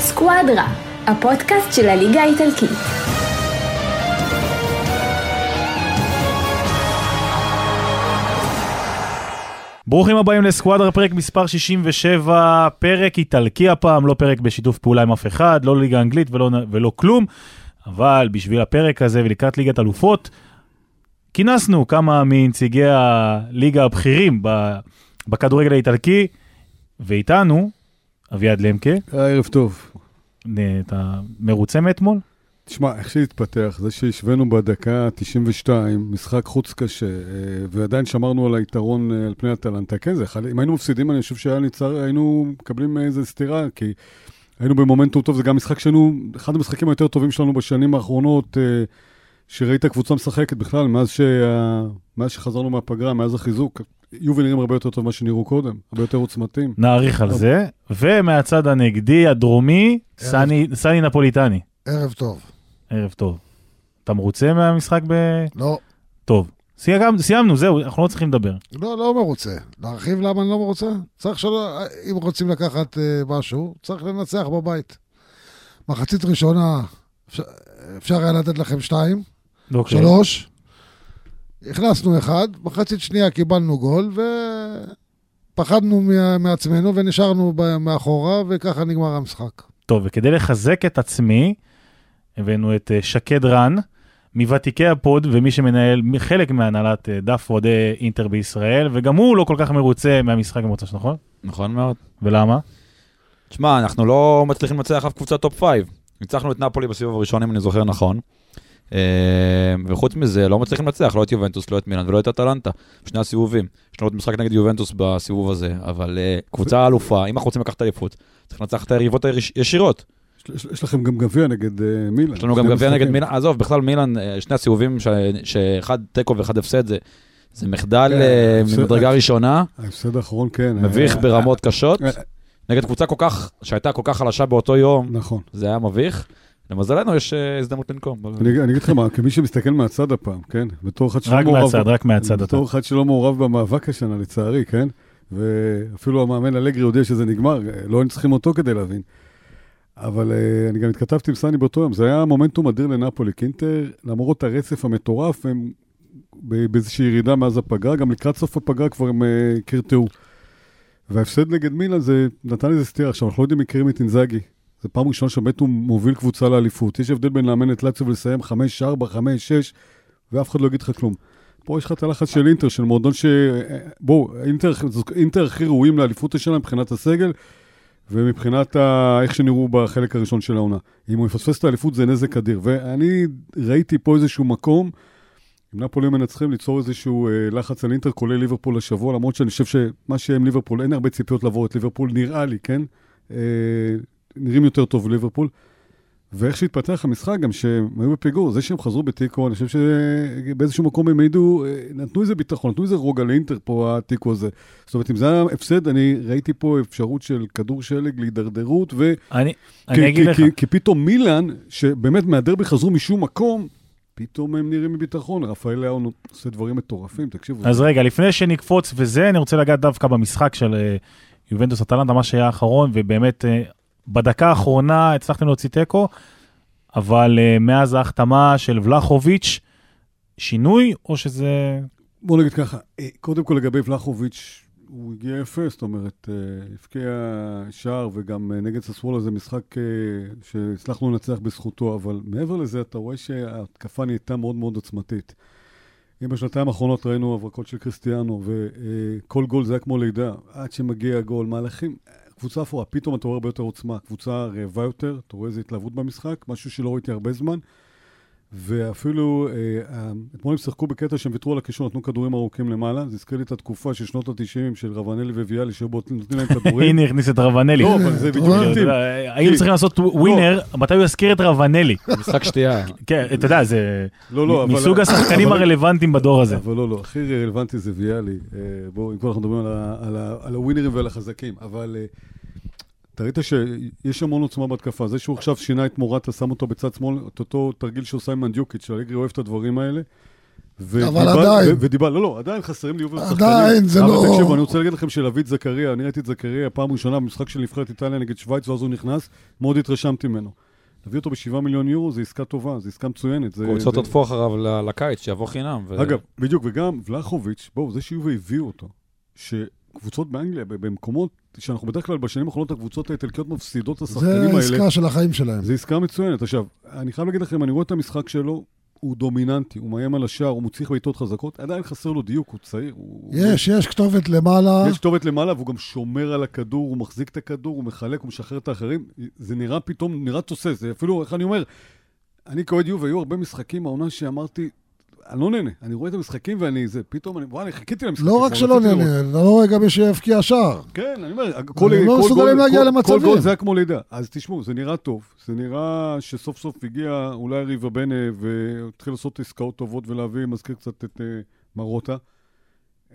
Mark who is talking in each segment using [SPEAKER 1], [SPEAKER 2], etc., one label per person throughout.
[SPEAKER 1] סקואדרה, הפודקאסט של הליגה האיטלקית.
[SPEAKER 2] ברוכים הבאים לסקואדר פרק מספר 67, פרק איטלקי הפעם, לא פרק בשיתוף פעולה עם אף אחד, לא ליגה אנגלית ולא, ולא כלום, אבל בשביל הפרק הזה ולקראת ליגת אלופות, כינסנו כמה מנציגי הליגה הבכירים ב- בכדורגל האיטלקי, ואיתנו, אביעד למקה,
[SPEAKER 3] אה, ערב טוב.
[SPEAKER 2] נ- אתה מרוצה מאתמול?
[SPEAKER 3] תשמע, איך שהתפתח, זה שהשווינו בדקה 92, משחק חוץ קשה, אה, ועדיין שמרנו על היתרון אה, על פני אטלנטה, כן, זה אחד, אם היינו מפסידים, אני חושב שהיה ניצר, היינו מקבלים איזה סתירה, כי היינו במומנטום טוב, זה גם משחק שלנו, אחד המשחקים היותר טובים שלנו בשנים האחרונות, אה, שראית קבוצה משחקת בכלל, מאז, שה, מאז שחזרנו מהפגרה, מאז החיזוק, יובל נראים הרבה יותר טוב ממה שנראו קודם, הרבה יותר עוצמתיים.
[SPEAKER 2] נעריך על זה. ומהצד הנגדי, הדרומי, סני סני נפוליטני.
[SPEAKER 4] ערב טוב.
[SPEAKER 2] ערב טוב. אתה מרוצה מהמשחק ב...
[SPEAKER 4] לא,
[SPEAKER 2] טוב, סייג, סיימנו, זהו, אנחנו לא צריכים לדבר.
[SPEAKER 4] לא, לא מרוצה. להרחיב למה אני לא מרוצה? צריך שלא, אם רוצים לקחת אה, משהו, צריך לנצח בבית. מחצית ראשונה, אפשר, אפשר היה לתת לכם שתיים,
[SPEAKER 3] כן.
[SPEAKER 2] אוקיי.
[SPEAKER 4] שלוש. הכנסנו אחד, מחצית שנייה קיבלנו גול, ופחדנו מה- מעצמנו ונשארנו ב- מאחורה, וככה נגמר המשחק.
[SPEAKER 2] טוב, וכדי לחזק את עצמי, הבאנו את אה, שקד רן, מוותיקי הפוד ומי שמנהל מ- חלק מהנהלת אה, דף אוהדי אינטר בישראל, וגם הוא לא כל כך מרוצה מהמשחק במוצ"ש, נכון?
[SPEAKER 5] נכון מאוד.
[SPEAKER 2] ולמה?
[SPEAKER 5] תשמע, אנחנו לא מצליחים לנצח אף קבוצת טופ 5. ניצחנו את נפולי בסיבוב הראשון, אם אני זוכר נכון. אה, וחוץ מזה, לא מצליחים לנצח, לא את יובנטוס, לא את מילאן ולא את אטלנטה. שני הסיבובים. יש לנו עוד משחק נגד יובנטוס בסיבוב הזה, אבל אה, קבוצה אלופה, אם אנחנו רוצים לקחת אליפות, צריך לנצח את היריבות הישירות.
[SPEAKER 3] יש- יש, יש לכם גם גביע נגד אה, מילאן.
[SPEAKER 5] יש לנו גם
[SPEAKER 3] שני
[SPEAKER 5] גביע נגד
[SPEAKER 3] משחקים.
[SPEAKER 5] מילאן, עזוב, בכלל מילאן, אה, שני הסיבובים ש- שאחד תיקו ואחד הפסד, זה- זה מחדל
[SPEAKER 3] כן,
[SPEAKER 5] אה,
[SPEAKER 3] הפסד-
[SPEAKER 5] ממדרגה ראשונה,
[SPEAKER 3] ההפסד האחרון, כן. היה-
[SPEAKER 5] מביך ברמות קשות,
[SPEAKER 3] אה,
[SPEAKER 5] נגד קבוצה כל כך, שהייתה כל כך חלשה באותו יום,
[SPEAKER 3] נכון.
[SPEAKER 5] זה היה מביך. למזלנו יש אה, הזדמנות לנקום.
[SPEAKER 3] אני אני אגיד לך מה, כמי שמסתכל מהצד הפעם, כן? בתור אחד שלא
[SPEAKER 2] רק
[SPEAKER 3] מעורב...
[SPEAKER 2] מהצד, רק מהצד אתה.
[SPEAKER 3] בתור אחד שלא מעורב במאבק השנה, לצערי, כן? ואפילו המאמן אלגרי הודיע שזה נגמר, לא היינו צריכים אותו כדי להבין. אבל אה, אני גם התכתבתי עם סני באותו יום, זה היה מומנטום אדיר לנפולי, כי אינטר, למרות הרצף המטורף, הם ב- באיזושהי ירידה מאז הפגרה, גם לקראת סוף הפגרה כבר הם אה, קרטעו. וההפסד נגד מילה זה נתן איזה סטירה. עכשיו, אנחנו לא יודעים מכירים את אינזאגי. זו פעם ראשונה שבאמת הוא מוביל קבוצה לאליפות. יש הבדל בין לאמן את לאציו ולסיים 5, 4, 5, 6, ואף אחד לא יגיד לך כלום. פה יש לך את הלחץ של אינטר, של מועדון ש... בואו, אינטר, זו- אינטר הכי ראויים לאליפות השנה מבחינת הסגל, ומבחינת ה... איך שנראו בחלק הראשון של העונה. אם הוא יפספס את האליפות זה נזק אדיר. ואני ראיתי פה איזשהו מקום, אם נפולי מנצחים, ליצור איזשהו אה, לחץ על אינטר, כולל ליברפול השבוע, למרות שאני חושב שמה שהם ליברפול, אין הרבה ציפיות לעבור את ליברפול, נראה לי, כן? אה, נראים יותר טוב ליברפול. ואיך שהתפתח המשחק, גם שהם היו בפיגור, זה שהם חזרו בתיקו, אני חושב שבאיזשהו מקום הם העידו, אה, נתנו איזה ביטחון, נתנו איזה רוגע לאינטר פה, התיקו הזה. זאת אומרת, אם זה היה הפסד, אני ראיתי פה אפשרות של כדור שלג להידרדרות, ו...
[SPEAKER 2] אני,
[SPEAKER 3] כי-
[SPEAKER 2] אני אגיד
[SPEAKER 3] כי-
[SPEAKER 2] לך,
[SPEAKER 3] כי- כי פתאום מילאן, שבאמת מהדרבי חזרו משום מקום, פתאום הם נראים מביטחון. רפאל לאון עושה דברים מטורפים, תקשיבו.
[SPEAKER 2] אז רגע, לפני שנקפוץ וזה, אני רוצה לגעת דווקא במשחק של אה, יובנטוס אטלנטה, מה שהיה האחרון, ובאמת אה, בדקה האחרונה הצלחתם להוציא תיקו, אבל אה, מאז ההחתמה של ולחוביץ', שינוי, או שזה...
[SPEAKER 3] בוא נגיד ככה, אה, קודם כל לגבי ולחוביץ', הוא הגיע יפה, זאת אומרת, אה, הבקיע שער וגם אה, נגד ססוולה זה משחק אה, שהצלחנו לנצח בזכותו, אבל מעבר לזה, אתה רואה שההתקפה נהייתה מאוד מאוד עוצמתית. אם בשנתיים האחרונות ראינו הברקות של קריסטיאנו, וכל גול זה היה כמו לידה, עד שמגיע הגול, מהלכים, קבוצה אפורה, פתאום אתה רואה הרבה יותר עוצמה, קבוצה רעבה יותר, אתה רואה איזו התלהבות במשחק, משהו שלא ראיתי הרבה זמן. ואפילו, אה, ה- אתמול הם שיחקו בקטע שהם ויתרו על הקישור, נתנו כדורים ארוכים למעלה. זה הזכיר לי את התקופה של שנות ה-90 של רבנלי וויאלי, שהיו בוט- נותנים להם כדורים.
[SPEAKER 2] הנה, הכניס את רבנלי.
[SPEAKER 3] לא, אבל זה בדיוק לא.
[SPEAKER 2] אתה יודע,
[SPEAKER 3] מתאים.
[SPEAKER 2] היינו צריכים לעשות ווינר, מתי הוא יזכיר את רבנלי?
[SPEAKER 5] משחק שתייה.
[SPEAKER 2] כן, אתה יודע, זה
[SPEAKER 3] לא, לא, אבל...
[SPEAKER 2] מסוג השחקנים
[SPEAKER 3] אבל-
[SPEAKER 2] הרלוונטיים בדור הזה.
[SPEAKER 3] אבל לא, לא, הכי רלוונטי זה ויאלי. אה, בואו, אם כבר אנחנו מדברים על ה- על ה- על הווינרים ועל החזקים, אבל אה, אתה ראית שיש המון עוצמה בהתקפה. זה שהוא עכשיו שינה את מורטה, שם אותו בצד שמאל, את אותו תרגיל שהוא עושה עם מנדיוקיץ', שאלגרי אוהב את הדברים האלה. ודיבר-
[SPEAKER 4] עדיין.
[SPEAKER 3] ו- ודיבר, לא, לא, עדיין חסרים לי יובל שחקנים.
[SPEAKER 4] עדיין, זה לא-
[SPEAKER 3] אבל תקשיבו, אני רוצה להגיד לכם שלהביא את זכריה, אני ראיתי את זכריה פעם ראשונה במשחק של נבחרת איטליה נגד שווייץ, ואז הוא נכנס, מאוד התרשמתי ממנו. להביא אותו בשבעה מיליון יורו, זו עסקה טובה, זו עסקה מצוינת. זה-
[SPEAKER 5] קבוצות
[SPEAKER 3] זה-
[SPEAKER 5] רדפו אחריו ל- לקיץ, שיבוא חינם. ו-
[SPEAKER 3] אגב, בדיוק, וגם ולחוביץ', בואו, זה שיובה הביאו אותו, שקבוצות באנגליה, ב- במקומות שאנחנו בדרך כלל בשנים האחרונות, הקבוצות האיטלקיות מפסידות לשחקנים
[SPEAKER 4] זה
[SPEAKER 3] האלה.
[SPEAKER 4] עסקה של החיים שלהם.
[SPEAKER 3] זו עסקה מצוינת. עכשיו, אני חייב להגיד לכם, אני רואה את המשחק שלו, הוא דומיננטי, הוא מאיים על השער, הוא מוציא בעיטות חזקות, עדיין חסר לו דיוק, הוא צעיר. הוא...
[SPEAKER 4] יש, יש כתובת למעלה.
[SPEAKER 3] יש כתובת למעלה, והוא גם שומר על הכדור, הוא מחזיק את הכדור, הוא מחלק, הוא משחרר את האחרים. זה נראה פתאום, נראה תוסס, זה אפילו, איך אני אומר, אני כאוהד יו"ב, היו הרבה משחקים העונה שאמרתי, אני לא נהנה, אני רואה את המשחקים ואני, זה, פתאום, אני, וואי, אני חיכיתי למשחקים.
[SPEAKER 4] לא רק
[SPEAKER 3] כבר
[SPEAKER 4] שלא
[SPEAKER 3] רציתי לראות.
[SPEAKER 4] נהנה, אתה לא רואה גם מי שיבקיע שער.
[SPEAKER 3] כן, אני אומר, כל,
[SPEAKER 4] הם לא
[SPEAKER 3] כל
[SPEAKER 4] מסוגלים
[SPEAKER 3] גול-
[SPEAKER 4] להגיע
[SPEAKER 3] כל-
[SPEAKER 4] למצבים.
[SPEAKER 3] כל גול זה היה כמו לידה. אז תשמעו, זה נראה טוב. זה נראה שסוף סוף הגיע אולי ריבה בנה והתחיל לעשות עסקאות טובות ולהביא, מזכיר קצת את אה, מרוטה.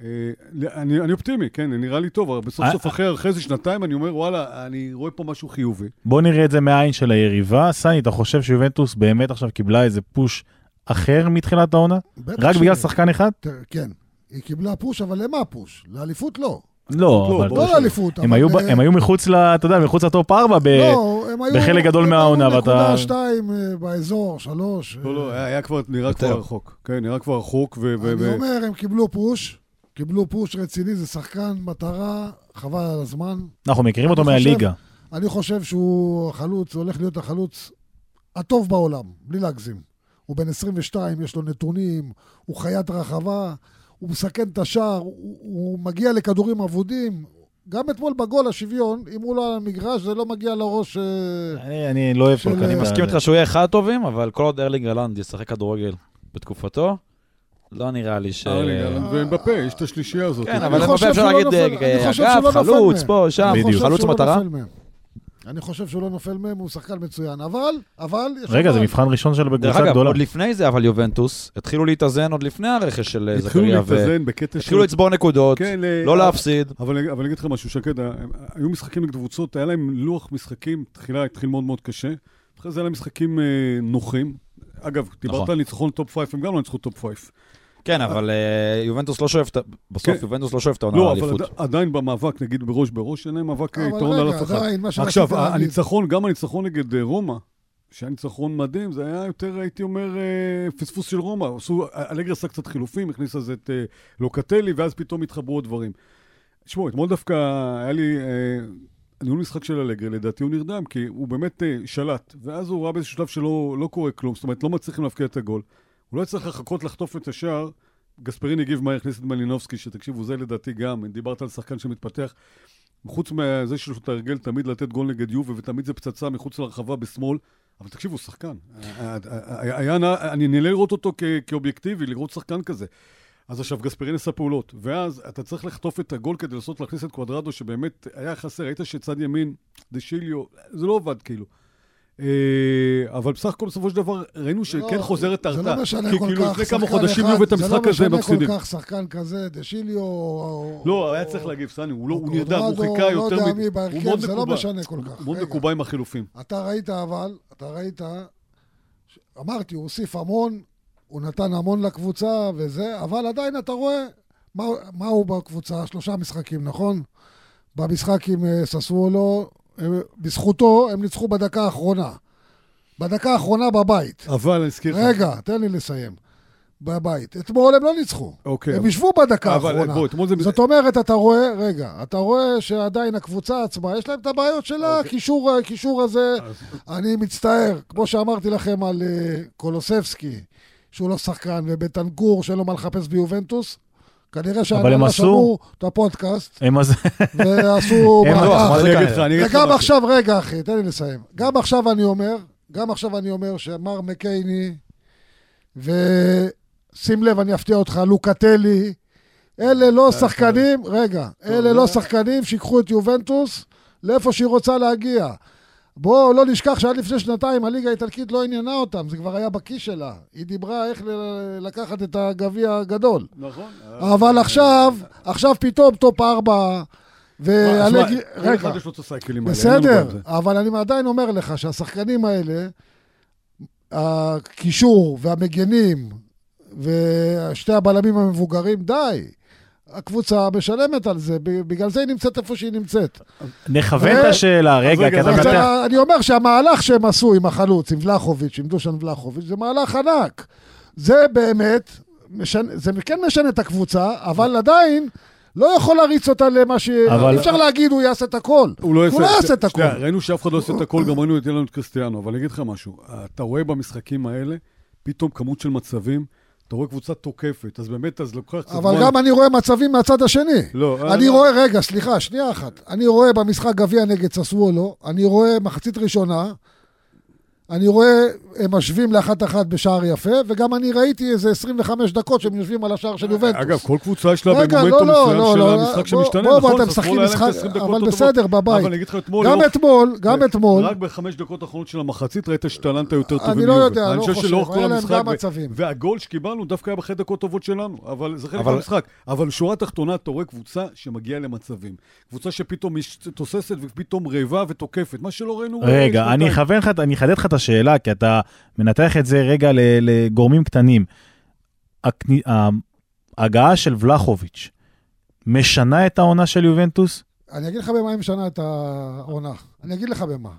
[SPEAKER 3] אה, אני, אני אופטימי, כן, זה נראה לי טוב, אבל בסוף
[SPEAKER 2] אה,
[SPEAKER 3] סוף אחרי, אחרי איזה שנתיים אני אומר, וואלה, אני רואה פה משהו חיובי.
[SPEAKER 2] בוא נראה את זה מהעין של היריבה. סני, אתה חושב שיובנטוס באמת עכשיו קיבלה איזה פוש אחר מתחילת העונה?
[SPEAKER 4] בטח
[SPEAKER 2] רק
[SPEAKER 4] ש-
[SPEAKER 2] בגלל שחקן אחד?
[SPEAKER 4] ת- כן. היא קיבלה פוש, אבל למה הפוש? לאליפות לא.
[SPEAKER 2] לא, אבל...
[SPEAKER 3] ברור
[SPEAKER 4] לא לאליפות.
[SPEAKER 2] הם
[SPEAKER 4] אבל,
[SPEAKER 2] היו, ב-
[SPEAKER 4] אה,
[SPEAKER 2] הם היו מחוץ ל... אתה יודע, מחוץ לטופ 4 ב...
[SPEAKER 4] לא, הם היו...
[SPEAKER 2] בחלק גדול
[SPEAKER 4] הם
[SPEAKER 2] מהעונה,
[SPEAKER 4] היו
[SPEAKER 2] ואתה-
[SPEAKER 4] נקודה שתיים אה, באזור, שלוש.
[SPEAKER 3] לא, לא, היה, היה כבר, נראה
[SPEAKER 5] יותר.
[SPEAKER 3] כבר רחוק. כן, נראה כבר רחוק, ו... ו-
[SPEAKER 4] אני
[SPEAKER 3] ו-
[SPEAKER 4] אומר, הם קיבלו פוש, קיבלו פוש רציני, זה שחקן, מטרה, חבל על הזמן.
[SPEAKER 2] אנחנו מכירים אותו
[SPEAKER 4] אני חושב-
[SPEAKER 2] מהליגה.
[SPEAKER 4] אני חושב שהוא חלוץ, הולך להיות החלוץ הטוב בעולם, בלי להגזים. הוא בן 22, יש לו נתונים, הוא חיית רחבה, הוא מסכן את השער, הוא, הוא מגיע לכדורים אבודים. גם אתמול בגול השוויון, אם הוא לא על המגרש, זה לא מגיע לראש... אה,
[SPEAKER 2] אני, אני לא אוהב כל
[SPEAKER 4] של-
[SPEAKER 2] כך את
[SPEAKER 5] אני
[SPEAKER 2] ה-
[SPEAKER 5] מסכים
[SPEAKER 2] זה.
[SPEAKER 5] איתך שהוא יהיה אחד הטובים, אבל כל עוד ארלינג הלנד ישחק כדורגל בתקופתו, לא נראה לי ש...
[SPEAKER 3] ארלינג, אהלן, ומבפה, יש את השלישייה הזאת. נכון.
[SPEAKER 5] כן,
[SPEAKER 4] אני
[SPEAKER 5] אבל
[SPEAKER 4] חושב
[SPEAKER 5] למפה אפשר
[SPEAKER 4] שהוא לא
[SPEAKER 5] להגיד
[SPEAKER 4] נופל-
[SPEAKER 5] אה,
[SPEAKER 4] אני חושב שהוא לא
[SPEAKER 5] אגף,
[SPEAKER 4] נופל
[SPEAKER 5] חלוץ,
[SPEAKER 4] מהם.
[SPEAKER 5] פה, שם,
[SPEAKER 4] אני חושב
[SPEAKER 5] חלוץ
[SPEAKER 4] שהוא לא
[SPEAKER 5] מטרה.
[SPEAKER 4] נופל מהם. אני חושב שהוא לא נופל מהם, הוא שחקן מצוין. אבל, אבל... יש
[SPEAKER 2] רגע, זה
[SPEAKER 4] אבל.
[SPEAKER 2] מבחן ראשון שלו
[SPEAKER 5] דרך
[SPEAKER 2] בקבוצה
[SPEAKER 5] אגב,
[SPEAKER 2] גדולה.
[SPEAKER 5] עוד לפני זה, אבל יובנטוס, התחילו להתאזן עוד לפני הרכש של אה,
[SPEAKER 3] התחילו
[SPEAKER 5] זכריה,
[SPEAKER 3] להתאזן בקטע של...
[SPEAKER 5] התחילו לצבור נקודות,
[SPEAKER 3] כן, ל-
[SPEAKER 5] לא להפסיד.
[SPEAKER 3] אבל, אני- אבל אני אגיד לך משהו, שקד, ה- הם- היו משחקים לקבוצות, היה להם לוח משחקים, תחילה התחיל מאוד מאוד קשה, אחרי זה היה להם משחקים אה, נוחים. אגב, דיברת
[SPEAKER 5] נכון.
[SPEAKER 3] על ניצחון טופ פייף, הם גם לא ניצחו טופ פייף.
[SPEAKER 5] כן, אבל אה, יובנטוס לא שואף, את ה- בסוף
[SPEAKER 3] כן.
[SPEAKER 5] יובנטוס לא שואף את העונה
[SPEAKER 3] לא, אבל
[SPEAKER 5] לאליפות.
[SPEAKER 3] עד, עדיין במאבק, נגיד בראש בראש, אין להם מאבק אה,
[SPEAKER 4] אבל
[SPEAKER 3] יתרון
[SPEAKER 4] רגע,
[SPEAKER 3] על אף אחד.
[SPEAKER 4] עדיין, מה שרציתי
[SPEAKER 3] עכשיו, ה-
[SPEAKER 4] להגיד.
[SPEAKER 3] הניצחון, גם הניצחון נגד אה, רומא, שהיה ניצחון מדהים, זה היה יותר, הייתי אומר, אה, פספוס של רומא. עשו, אלגר עשה קצת חילופים, הכניס אז את אה, לוקטלי, ואז פתאום התחברו הדברים. תשמעו, אתמול דווקא היה לי... אה, ניהול משחק של אלגרי, לדעתי הוא נרדם, כי הוא באמת אה, שלט. ואז הוא ראה באיזשהו שלב שלא לא קורה כלום, זאת אומרת, לא מצליחים להבקיע את הגול. הוא לא צריך לחכות לחטוף את השער. גספרין הגיב מהר, הכניס את מלינובסקי, שתקשיבו, זה לדעתי גם, דיברת על שחקן שמתפתח. חוץ מזה שיש לו את ההרגל תמיד לתת גול נגד יובה, ותמיד זה פצצה מחוץ לרחבה בשמאל, אבל תקשיבו, שחקן. היה- היה, נע- אני נהנה לראות אותו כ- כאובייקטיבי, לראות שחקן כזה. אז עכשיו גספרין עשה פעולות, ואז אתה צריך לחטוף את הגול כדי לנסות להכניס את קוודרדו, שבאמת היה חסר, ראית שצד ימין, דשיליו, זה לא עבד כאילו. אה, אבל בסך הכל בסופו של דבר ראינו שכן
[SPEAKER 4] לא,
[SPEAKER 3] חוזרת
[SPEAKER 4] זה
[SPEAKER 3] הרתעה.
[SPEAKER 4] לא משנה
[SPEAKER 3] כי
[SPEAKER 4] כל
[SPEAKER 3] כאילו
[SPEAKER 4] כך,
[SPEAKER 3] לפני כמה
[SPEAKER 4] שחקן
[SPEAKER 3] חודשים
[SPEAKER 4] אחד,
[SPEAKER 3] יהיו את
[SPEAKER 4] זה לא
[SPEAKER 3] המשחק הזה
[SPEAKER 4] משנה כל
[SPEAKER 3] מפסידים.
[SPEAKER 4] כך, שחקן כזה, דשיליו... או-
[SPEAKER 3] לא, היה
[SPEAKER 4] או-
[SPEAKER 3] צריך להגיב, סני, הוא לא-
[SPEAKER 4] או
[SPEAKER 3] הוא נרדם, הוא
[SPEAKER 4] קורדדו,
[SPEAKER 3] חיכה
[SPEAKER 4] לא
[SPEAKER 3] יותר
[SPEAKER 4] יודע
[SPEAKER 3] מ-
[SPEAKER 4] מי בהרכב,
[SPEAKER 3] הוא מאוד
[SPEAKER 4] זה לא
[SPEAKER 3] מקובע.
[SPEAKER 4] משנה כל כך.
[SPEAKER 3] הוא מאוד
[SPEAKER 4] רגע.
[SPEAKER 3] מקובע עם החילופים.
[SPEAKER 4] אתה ראית אבל, אתה ראית, ש- אמרתי, הוא הוסיף המון, הוא נתן המון לקבוצה וזה, אבל עדיין אתה רואה מה, מה הוא בקבוצה, שלושה משחקים, נכון? במשחק עם אה, ססוולו, הם- בזכותו הם ניצחו בדקה האחרונה. בדקה האחרונה בבית.
[SPEAKER 3] אבל אני אזכיר לך...
[SPEAKER 4] רגע, תן לי לסיים. בבית. אתמול הם לא ניצחו.
[SPEAKER 3] אוקיי.
[SPEAKER 4] הם ישבו בדקה
[SPEAKER 3] אבל,
[SPEAKER 4] האחרונה.
[SPEAKER 3] בוא, אתמול זה-
[SPEAKER 4] זאת אומרת, אתה רואה, רגע, אתה רואה שעדיין הקבוצה עצמה, יש להם את הבעיות שלה,
[SPEAKER 3] אוקיי.
[SPEAKER 4] הקישור הקישור הזה, אני מצטער, כמו שאמרתי לכם על אה, קולוסבסקי, שהוא לא שחקן, ובטנקור, שאין לו מה לחפש ביובנטוס, כנראה שהנהלה
[SPEAKER 2] עשו-
[SPEAKER 4] שמעו את הפודקאסט,
[SPEAKER 2] הם אז...
[SPEAKER 4] ועשו...
[SPEAKER 2] הם-
[SPEAKER 4] מהלך.
[SPEAKER 5] לא, אבל
[SPEAKER 3] אני אגיד
[SPEAKER 5] כנראה.
[SPEAKER 3] לך, אני אגיד לך
[SPEAKER 4] וגם
[SPEAKER 3] משהו.
[SPEAKER 4] עכשיו, רגע אחי, תן לי לסיים. גם עכשיו אני אומר, גם עכשיו אני אומר שמר מקייני, ושים לב, אני אפתיע אותך, לוקטלי, אלה
[SPEAKER 3] אה,
[SPEAKER 4] לא שחקנים, רגע, אלה לא שחקנים שיקחו את יובנטוס לאיפה שהיא רוצה להגיע. בואו לא נשכח שעד לפני שנתיים הליגה האיטלקית לא עניינה אותם, זה כבר היה בכיס שלה. היא דיברה איך ל- לקחת את הגביע הגדול.
[SPEAKER 3] נכון. אה,
[SPEAKER 4] אבל עכשיו, עכשיו פתאום טופ ארבע, ואלגרי... רגע.
[SPEAKER 3] רגע. יש לו את הסייקלים האלה. אין לנו בעיה עם
[SPEAKER 4] בסדר,
[SPEAKER 3] זה.
[SPEAKER 4] אבל אני עדיין אומר לך שהשחקנים האלה, הקישור והמגנים ושתי הבלמים המבוגרים, די. הקבוצה משלמת על זה, בגלל זה היא נמצאת איפה שהיא נמצאת.
[SPEAKER 2] נכוון
[SPEAKER 4] אה,
[SPEAKER 2] את השאלה, רגע,
[SPEAKER 3] רגע,
[SPEAKER 2] כי כן, אתה
[SPEAKER 3] אז
[SPEAKER 4] אז
[SPEAKER 2] מנתח.
[SPEAKER 4] ה- אני אומר שהמהלך שהם עשו עם החלוץ, עם ולחוביץ', עם דושן ולחוביץ', זה מהלך ענק. זה באמת, משנה, זה כן משנה את הקבוצה, אבל עדיין לא יכול להריץ אותה למה ש...
[SPEAKER 2] אבל-
[SPEAKER 4] אי אפשר להגיד, הוא יעשה את הכל.
[SPEAKER 3] הוא לא
[SPEAKER 4] הוא לא יעשה את הכל.
[SPEAKER 3] שנייה, ראינו שאף אחד לא עושה את הכל, גם ראינו את אילן קריסטיאנו, אבל אני אגיד לך משהו, אתה רואה במשחקים האלה, פתאום כמות של מצבים, אתה רואה קבוצה תוקפת, אז באמת, אז לוקח קצת
[SPEAKER 4] אבל גם אני רואה מצבים מהצד השני.
[SPEAKER 3] לא,
[SPEAKER 4] אני
[SPEAKER 3] אה,
[SPEAKER 4] רואה, רגע, סליחה, שנייה אחת. אני רואה במשחק גביע נגד ססוולו, אני רואה מחצית ראשונה, אני רואה הם משווים לאחת-אחת בשער יפה, וגם אני ראיתי איזה 25 דקות שהם יושבים על השער של יובנטוס.
[SPEAKER 3] אה, אגב, כל קבוצה יש לה
[SPEAKER 4] רגע,
[SPEAKER 3] במומנטום
[SPEAKER 4] לא, לא,
[SPEAKER 3] מסוים
[SPEAKER 4] לא,
[SPEAKER 3] של
[SPEAKER 4] לא,
[SPEAKER 3] המשחק
[SPEAKER 4] בוא-
[SPEAKER 3] שמשתנה,
[SPEAKER 4] בוא,
[SPEAKER 3] נכון?
[SPEAKER 4] אבל אתם
[SPEAKER 3] ספרו
[SPEAKER 4] משחקים
[SPEAKER 3] להם את
[SPEAKER 4] משחק-
[SPEAKER 3] 20 דקות
[SPEAKER 4] אבל
[SPEAKER 3] טובות.
[SPEAKER 4] בסדר, בבית.
[SPEAKER 3] אבל אני אגיד לך אתמול,
[SPEAKER 4] גם
[SPEAKER 3] לא-
[SPEAKER 4] אתמול, גם אתמול,
[SPEAKER 3] רק בחמש דקות האחרונות של המחצית ראית שטלנטה יותר טוב
[SPEAKER 4] אני
[SPEAKER 3] מיובל.
[SPEAKER 4] לא יודע, לא
[SPEAKER 3] אני חושב
[SPEAKER 4] חושב,
[SPEAKER 3] שלאורך כל
[SPEAKER 4] היה להם
[SPEAKER 3] המשחק,
[SPEAKER 4] גם
[SPEAKER 3] ו-
[SPEAKER 4] מצבים.
[SPEAKER 3] והגול שקיבלנו דווקא היה אחרי דקות טובות שלנו, אבל זה חלק
[SPEAKER 5] אבל-
[SPEAKER 3] מהמשחק. אבל שורה תחתונה, אתה רואה קבוצה שמגיעה למצבים. קבוצה שפתאום יש- תוססת ופתאום רעבה ותוקפת, מה שלא ראינו...
[SPEAKER 2] רגע, אני
[SPEAKER 3] שנתיים.
[SPEAKER 2] אכוון לך, את- אני אחדד לך את השאלה, כי אתה מנתח את זה רגע ל- לגורמים קטנים. הכני- ההגעה של ולחוביץ' משנה את העונה של יובנטוס?
[SPEAKER 4] אני אגיד לך במה היא משנה את העונה. אני אגיד לך במה.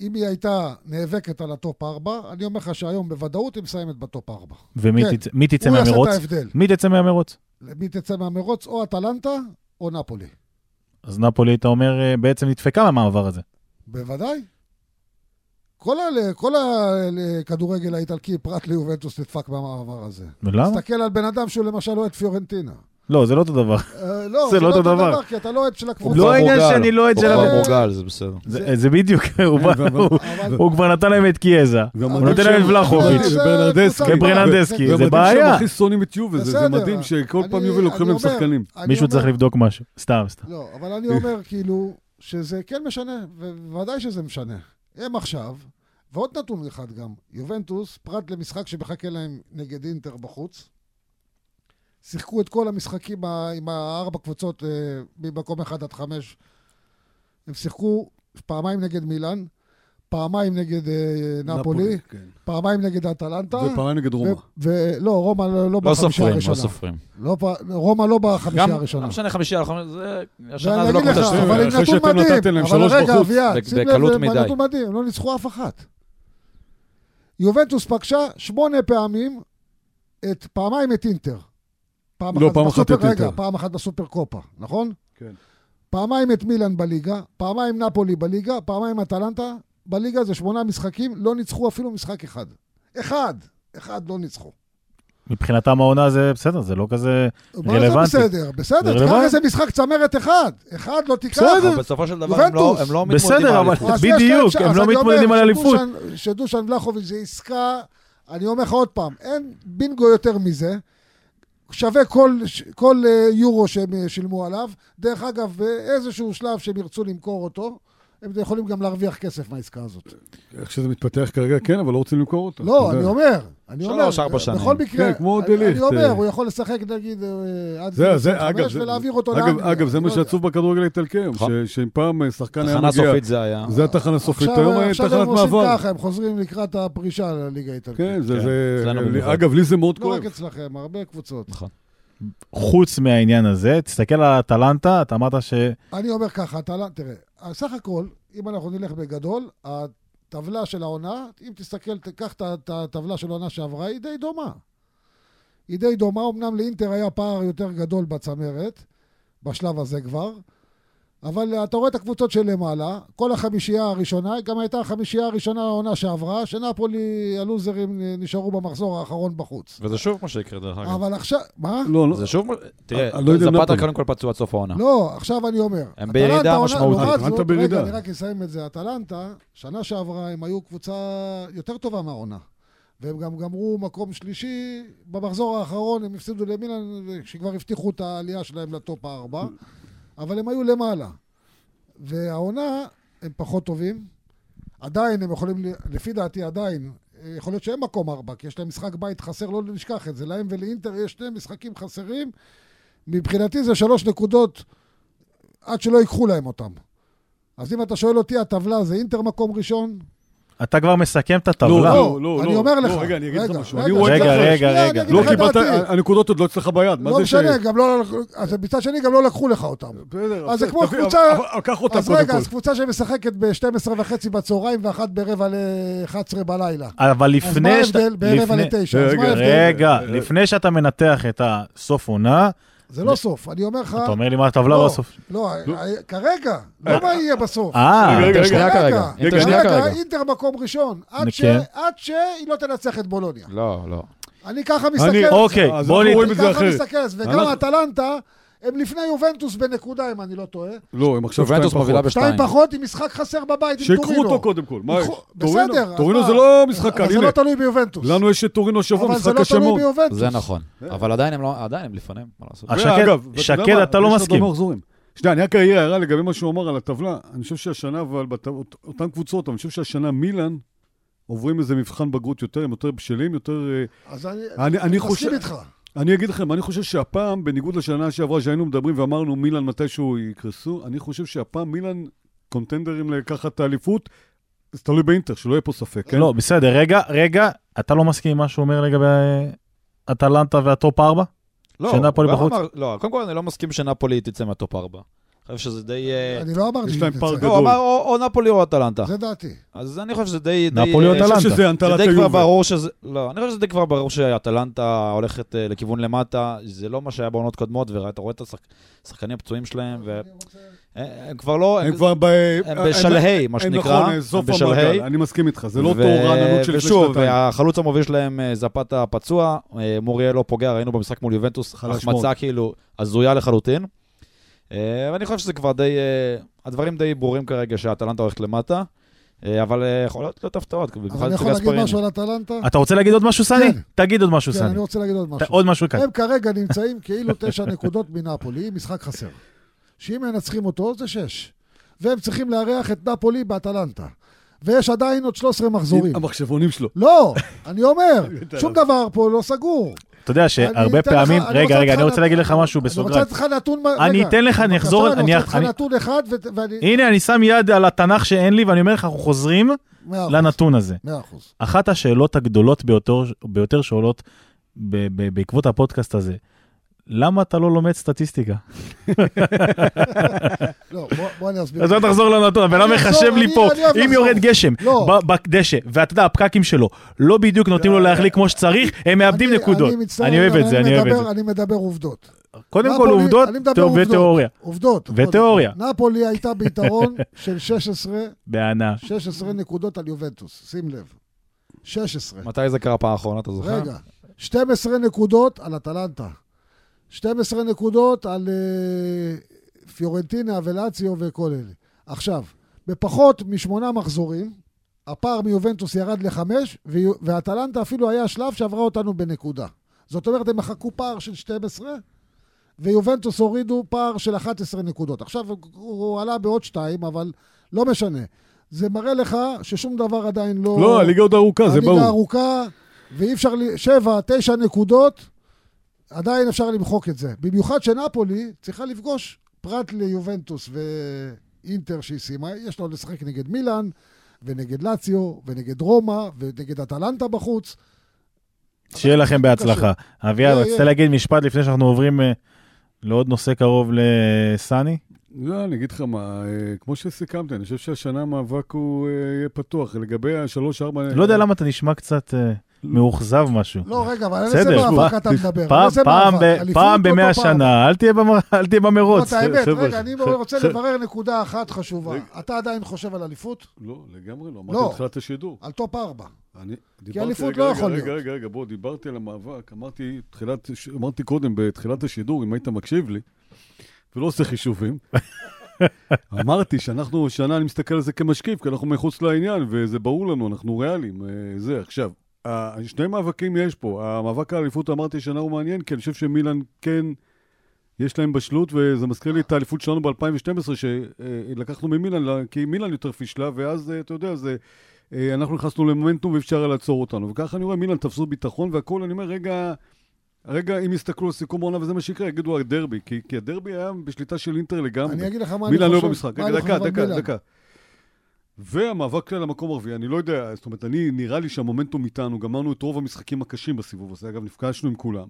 [SPEAKER 4] אם היא הייתה נאבקת על הטופ 4, אני אומר לך שהיום בוודאות היא מסיימת בטופ 4.
[SPEAKER 2] ומי
[SPEAKER 4] כן.
[SPEAKER 2] תצא- מי תצא
[SPEAKER 4] הוא יעשה את
[SPEAKER 2] מהמרוץ?
[SPEAKER 4] ההבדל.
[SPEAKER 2] מי תצא מהמרוץ?
[SPEAKER 4] למי תצא מהמרוץ, או אטלנטה או נפולי.
[SPEAKER 2] אז נפולי, אתה אומר, אה, בעצם נדפקה מהמעבר הזה.
[SPEAKER 4] בוודאי. כל, ה- כל הכדורגל האיטלקי, פרט ליובנטוס, נדפק במעבר הזה.
[SPEAKER 2] ולמה?
[SPEAKER 4] תסתכל על בן אדם שהוא למשל אוהד פיורנטינה.
[SPEAKER 2] לא, זה לא אותו דבר.
[SPEAKER 4] אה, לא,
[SPEAKER 2] זה לא אותו דבר.
[SPEAKER 4] כי אתה לא אוהד של
[SPEAKER 5] הוא
[SPEAKER 4] הקבוצה.
[SPEAKER 2] לא
[SPEAKER 5] כבר
[SPEAKER 2] העניין
[SPEAKER 5] מורגל,
[SPEAKER 2] שאני לא אוהד של
[SPEAKER 5] הוא כבר
[SPEAKER 4] ה-
[SPEAKER 5] מורגל, זה בסדר.
[SPEAKER 2] זה זה בדיוק, הוא בא-
[SPEAKER 3] אבל-
[SPEAKER 2] הוא-
[SPEAKER 4] אבל-
[SPEAKER 2] הוא כבר נתן להם את קיאזה,
[SPEAKER 3] והמדהים
[SPEAKER 2] הוא נותן להם את
[SPEAKER 3] שהם-
[SPEAKER 2] ולחוביץ'.
[SPEAKER 4] זה-
[SPEAKER 3] וברנרדסקי.
[SPEAKER 4] זה-
[SPEAKER 2] וברנרדסקי. זה
[SPEAKER 4] זה-
[SPEAKER 3] זה מדהים
[SPEAKER 2] בעיה.
[SPEAKER 3] שהם הכי שונאים את יובל, זה- זה
[SPEAKER 4] בסדר.
[SPEAKER 3] מדהים שכל
[SPEAKER 4] אני-
[SPEAKER 3] פעם יובל לוקחים
[SPEAKER 4] אני
[SPEAKER 3] להם
[SPEAKER 4] אומר-
[SPEAKER 3] שחקנים.
[SPEAKER 4] אני
[SPEAKER 2] מישהו
[SPEAKER 4] אומר-
[SPEAKER 2] צריך לבדוק משהו, סתם, סתם.
[SPEAKER 4] לא, אבל אני אומר כאילו שזה כן משנה, ובוודאי שזה משנה. הם עכשיו, ועוד נתון אחד גם, יובנטוס, פרט למשחק שמחכה להם נגד אינטר בחוץ, שיחקו את כל המשחקים ה- עם הארבע קבוצות אה, ממקום אחד עד חמש. הם שיחקו פעמיים נגד מילאן, פעמיים נגד אה, נפולי,
[SPEAKER 3] כן.
[SPEAKER 4] פעמיים נגד אטלנטה.
[SPEAKER 3] ופעם נגד רומא.
[SPEAKER 4] ולא, רומא לא, לא
[SPEAKER 5] לא
[SPEAKER 4] בחמישה
[SPEAKER 5] סופרים, לא
[SPEAKER 4] הראשונה.
[SPEAKER 5] סופרים.
[SPEAKER 4] לא פ- רומא לא בחמישה
[SPEAKER 5] גם,
[SPEAKER 4] הראשונה.
[SPEAKER 5] לא משנה חמישה על חמש, זה... השנה
[SPEAKER 4] ואני
[SPEAKER 5] זה לא
[SPEAKER 4] אגיד לך,
[SPEAKER 5] קבוצה
[SPEAKER 3] שתיים.
[SPEAKER 4] אבל
[SPEAKER 5] שסופרים.
[SPEAKER 4] הם
[SPEAKER 3] אחרי
[SPEAKER 4] נתון
[SPEAKER 3] שאתם נתתם
[SPEAKER 4] מדהים.
[SPEAKER 3] להם
[SPEAKER 4] אבל
[SPEAKER 3] שלוש
[SPEAKER 4] רגע,
[SPEAKER 3] בחוץ,
[SPEAKER 4] אביעד,
[SPEAKER 5] בק-
[SPEAKER 4] שים לב,
[SPEAKER 5] בקלות
[SPEAKER 4] זה
[SPEAKER 5] מדי.
[SPEAKER 4] נתון מדהים, הם לא ניצחו אף אחת. יובנטוס פגשה שמונה פעמים, את פעמיים את אינטר. פעם
[SPEAKER 3] לא, פעם אחת
[SPEAKER 4] בסופר-
[SPEAKER 3] את אינטר.
[SPEAKER 4] רגע, פעם אחת בסופר קופה, נכון?
[SPEAKER 3] כן.
[SPEAKER 4] פעמיים את מילאן בליגה, פעמיים נפולי בליגה, פעמיים אטלנטה. בליגה זה שמונה משחקים, לא ניצחו אפילו משחק אחד. אחד, אחד לא ניצחו.
[SPEAKER 2] מבחינתם העונה זה בסדר, זה לא כזה...
[SPEAKER 4] מה זה
[SPEAKER 2] רלוונטי.
[SPEAKER 4] בסדר? בסדר,
[SPEAKER 2] רלוונטי.
[SPEAKER 4] תיקח איזה משחק צמרת אחד. אחד לא תיקח.
[SPEAKER 5] אבל בסופו של דבר הם לא-
[SPEAKER 4] יובנטוס.
[SPEAKER 5] הם לא מתמודדים
[SPEAKER 2] בסדר,
[SPEAKER 5] על
[SPEAKER 2] אבל-
[SPEAKER 5] אליפות.
[SPEAKER 4] אז יש להם
[SPEAKER 2] בדיוק,
[SPEAKER 4] ש-
[SPEAKER 2] הם
[SPEAKER 4] אז
[SPEAKER 2] לא
[SPEAKER 4] אני אומר
[SPEAKER 2] מתמודדים על
[SPEAKER 4] שדושן- שדושן ולחוביץ' זה עסקה, אני אומר לך עוד פעם, אין בינגו יותר מזה. שווה כל, ש- כל אה, יורו שהם אה, שילמו עליו. דרך אגב, באיזשהו שלב שהם ירצו למכור אותו, הם יכולים גם להרוויח כסף מהעסקה הזאת.
[SPEAKER 3] איך שזה מתפתח כרגע, כן, אבל לא רוצים למכור אותה. אתה
[SPEAKER 4] לא,
[SPEAKER 3] יודע.
[SPEAKER 4] אני אומר, אני אומר,
[SPEAKER 5] שלוש, ארבע שנים.
[SPEAKER 4] בכל מקרה,
[SPEAKER 3] כן, כמו
[SPEAKER 4] אני- אני
[SPEAKER 3] דליכט, אה.
[SPEAKER 4] אומר, הוא יכול לשחק נגיד אה, עד
[SPEAKER 3] זה, זה, אגב,
[SPEAKER 4] 25
[SPEAKER 3] זה-
[SPEAKER 4] ולהעביר אותו
[SPEAKER 3] אגב,
[SPEAKER 4] לאנגליה.
[SPEAKER 3] אגב, זה
[SPEAKER 4] אני
[SPEAKER 3] מה
[SPEAKER 4] לא יודע.
[SPEAKER 3] שעצוב בכדורגל האיטלקי היום,
[SPEAKER 5] נכון.
[SPEAKER 3] ש- שאם פעם אה, שחקן היה מגיע...
[SPEAKER 5] תחנה סופית זה היה.
[SPEAKER 3] זה התחנה סופית, היום היה
[SPEAKER 4] עכשיו
[SPEAKER 3] תחנת
[SPEAKER 4] הם עושים
[SPEAKER 3] מעבר.
[SPEAKER 4] ככה, הם חוזרים לקראת הפרישה לליגה האיטלקית.
[SPEAKER 3] כן, זה...
[SPEAKER 5] כן,
[SPEAKER 3] זה-
[SPEAKER 5] אצלנו
[SPEAKER 3] לי-
[SPEAKER 5] במיוחד.
[SPEAKER 3] אגב, לי זה מאוד
[SPEAKER 4] לא
[SPEAKER 3] כן, כואב.
[SPEAKER 4] רק אצלכם, הרבה קבוצות.
[SPEAKER 5] נכון.
[SPEAKER 2] חוץ מהעניין הזה, תסתכל על אטלנטה, אתה אמרת שהם
[SPEAKER 4] אני אומר ככה, אתה, לא- תראה, סך הכל, אם אנחנו נלך בגדול, הטבלה של העונה, אם תסתכל, תיקח את ה- את הטבלה של העונה שעברה, היא די דומה. היא די דומה, אמנם לאינטר היה פער יותר גדול בצמרת, בשלב הזה כבר, אבל אתה רואה את הקבוצות שלמעלה, כל החמישייה הראשונה, גם הייתה החמישייה הראשונה העונה שעברה, שנפולי, הלוזרים נשארו במחזור האחרון בחוץ.
[SPEAKER 5] וזה שוב מה שיקרה דרך אגב.
[SPEAKER 4] אבל עכשיו, מה?
[SPEAKER 3] לא, לא.
[SPEAKER 5] זה שוב, תראה,
[SPEAKER 3] אני לא יודע אם
[SPEAKER 5] זפתה
[SPEAKER 3] נפולי.
[SPEAKER 5] קודם כל פצוע עד סוף העונה.
[SPEAKER 4] לא, עכשיו אני אומר.
[SPEAKER 5] הם
[SPEAKER 4] אטלנטה
[SPEAKER 5] בירידה
[SPEAKER 4] עונה-
[SPEAKER 5] משמעותית.
[SPEAKER 4] לעומת
[SPEAKER 3] אטלנטה
[SPEAKER 4] זאת,
[SPEAKER 3] בירידה.
[SPEAKER 4] רגע, אני רק אסיים את זה. אטלנטה, שנה שעברה הם היו קבוצה יותר טובה מהעונה. והם גם גמרו מקום שלישי. במחזור האחרון הם הפסידו למילן, כשכבר הבטיחו את העלייה שלהם לטופ הארבע. אבל הם היו למעלה. והעונה, הם פחות טובים. עדיין הם יכולים, ל- לפי דעתי עדיין, אה, יכול להיות שהם מקום ארבע, כי יש להם משחק בית חסר, לא נשכח את זה. להם ולאינטר יש שני משחקים חסרים. מבחינתי זה שלוש נקודות עד שלא ייקחו להם אותם. אז אם אתה שואל אותי, הטבלה זה אינטר מקום ראשון,
[SPEAKER 2] אתה כבר מסכם את
[SPEAKER 3] לא,
[SPEAKER 2] הטבלה.
[SPEAKER 3] לא, לא,
[SPEAKER 4] אני
[SPEAKER 3] לא.
[SPEAKER 4] אומר
[SPEAKER 3] לא,
[SPEAKER 4] לך.
[SPEAKER 3] רגע, אני אגיד לך משהו.
[SPEAKER 4] רגע,
[SPEAKER 3] אני רואה את
[SPEAKER 2] רגע,
[SPEAKER 3] זה
[SPEAKER 4] שנייה,
[SPEAKER 3] אחרת.
[SPEAKER 2] רגע,
[SPEAKER 4] שנייה,
[SPEAKER 2] רגע.
[SPEAKER 4] אני אגיד
[SPEAKER 3] לא
[SPEAKER 4] לך את
[SPEAKER 3] קיבלת,
[SPEAKER 4] דעתי.
[SPEAKER 3] הנקודות עוד לא אצלך ביד. מה
[SPEAKER 4] לא
[SPEAKER 3] זה
[SPEAKER 4] משנה,
[SPEAKER 3] ש-
[SPEAKER 4] גם לא... אז מצד שני גם לא לקחו לך אותם.
[SPEAKER 3] בסדר,
[SPEAKER 4] אז זה
[SPEAKER 3] בסדר,
[SPEAKER 4] כמו
[SPEAKER 3] תביא,
[SPEAKER 4] קבוצה...
[SPEAKER 3] אבל- אבל קח אותה
[SPEAKER 4] אז
[SPEAKER 3] קודם
[SPEAKER 4] רגע,
[SPEAKER 3] כל.
[SPEAKER 4] אז קבוצה שמשחקת ב-12 וחצי בצהריים ואחת ברבע ל-11 בלילה.
[SPEAKER 2] אבל
[SPEAKER 4] אז מה
[SPEAKER 2] לפני שאתה...
[SPEAKER 4] ההבדל? ברבע
[SPEAKER 2] לפני-
[SPEAKER 4] לתשע. אז מה
[SPEAKER 3] רגע,
[SPEAKER 4] ההבדל?
[SPEAKER 2] רגע, לפני שאתה מנתח את הסוף עונה,
[SPEAKER 4] זה
[SPEAKER 3] אה,
[SPEAKER 4] לא סוף, אני אומר לך...
[SPEAKER 2] אתה אומר לי מה הטבלה
[SPEAKER 4] לא,
[SPEAKER 2] בסוף.
[SPEAKER 4] לא, כרגע, לא מה יהיה בסוף.
[SPEAKER 2] אה,
[SPEAKER 3] רגע,
[SPEAKER 6] אינטר
[SPEAKER 3] רגע,
[SPEAKER 6] שנייה כרגע. אינטר שנייה
[SPEAKER 4] כרגע,
[SPEAKER 6] כרגע.
[SPEAKER 4] אינטר מקום ראשון, עד ש-
[SPEAKER 2] כן.
[SPEAKER 4] עד שהיא לא תנצח את בולוניה.
[SPEAKER 5] לא, לא.
[SPEAKER 4] אני ככה מסתכל על זה.
[SPEAKER 2] אוקיי,
[SPEAKER 3] אז
[SPEAKER 2] בוא
[SPEAKER 3] אנחנו
[SPEAKER 2] נ-
[SPEAKER 3] רואים
[SPEAKER 4] אני
[SPEAKER 3] את זה
[SPEAKER 4] ככה
[SPEAKER 3] אחרת.
[SPEAKER 4] מסתכל, וגם
[SPEAKER 3] אנחנו-
[SPEAKER 4] אטלנטה, הם לפני יובנטוס בנקודה, אם אני לא טועה.
[SPEAKER 3] לא, הם עכשיו שתיים
[SPEAKER 5] יובנטוס
[SPEAKER 3] פחות.
[SPEAKER 5] מובילה בשתיים.
[SPEAKER 4] שתיים פחות עם משחק חסר בבית עם טורינו.
[SPEAKER 3] שיקחו אותו קודם כל. מה,
[SPEAKER 4] לקחו-
[SPEAKER 3] טורינו-
[SPEAKER 4] בסדר, אבל-
[SPEAKER 3] טורינו זה לא משחק קל,
[SPEAKER 4] אבל זה
[SPEAKER 3] הנה.
[SPEAKER 4] לא תלוי ביובנטוס.
[SPEAKER 3] לנו יש את טורינו שבוע,
[SPEAKER 4] אבל זה
[SPEAKER 3] משחק
[SPEAKER 4] לא
[SPEAKER 3] קשה
[SPEAKER 4] תלוי
[SPEAKER 3] מאוד.
[SPEAKER 4] ביובנטוס.
[SPEAKER 5] זה נכון. אבל עדיין הם לא, עדיין הם לפניהם, מה לעשות.
[SPEAKER 2] אה, שקד-
[SPEAKER 3] ואגב, ואתה
[SPEAKER 2] שקד,
[SPEAKER 3] יודע מה?
[SPEAKER 2] אתה לא
[SPEAKER 3] יש עוד
[SPEAKER 2] מסכים.
[SPEAKER 3] הרבה מחזורים. שנייה, אני רק אעיר הערה לגבי מה שהוא אמר על הטבלה. אני חושב שהשנה, אבל בת- אות- אותן קבוצות, אבל אני חושב שהשנה מילאן עוברים איזה מבחן בגרות יותר, הם יותר בשלים, יותר... אה,
[SPEAKER 4] אז אני
[SPEAKER 3] אני, אני
[SPEAKER 4] אני
[SPEAKER 3] חושב...
[SPEAKER 4] מסכים איתך.
[SPEAKER 3] אני אגיד לכם, אני חושב שהפעם, בניגוד לשנה שעברה שהיינו מדברים ואמרנו מילאן מתישהו יקרסו, אני חושב שהפעם מילאן קונטנדרים לקחת את האליפות, זה תלוי באינטר, שלא יהיה פה ספק, כן?
[SPEAKER 2] לא, בסדר, רגע, רגע, אתה לא מסכים עם מה שהוא אומר לגבי אה, אטלנטה והטופ 4?
[SPEAKER 5] לא,
[SPEAKER 2] שנפולי
[SPEAKER 5] הוא גם
[SPEAKER 2] בחוץ?
[SPEAKER 5] אמר- לא, קודם כל אני לא מסכים שנפולי תצא מהטופ 4. אני חושב שזה די... אה,
[SPEAKER 4] אני לא אמרתי
[SPEAKER 3] יש
[SPEAKER 4] שזה
[SPEAKER 3] להם פער
[SPEAKER 4] יצא.
[SPEAKER 5] לא, הוא
[SPEAKER 3] גדול.
[SPEAKER 5] אמר או או נפולי או אטלנטה.
[SPEAKER 4] זה דעתי.
[SPEAKER 5] אז אני חושב שזה די... די-
[SPEAKER 2] נפולי או
[SPEAKER 5] אה,
[SPEAKER 2] אטלנטה?
[SPEAKER 3] אני חושב שזה
[SPEAKER 5] זה
[SPEAKER 3] אנטלת
[SPEAKER 5] די כבר
[SPEAKER 3] היובה.
[SPEAKER 5] ברור שזה... לא, אני חושב שזה די כבר ברור שאטלנטה הולכת אה, לכיוון למטה, זה לא מה שהיה בעונות קודמות, ואתה רואה את השחק- השחקנים הפצועים שלהם, והם כבר לא...
[SPEAKER 3] הם כבר ב...
[SPEAKER 5] הם בשלהי, מה
[SPEAKER 3] הם
[SPEAKER 5] שנקרא.
[SPEAKER 3] נכון,
[SPEAKER 5] הם
[SPEAKER 3] סוף
[SPEAKER 5] בשלהי.
[SPEAKER 3] המעגל, אני מסכים איתך, זה לא
[SPEAKER 5] ו-
[SPEAKER 3] אותו רעננות של לפני
[SPEAKER 5] ושוב,
[SPEAKER 3] שנתיים.
[SPEAKER 5] החלוץ המוביל שלהם, אה, זפתה פצוע, אה, מוריאל לא פוגע, ראינו במשחק מול יובנטוס,
[SPEAKER 3] חלש
[SPEAKER 5] החמצה
[SPEAKER 3] מאוד.
[SPEAKER 5] כאילו הזויה לחלוטין. אה, ואני חושב שזה כבר די, אה, הדברים די ברורים כרגע, שהאטלנטה הולכת למטה, אה, אבל אה, יכול להיות להיות הפתעות,
[SPEAKER 4] אבל
[SPEAKER 5] במיוחד
[SPEAKER 4] אני
[SPEAKER 5] אצל
[SPEAKER 4] יכול להגיד
[SPEAKER 5] גספריני.
[SPEAKER 4] משהו על אטלנטה?
[SPEAKER 2] אתה רוצה להגיד עוד משהו, סני?
[SPEAKER 4] כן.
[SPEAKER 2] תגיד עוד משהו,
[SPEAKER 4] כן,
[SPEAKER 2] סני.
[SPEAKER 4] אני רוצה להגיד עוד
[SPEAKER 2] ת-
[SPEAKER 4] משהו. אה,
[SPEAKER 2] עוד משהו כאן.
[SPEAKER 4] הם כרגע נמצאים כאילו תשע נקודות מנפולי, משחק חסר. שאם מנצחים אותו, זה שש. והם צריכים לארח את נפולי באטלנטה. ויש עדיין עוד 13 מחזורים.
[SPEAKER 3] המחשבונים שלו.
[SPEAKER 4] לא, אני אומר, שום דבר פה לא סגור.
[SPEAKER 2] אתה יודע
[SPEAKER 4] אני
[SPEAKER 2] שהרבה
[SPEAKER 4] אתן לך-
[SPEAKER 2] אה, פעמים,
[SPEAKER 4] אני
[SPEAKER 2] רגע, רגע,
[SPEAKER 4] לתת
[SPEAKER 2] אני רוצה
[SPEAKER 4] לך-
[SPEAKER 2] להגיד לך משהו בסוגריים.
[SPEAKER 4] אני רוצה לתת לך נתון... מה-
[SPEAKER 2] אני
[SPEAKER 4] רגע.
[SPEAKER 2] אתן לך, אני אחזור-
[SPEAKER 4] בבקשה,
[SPEAKER 2] אני-
[SPEAKER 4] אני רוצה לתת
[SPEAKER 2] אני- אה?
[SPEAKER 4] לך נתון אחד, ו- ואני...
[SPEAKER 2] הנה, אני שם יד על התנ"ך שאין לי, ואני אומר לך, אנחנו חוזרים
[SPEAKER 4] מאה אחוז,
[SPEAKER 2] לנתון הזה.
[SPEAKER 4] מאה אחוז.
[SPEAKER 2] אחת השאלות הגדולות ביותר, ביותר שעולות ב, ב, בעקבות הפודקאסט הזה, למה אתה לא לומד סטטיסטיקה?
[SPEAKER 4] לא, בוא- בוא אני אסביר.
[SPEAKER 2] אז בוא תחזור לנתון, הבן אדם
[SPEAKER 4] אני אחזור,
[SPEAKER 2] לא מחשב לי
[SPEAKER 4] אני-
[SPEAKER 2] פה,
[SPEAKER 4] אני עוד
[SPEAKER 2] אם
[SPEAKER 4] אחזור.
[SPEAKER 2] יורד גשם
[SPEAKER 4] לא. אה,
[SPEAKER 2] ב- בדשא, ואתה יודע, הפקקים שלו לא בדיוק נותנים לו להחליק כמו שצריך, הם מאבדים
[SPEAKER 4] אני-
[SPEAKER 2] נקודות.
[SPEAKER 4] מצטער,
[SPEAKER 2] אני אוהב
[SPEAKER 4] אבל
[SPEAKER 2] את זה, אני אוהב את
[SPEAKER 4] מדבר-
[SPEAKER 2] זה.
[SPEAKER 4] אני מדבר עובדות.
[SPEAKER 2] קודם כל
[SPEAKER 4] נפולי-
[SPEAKER 2] עובדות
[SPEAKER 4] אני מדבר
[SPEAKER 2] תיאור-
[SPEAKER 4] עובדות.
[SPEAKER 2] ותיאוריה.
[SPEAKER 4] עובדות.
[SPEAKER 2] ותיאוריה.
[SPEAKER 4] נפולי הייתה ביתרון של 16,
[SPEAKER 2] בהנאה.
[SPEAKER 4] 16 נקודות על יובנטוס, שים לב. 16.
[SPEAKER 5] מתי זה קרה פעם האחרונה, אתה זוכר?
[SPEAKER 4] רגע, 12 נקודות על אטלנטה. 12 נקודות על אה, פיורנטינה ולאציו וכל אלה. עכשיו, בפחות משמונה מחזורים, הפער מיובנטוס ירד לחמש, ויו- ואטלנטה אפילו היה שלב שעברה אותנו בנקודה. זאת אומרת, הם מחקו פער של 12, ויובנטוס הורידו פער של 11 נקודות. עכשיו הוא- הוא עלה בעוד שתיים, אבל לא משנה. זה מראה לך ששום דבר עדיין לא...
[SPEAKER 3] לא, הליגה עוד ארוכה, זה
[SPEAKER 4] הליגה
[SPEAKER 3] ברור.
[SPEAKER 4] ארוכה, ואי אפשר, ל- שבע, תשע נקודות, עדיין אפשר למחוק את זה. במיוחד שנפולי צריכה לפגוש, פרט ליובנטוס ואינטר שהיא סיימה, יש לה עוד לשחק נגד מילאן, ונגד לאציו, ונגד רומא, ונגד אטלנטה בחוץ.
[SPEAKER 2] שיהיה לכם בהצלחה. אביעד,
[SPEAKER 4] יהיה,
[SPEAKER 2] רצית
[SPEAKER 4] יהיה.
[SPEAKER 2] להגיד משפט לפני שאנחנו עוברים אה, לעוד נושא קרוב לסני?
[SPEAKER 3] לא, אני אגיד לך מה, אה, כמו שסיכמתי, אני חושב שהשנה המאבק הוא אה, יהיה פתוח. לגבי השלוש-ארבע...
[SPEAKER 2] לא יודע למה אתה נשמע קצת אה, מאוכזב משהו.
[SPEAKER 4] לא, רגע, אבל על
[SPEAKER 2] בסדר,
[SPEAKER 4] איזה מאבק
[SPEAKER 2] בוא,
[SPEAKER 4] אתה מדבר? על
[SPEAKER 2] פעם-
[SPEAKER 4] איזה
[SPEAKER 2] פעם
[SPEAKER 4] מאבק?
[SPEAKER 2] ב-
[SPEAKER 4] אליפות
[SPEAKER 2] פעם
[SPEAKER 4] לא
[SPEAKER 2] במאה
[SPEAKER 4] אותו פעם.
[SPEAKER 2] שנה, אל תהיה במר- אל תהיה
[SPEAKER 4] לא,
[SPEAKER 2] במרוץ.
[SPEAKER 4] את האמת,
[SPEAKER 3] חבר'ה,
[SPEAKER 4] רגע, אני
[SPEAKER 3] חבר'ה,
[SPEAKER 4] רוצה
[SPEAKER 3] חבר'ה.
[SPEAKER 4] לברר נקודה אחת חשובה. אתה עדיין חושב על אליפות?
[SPEAKER 3] לא, לגמרי לא.
[SPEAKER 4] לא.
[SPEAKER 3] אמרתי בתחילת השידור.
[SPEAKER 4] על טופ ארבע.
[SPEAKER 3] אני דיברתי-
[SPEAKER 4] אליפות
[SPEAKER 3] רגע,
[SPEAKER 4] לא
[SPEAKER 3] רגע,
[SPEAKER 4] יכול
[SPEAKER 3] רגע,
[SPEAKER 4] להיות.
[SPEAKER 3] רגע, רגע, בוא, דיברתי על המאבק, אמרתי, תחילת, ש- אמרתי קודם, בתחילת השידור, אם היית מקשיב לי, ולא עושה חישובים, אמרתי שאנחנו, שנה, אני מסתכל על זה כמשקיף, כי אנחנו מחוץ לעניין, וזה ברור לנו, אנחנו ריאליים. אה, זה, עכשיו, ה- שני מאבקים יש פה. המאבק האליפות, אמרתי, שנה הוא מעניין, כי אני חושב שמילן כן, יש להם בשלות, וזה מזכיר לי את האליפות שלנו ב-2012, שלקחנו ממילן, ל- כי מילן יותר פישלה, ואז, אה, אתה יודע, זה... אה, אנחנו נכנסנו למומנטום ואי אפשר היה לעצור אותנו. וככה אני רואה, מילן תפסו ביטחון והכול, אני אומר, רגע, רגע, אם יסתכלו על סיכום העונה וזה מה שיקרה, יגידו הדרבי, כי, כי הדרבי היה בשליטה של אינטר לגמרי.
[SPEAKER 4] אני אגיד לך מה אני חושב.
[SPEAKER 3] מילן לא במשחק.
[SPEAKER 4] מה
[SPEAKER 3] רגע,
[SPEAKER 4] אני
[SPEAKER 3] דקה,
[SPEAKER 4] חושב על
[SPEAKER 3] דקה,
[SPEAKER 4] מילן.
[SPEAKER 3] דקה. והמאבק על המקום הרביעי, אני לא יודע, זאת אומרת, אני, נראה לי שהמומנטום איתנו, גמרנו את רוב המשחקים הקשים בסיבוב הזה, אגב, נפגשנו עם כולם.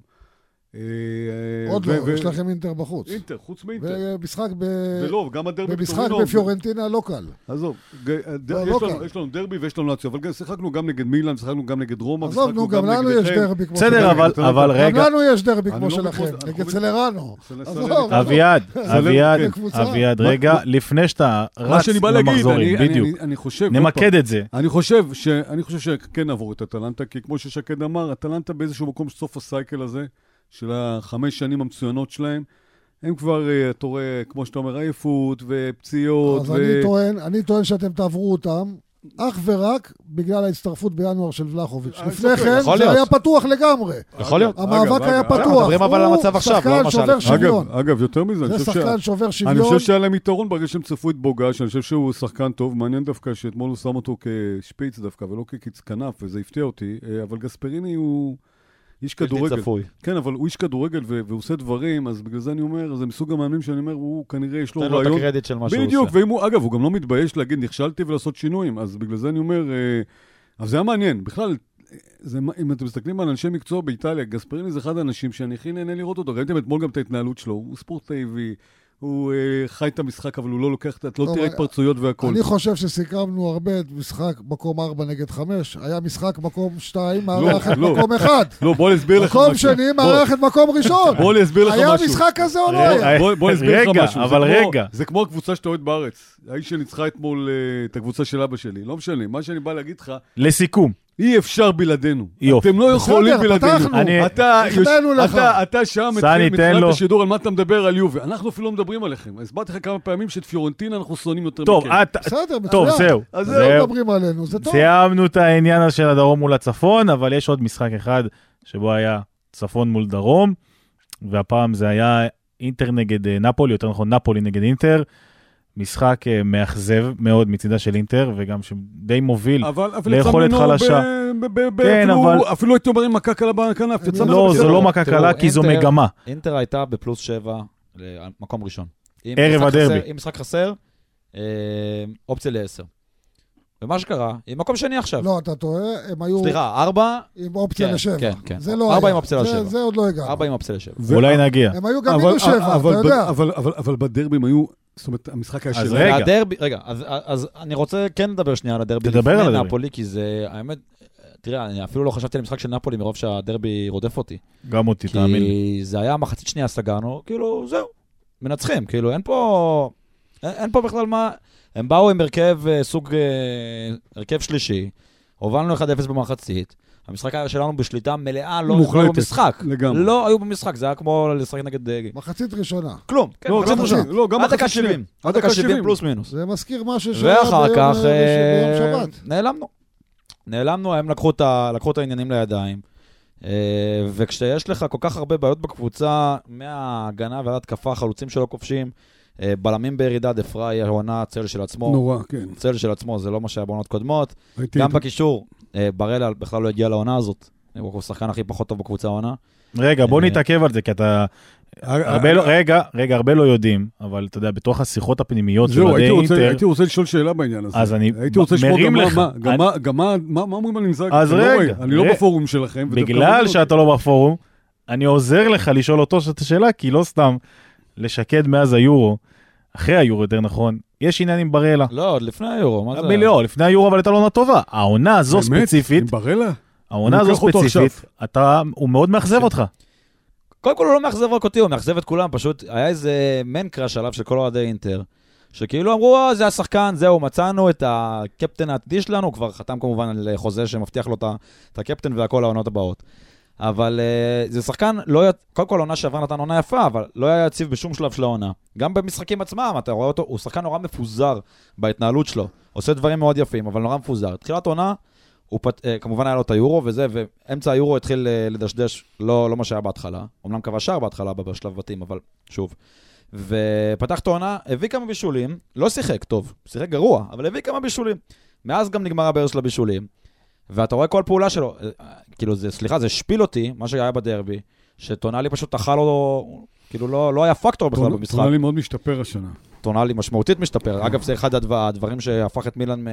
[SPEAKER 3] אה,
[SPEAKER 4] עוד
[SPEAKER 3] ו-
[SPEAKER 4] לא,
[SPEAKER 3] ו-
[SPEAKER 4] יש לכם אינטר בחוץ.
[SPEAKER 3] אינטר, חוץ מאינטר.
[SPEAKER 4] ומשחק ב...
[SPEAKER 3] ולא, גם הדרבי
[SPEAKER 4] במשחק
[SPEAKER 3] בטורינו.
[SPEAKER 4] בפיורנטינה לא קל.
[SPEAKER 3] עזוב, ג- הד-
[SPEAKER 4] לא,
[SPEAKER 3] יש
[SPEAKER 4] לא
[SPEAKER 3] לנו-
[SPEAKER 4] קל.
[SPEAKER 3] יש לנו דרבי ויש לנו לאציו, אבל גם שיחקנו גם נגד מילאן, שיחקנו גם נגד רומא,
[SPEAKER 4] עזוב, נו, גם לנו יש דרבי כמו
[SPEAKER 2] בסדר,
[SPEAKER 4] שלכם.
[SPEAKER 2] אבל-
[SPEAKER 3] אתה יודע,
[SPEAKER 2] אבל
[SPEAKER 3] גם
[SPEAKER 4] גם
[SPEAKER 2] רגע,
[SPEAKER 4] לנו יש דרבי
[SPEAKER 3] אני
[SPEAKER 4] כמו
[SPEAKER 3] לא
[SPEAKER 4] שלכם,
[SPEAKER 3] מתמודד, אנחנו
[SPEAKER 4] נגד
[SPEAKER 3] מתמודד.
[SPEAKER 4] סלרנו.
[SPEAKER 3] סל-
[SPEAKER 4] עזוב,
[SPEAKER 3] סלרנו.
[SPEAKER 4] עזוב.
[SPEAKER 2] אביעד,
[SPEAKER 3] סלב,
[SPEAKER 2] אביעד,
[SPEAKER 4] כן, קבוצה.
[SPEAKER 2] אביעד,
[SPEAKER 3] לא מה-
[SPEAKER 2] רגע,
[SPEAKER 3] מה-
[SPEAKER 2] לפני שאתה
[SPEAKER 3] מה
[SPEAKER 2] רץ
[SPEAKER 3] שאני בא להגיד,
[SPEAKER 2] למחזורים,
[SPEAKER 3] אני- אני-
[SPEAKER 2] בדיוק.
[SPEAKER 3] אני- אני חושב... עוד
[SPEAKER 2] נמקד
[SPEAKER 3] פעם,
[SPEAKER 2] את זה.
[SPEAKER 3] אני חושב ש- אני חושב שכן נעבור את אטלנטה, כי כמו ששקד אמר, אטלנטה באיזשהו מקום, סוף הסייקל הזה, של החמש שנים המצוינות שלהם, הם כבר, אה, אתה רואה, כמו שאתה אומר, עייפות ופציעות,
[SPEAKER 4] אז
[SPEAKER 3] ו-
[SPEAKER 5] אה,
[SPEAKER 4] אני טוען, אני טוען שאתם תעברו אותם. אך ורק בגלל ההצטרפות בינואר של ולחוביץ'.
[SPEAKER 3] אה,
[SPEAKER 4] לפני
[SPEAKER 3] אוקיי, אה,
[SPEAKER 4] כן
[SPEAKER 5] יכול
[SPEAKER 4] זה
[SPEAKER 5] להיות.
[SPEAKER 4] היה פתוח לגמרי.
[SPEAKER 5] יכול להיות.
[SPEAKER 4] המאבק
[SPEAKER 3] אגב,
[SPEAKER 4] היה
[SPEAKER 3] אגב,
[SPEAKER 4] פתוח.
[SPEAKER 5] אנחנו מדברים אבל על המצב עכשיו, לא
[SPEAKER 4] הוא
[SPEAKER 5] למשל.
[SPEAKER 4] שחקן שובר
[SPEAKER 5] אגב,
[SPEAKER 4] שוויון.
[SPEAKER 3] אגב, אגב, יותר מזה, אני
[SPEAKER 4] זה
[SPEAKER 3] חושב שה-
[SPEAKER 4] שחקן שובר
[SPEAKER 3] אני
[SPEAKER 4] שוויון.
[SPEAKER 3] חושב שהיה להם יתרון ברגע שהם צפו את בוגה, שאני חושב שהוא שחקן טוב, מעניין דווקא שאתמול הוא שם אותו כשפיץ דווקא, ולא כקיץ כנף, וזה הפתיע אותי, אה, אבל גספריני הוא איש
[SPEAKER 5] בלתי
[SPEAKER 3] כדורגל.
[SPEAKER 5] צפוי.
[SPEAKER 3] כן, אבל הוא איש כדורגל ו- והוא עושה דברים, אז בגלל זה אני אומר, זה מסוג המאמנים שאני אומר, הוא כנראה יש לו
[SPEAKER 5] תן לו את
[SPEAKER 3] רעיון.
[SPEAKER 5] הקרדיט של מה שהוא עושה.
[SPEAKER 3] בדיוק, ואם הוא, אגב, הוא גם לא מתבייש להגיד נכשלתי ולעשות שינויים, אז בגלל זה אני אומר, אה, אז זה היה מעניין, בכלל, אה, זה, מה- אם אתם מסתכלים על אנשי מקצוע באיטליה, גספריני זה אחד האנשים שאני הכי נהנה לראות אותו, ראיתם אתמול גם את ההתנהלות שלו, הוא ספורטיבי, הוא אה, חי את המשחק, אבל הוא לא לוקח, את- את לא
[SPEAKER 4] טוב,
[SPEAKER 3] תראה
[SPEAKER 4] אני-
[SPEAKER 3] התפרצויות והכול.
[SPEAKER 4] אני חושב שסיכמנו הרבה את משחק מקום 4 נגד 5. היה משחק מקום 2,
[SPEAKER 3] לא,
[SPEAKER 4] מארחת
[SPEAKER 3] לא.
[SPEAKER 4] מקום 1.
[SPEAKER 3] לא, בוא אני אסביר לך משהו.
[SPEAKER 4] מקום שני,
[SPEAKER 3] בוא,
[SPEAKER 4] מארחת מקום ראשון.
[SPEAKER 3] בוא אני אסביר לך משהו. אה,
[SPEAKER 4] היה משחק כזה או לא
[SPEAKER 2] רגע,
[SPEAKER 4] היה?
[SPEAKER 3] בוא, בוא נסביר לך
[SPEAKER 2] רגע,
[SPEAKER 3] משהו. זה
[SPEAKER 2] אבל
[SPEAKER 3] כמו-
[SPEAKER 2] רגע.
[SPEAKER 3] זה כמו הקבוצה שאתה אוהד בארץ. האיש שניצחה אתמול אה, את הקבוצה של אבא שלי. לא משנה, מה שאני בא להגיד לך,
[SPEAKER 2] לסיכום,
[SPEAKER 3] אי אפשר בלעדינו.
[SPEAKER 2] יופי.
[SPEAKER 3] אתם לא יכולים
[SPEAKER 4] בסדר,
[SPEAKER 3] בלעדינו.
[SPEAKER 4] פתחנו.
[SPEAKER 2] אני-
[SPEAKER 3] אתה,
[SPEAKER 4] החטאנו
[SPEAKER 3] יוש-
[SPEAKER 4] לך.
[SPEAKER 3] אתה, אתה שם
[SPEAKER 2] סני,
[SPEAKER 3] מתחיל
[SPEAKER 2] תן
[SPEAKER 3] מתחילת
[SPEAKER 2] לו.
[SPEAKER 3] השידור על מה אתה מדבר על יובי. אנחנו אפילו לא מדברים עליכם. הסברתי לך כמה פעמים שאת פיורנטינה אנחנו שונאים יותר
[SPEAKER 2] טוב,
[SPEAKER 3] מכם.
[SPEAKER 2] את-
[SPEAKER 4] בסדר,
[SPEAKER 2] טוב,
[SPEAKER 4] מצוין.
[SPEAKER 2] זהו,
[SPEAKER 4] אז
[SPEAKER 2] זהו.
[SPEAKER 4] לא מדברים עלינו, זה טוב.
[SPEAKER 2] סיימנו את העניין הזה של הדרום מול הצפון, אבל יש עוד משחק אחד שבו היה צפון מול דרום, והפעם זה היה אינטר נגד אה, נפולי, יותר נכון נפולי נגד אינטר. משחק אה, מאכזב מאוד מצידה של אינטר, וגם שדי מוביל.
[SPEAKER 3] אבל אבל יצא
[SPEAKER 2] ליכולת
[SPEAKER 3] ממנו
[SPEAKER 2] חלשה.
[SPEAKER 3] ב- ב- ב-
[SPEAKER 2] כן,
[SPEAKER 3] אפילו-
[SPEAKER 2] אבל-
[SPEAKER 3] אפילו הייתי אומר עם מכה קלה בכנף. יצא ממנו
[SPEAKER 2] לא,
[SPEAKER 3] בסדר. אוקיי,
[SPEAKER 2] זו לא מכה
[SPEAKER 5] תראו,
[SPEAKER 2] קלה, כי זו
[SPEAKER 5] אינטר-
[SPEAKER 2] מגמה.
[SPEAKER 5] אינטר הייתה בפלוס שבע למקום ראשון. אם
[SPEAKER 2] ערב
[SPEAKER 5] משחק
[SPEAKER 2] הדרבי.
[SPEAKER 5] חסר- אם משחק חסר, אה, אופציה לעשר. ומה שקרה, היא מקום שני עכשיו.
[SPEAKER 4] לא, אתה טועה, הם היו
[SPEAKER 5] סליחה, ארבע,
[SPEAKER 4] עם אופציה
[SPEAKER 5] כן,
[SPEAKER 4] לשבע.
[SPEAKER 5] כן, כן.
[SPEAKER 4] זה לא
[SPEAKER 5] ארבע
[SPEAKER 4] היה.
[SPEAKER 5] עם אופציה
[SPEAKER 4] זה-
[SPEAKER 5] לשבע.
[SPEAKER 4] זה עוד לא הגענו.
[SPEAKER 5] ארבע עם אופציה לשבע.
[SPEAKER 3] ו-
[SPEAKER 2] ואולי נגיע.
[SPEAKER 4] הם היו גם
[SPEAKER 3] אבל-
[SPEAKER 4] מינוס שבע, אתה
[SPEAKER 3] אבל-
[SPEAKER 4] יודע.
[SPEAKER 3] אבל- אבל- אבל בדרבים היו, זאת אומרת, המשחק היה
[SPEAKER 2] אז
[SPEAKER 3] שלהם.
[SPEAKER 2] רגע.
[SPEAKER 5] הדרבי, רגע, אז, אז אני רוצה כן לדבר שנייה על הדרבי.
[SPEAKER 2] תדבר
[SPEAKER 5] לפני
[SPEAKER 2] על הדרבי.
[SPEAKER 5] נפולי, כי זה, האמת, תראה, אני אפילו לא חשבתי על משחק של נפולי מרוב שהדרבי רודף אותי.
[SPEAKER 2] גם אותי, תאמין לי.
[SPEAKER 5] כי זה היה מחצית שנייה סגרנו, כאילו, זהו, מנצחים, כאילו, אין פה, אין, אין פה בכלל מה, הם באו עם הרכב אה, סוג, אה, הרכב שלישי, הובלנו 1-0 במחצית, המשחק היה שלנו בשליטה מלאה, לא
[SPEAKER 3] מוחלטת,
[SPEAKER 5] היו במשחק.
[SPEAKER 3] לגמרי.
[SPEAKER 5] לא היו במשחק, זה היה כמו לשחק נגד... אה,
[SPEAKER 4] מחצית ראשונה.
[SPEAKER 5] כלום, כן,
[SPEAKER 3] לא,
[SPEAKER 5] מחצית
[SPEAKER 3] גם
[SPEAKER 5] ראשונה.
[SPEAKER 3] מחצית, לא, גם
[SPEAKER 5] עד דקה
[SPEAKER 3] מחצית שנייה.
[SPEAKER 5] 70,
[SPEAKER 3] עד
[SPEAKER 5] עד דקה
[SPEAKER 3] דקה
[SPEAKER 5] 70
[SPEAKER 3] 70.
[SPEAKER 5] פלוס מינוס.
[SPEAKER 4] זה מזכיר משהו שהיה
[SPEAKER 5] ואחר
[SPEAKER 4] ביום-
[SPEAKER 5] כך
[SPEAKER 4] ביום
[SPEAKER 5] אה,
[SPEAKER 4] שבת.
[SPEAKER 5] נעלמנו. נעלמנו, הם לקחו את, ה, לקחו את העניינים לידיים. אה, וכשיש לך כל כך הרבה בעיות בקבוצה, מההגנה ועד ההתקפה, חלוצים שלא כובשים, אה, בלמים בירידה, דה פריי, העונה צל של עצמו.
[SPEAKER 3] נורא, כן.
[SPEAKER 5] צל של עצמו, זה לא מה שהיה בעונות קודמות.
[SPEAKER 3] הייתי
[SPEAKER 5] גם
[SPEAKER 3] איתו.
[SPEAKER 5] בקישור, אה, ברלה בכלל לא הגיע לעונה הזאת. הוא השחקן הכי פחות טוב בקבוצה העונה.
[SPEAKER 2] רגע, בוא
[SPEAKER 5] אה,
[SPEAKER 2] נתעכב על זה, כי אתה...
[SPEAKER 3] אה,
[SPEAKER 2] הרבה לא, רגע, רגע, הרבה לא יודעים, אבל אתה יודע, בתוך השיחות הפנימיות של
[SPEAKER 3] זהו,
[SPEAKER 2] אוהדי
[SPEAKER 3] הייתי רוצה,
[SPEAKER 2] אינטר,
[SPEAKER 3] הייתי רוצה לשאול שאלה בעניין הזה.
[SPEAKER 2] אז אני
[SPEAKER 3] הייתי רוצה לשמוע
[SPEAKER 2] מרים
[SPEAKER 3] גם מה-
[SPEAKER 2] לך.
[SPEAKER 3] מה, גם
[SPEAKER 2] אני-
[SPEAKER 3] מה, גם מה, מה מה אומרים על נזק.
[SPEAKER 2] אז רגע,
[SPEAKER 3] אני לא
[SPEAKER 2] רגע.
[SPEAKER 3] בפורום שלכם. ודווקא מעניין
[SPEAKER 2] בגלל
[SPEAKER 3] אותי.
[SPEAKER 2] שאתה לא בפורום, אני עוזר לך לשאול אותו את השאלה, כי לא סתם לשקד מאז היורו, אחרי היורו יותר נכון, יש עניין עם בראלה.
[SPEAKER 5] לא, עוד לפני היורו,
[SPEAKER 4] אה,
[SPEAKER 5] מה זה?
[SPEAKER 2] לא, לפני היורו אבל הייתה לו עונה טובה. העונה הזו
[SPEAKER 3] באמת?
[SPEAKER 2] ספציפית,
[SPEAKER 3] עם ברלה?
[SPEAKER 2] העונה
[SPEAKER 3] אני
[SPEAKER 2] הזו
[SPEAKER 3] לוקח אותו
[SPEAKER 2] ספציפית,
[SPEAKER 3] עכשיו.
[SPEAKER 2] אתה, הוא מאוד מאכזב אותך.
[SPEAKER 5] קודם כל הוא לא מאכזב רק אותי, הוא מאכזב את כולם, פשוט היה איזה מן קראש עליו של כל אוהדי אינטר, שכאילו אמרו, אה, זה השחקן, זהו, מצאנו את הקפטן העתידי שלנו, הוא כבר חתם כמובן על אה, חוזה שמבטיח לו את ה- את הקפטן והכל העונות הבאות. אבל אה, זה שחקן, לא, י- קודם כל העונה שעברה נתן עונה יפה, אבל לא היה יציב בשום שלב של העונה. גם במשחקים עצמם, אתה רואה אותו, הוא שחקן נורא מפוזר בהתנהלות שלו, עושה דברים מאוד יפים, אבל נורא מפוזר. תחילת עונה, הוא פת... אה, כמובן היה לו את היורו וזה, ואמצע היורו התחיל אה, לדשדש, לא, לא מה שהיה בהתחלה. אמנם כבש שער בהתחלה ב- בשלב בתים, אבל שוב. ופתח את העונה, הביא כמה בישולים, לא שיחק טוב, שיחק גרוע, אבל הביא כמה בישולים. מאז גם נגמר הבאר של הבישולים, ואתה רואה כל פעולה שלו, אה, אה, כאילו, זה, סליחה, זה השפיל אותי, מה שהיה בדרבי, שטונאלי פשוט אכל לו, כאילו לא, לא היה פקטור בכלל
[SPEAKER 3] טונ-
[SPEAKER 5] במשחק.
[SPEAKER 3] טונאלי מאוד משתפר השנה.
[SPEAKER 5] טונאלי משמעותית משתפר. אגב, זה אחד הדבר- הדברים שהפך את מילאן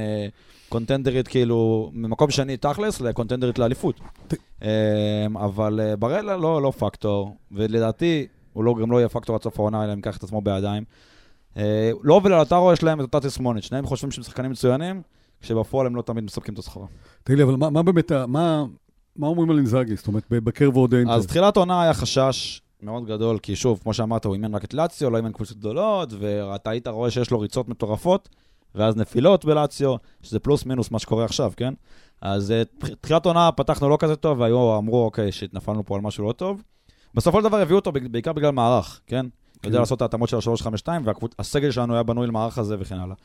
[SPEAKER 5] מקונטנדרית, כאילו, ממקום שני תכלס, לקונטנדרית לאליפות. אמ, אבל אה, ברלה לא, לא פקטור, ולדעתי, הוא לא, גם לא יהיה פקטור עד סוף העונה, אלא אם ייקח את עצמו בידיים. אה, לו וללטרו יש להם את אותה תסמונת, שניהם חושבים שהם שחקנים מצוינים, כשבפועל הם לא תמיד מספקים את הסחורה.
[SPEAKER 3] תגיד לי, אבל מה- מה באמת, ה- מה מה אומרים על אינזאגי? זאת אומרת, בקר ועוד אין
[SPEAKER 5] אז
[SPEAKER 3] טוב.
[SPEAKER 5] תחילת העונה היה חשש מאוד גדול, כי שוב, כמו שאמרת, הוא אימן רק את לאציו, לא אימן קבוצות גדולות, ואתה היית רואה שיש לו ריצות מטורפות, ואז נפילות בלאציו, שזה פלוס מינוס מה שקורה עכשיו, כן? אז אה, תח- תחילת עונה פתחנו לא כזה טוב, והיו אמרו, אוקיי, שיט, נפלנו פה על משהו לא טוב. בסופו של דבר הביאו אותו בג- בעיקר בגלל מערך, כן? הוא יודע לעשות את ההתאמות של ה-352, והסגל שלנו היה בנוי למערך הזה וכן הלאה.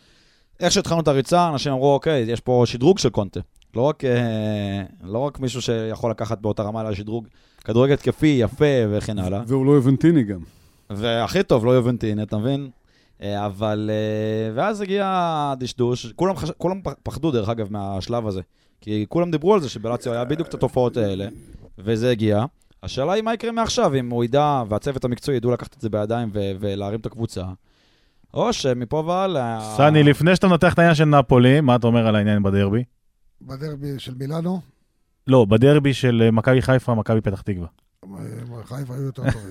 [SPEAKER 5] איך שהתחלנו את הריצה, אנשים אמרו, אוקיי, יש פה שדרוג של קונטה. לא רק, אה, לא רק מישהו שיכול לקחת באותה רמה, אלא שדרוג כדורגל התקפי, יפה וכן הלאה.
[SPEAKER 3] והוא לא אבנטיני גם.
[SPEAKER 5] והכי טוב, לא יובנטין, אתה מבין? אה, אבל... אה, ואז הגיע הדשדוש, כולם, חש... כולם פח- פחדו דרך אגב מהשלב הזה. כי כולם דיברו על זה שבלציו היה בדיוק את התופעות האלה, וזה הגיע. השאלה היא מה יקרה מעכשיו, אם הוא ידע והצוות המקצועי ידעו לקחת את זה בידיים ו- ולהרים את הקבוצה. או שמפה
[SPEAKER 3] אה.
[SPEAKER 5] והלאה...
[SPEAKER 2] סני, לפני שאתה מנתח את העניין של נפולי, מה אתה אומר על העניין בדרבי?
[SPEAKER 4] בדרבי של מילאנו,
[SPEAKER 2] לא, בדרבי של אה, מכבי חיפה, מכבי פתח תקווה.
[SPEAKER 4] אה, חיפה היו יותר טובים.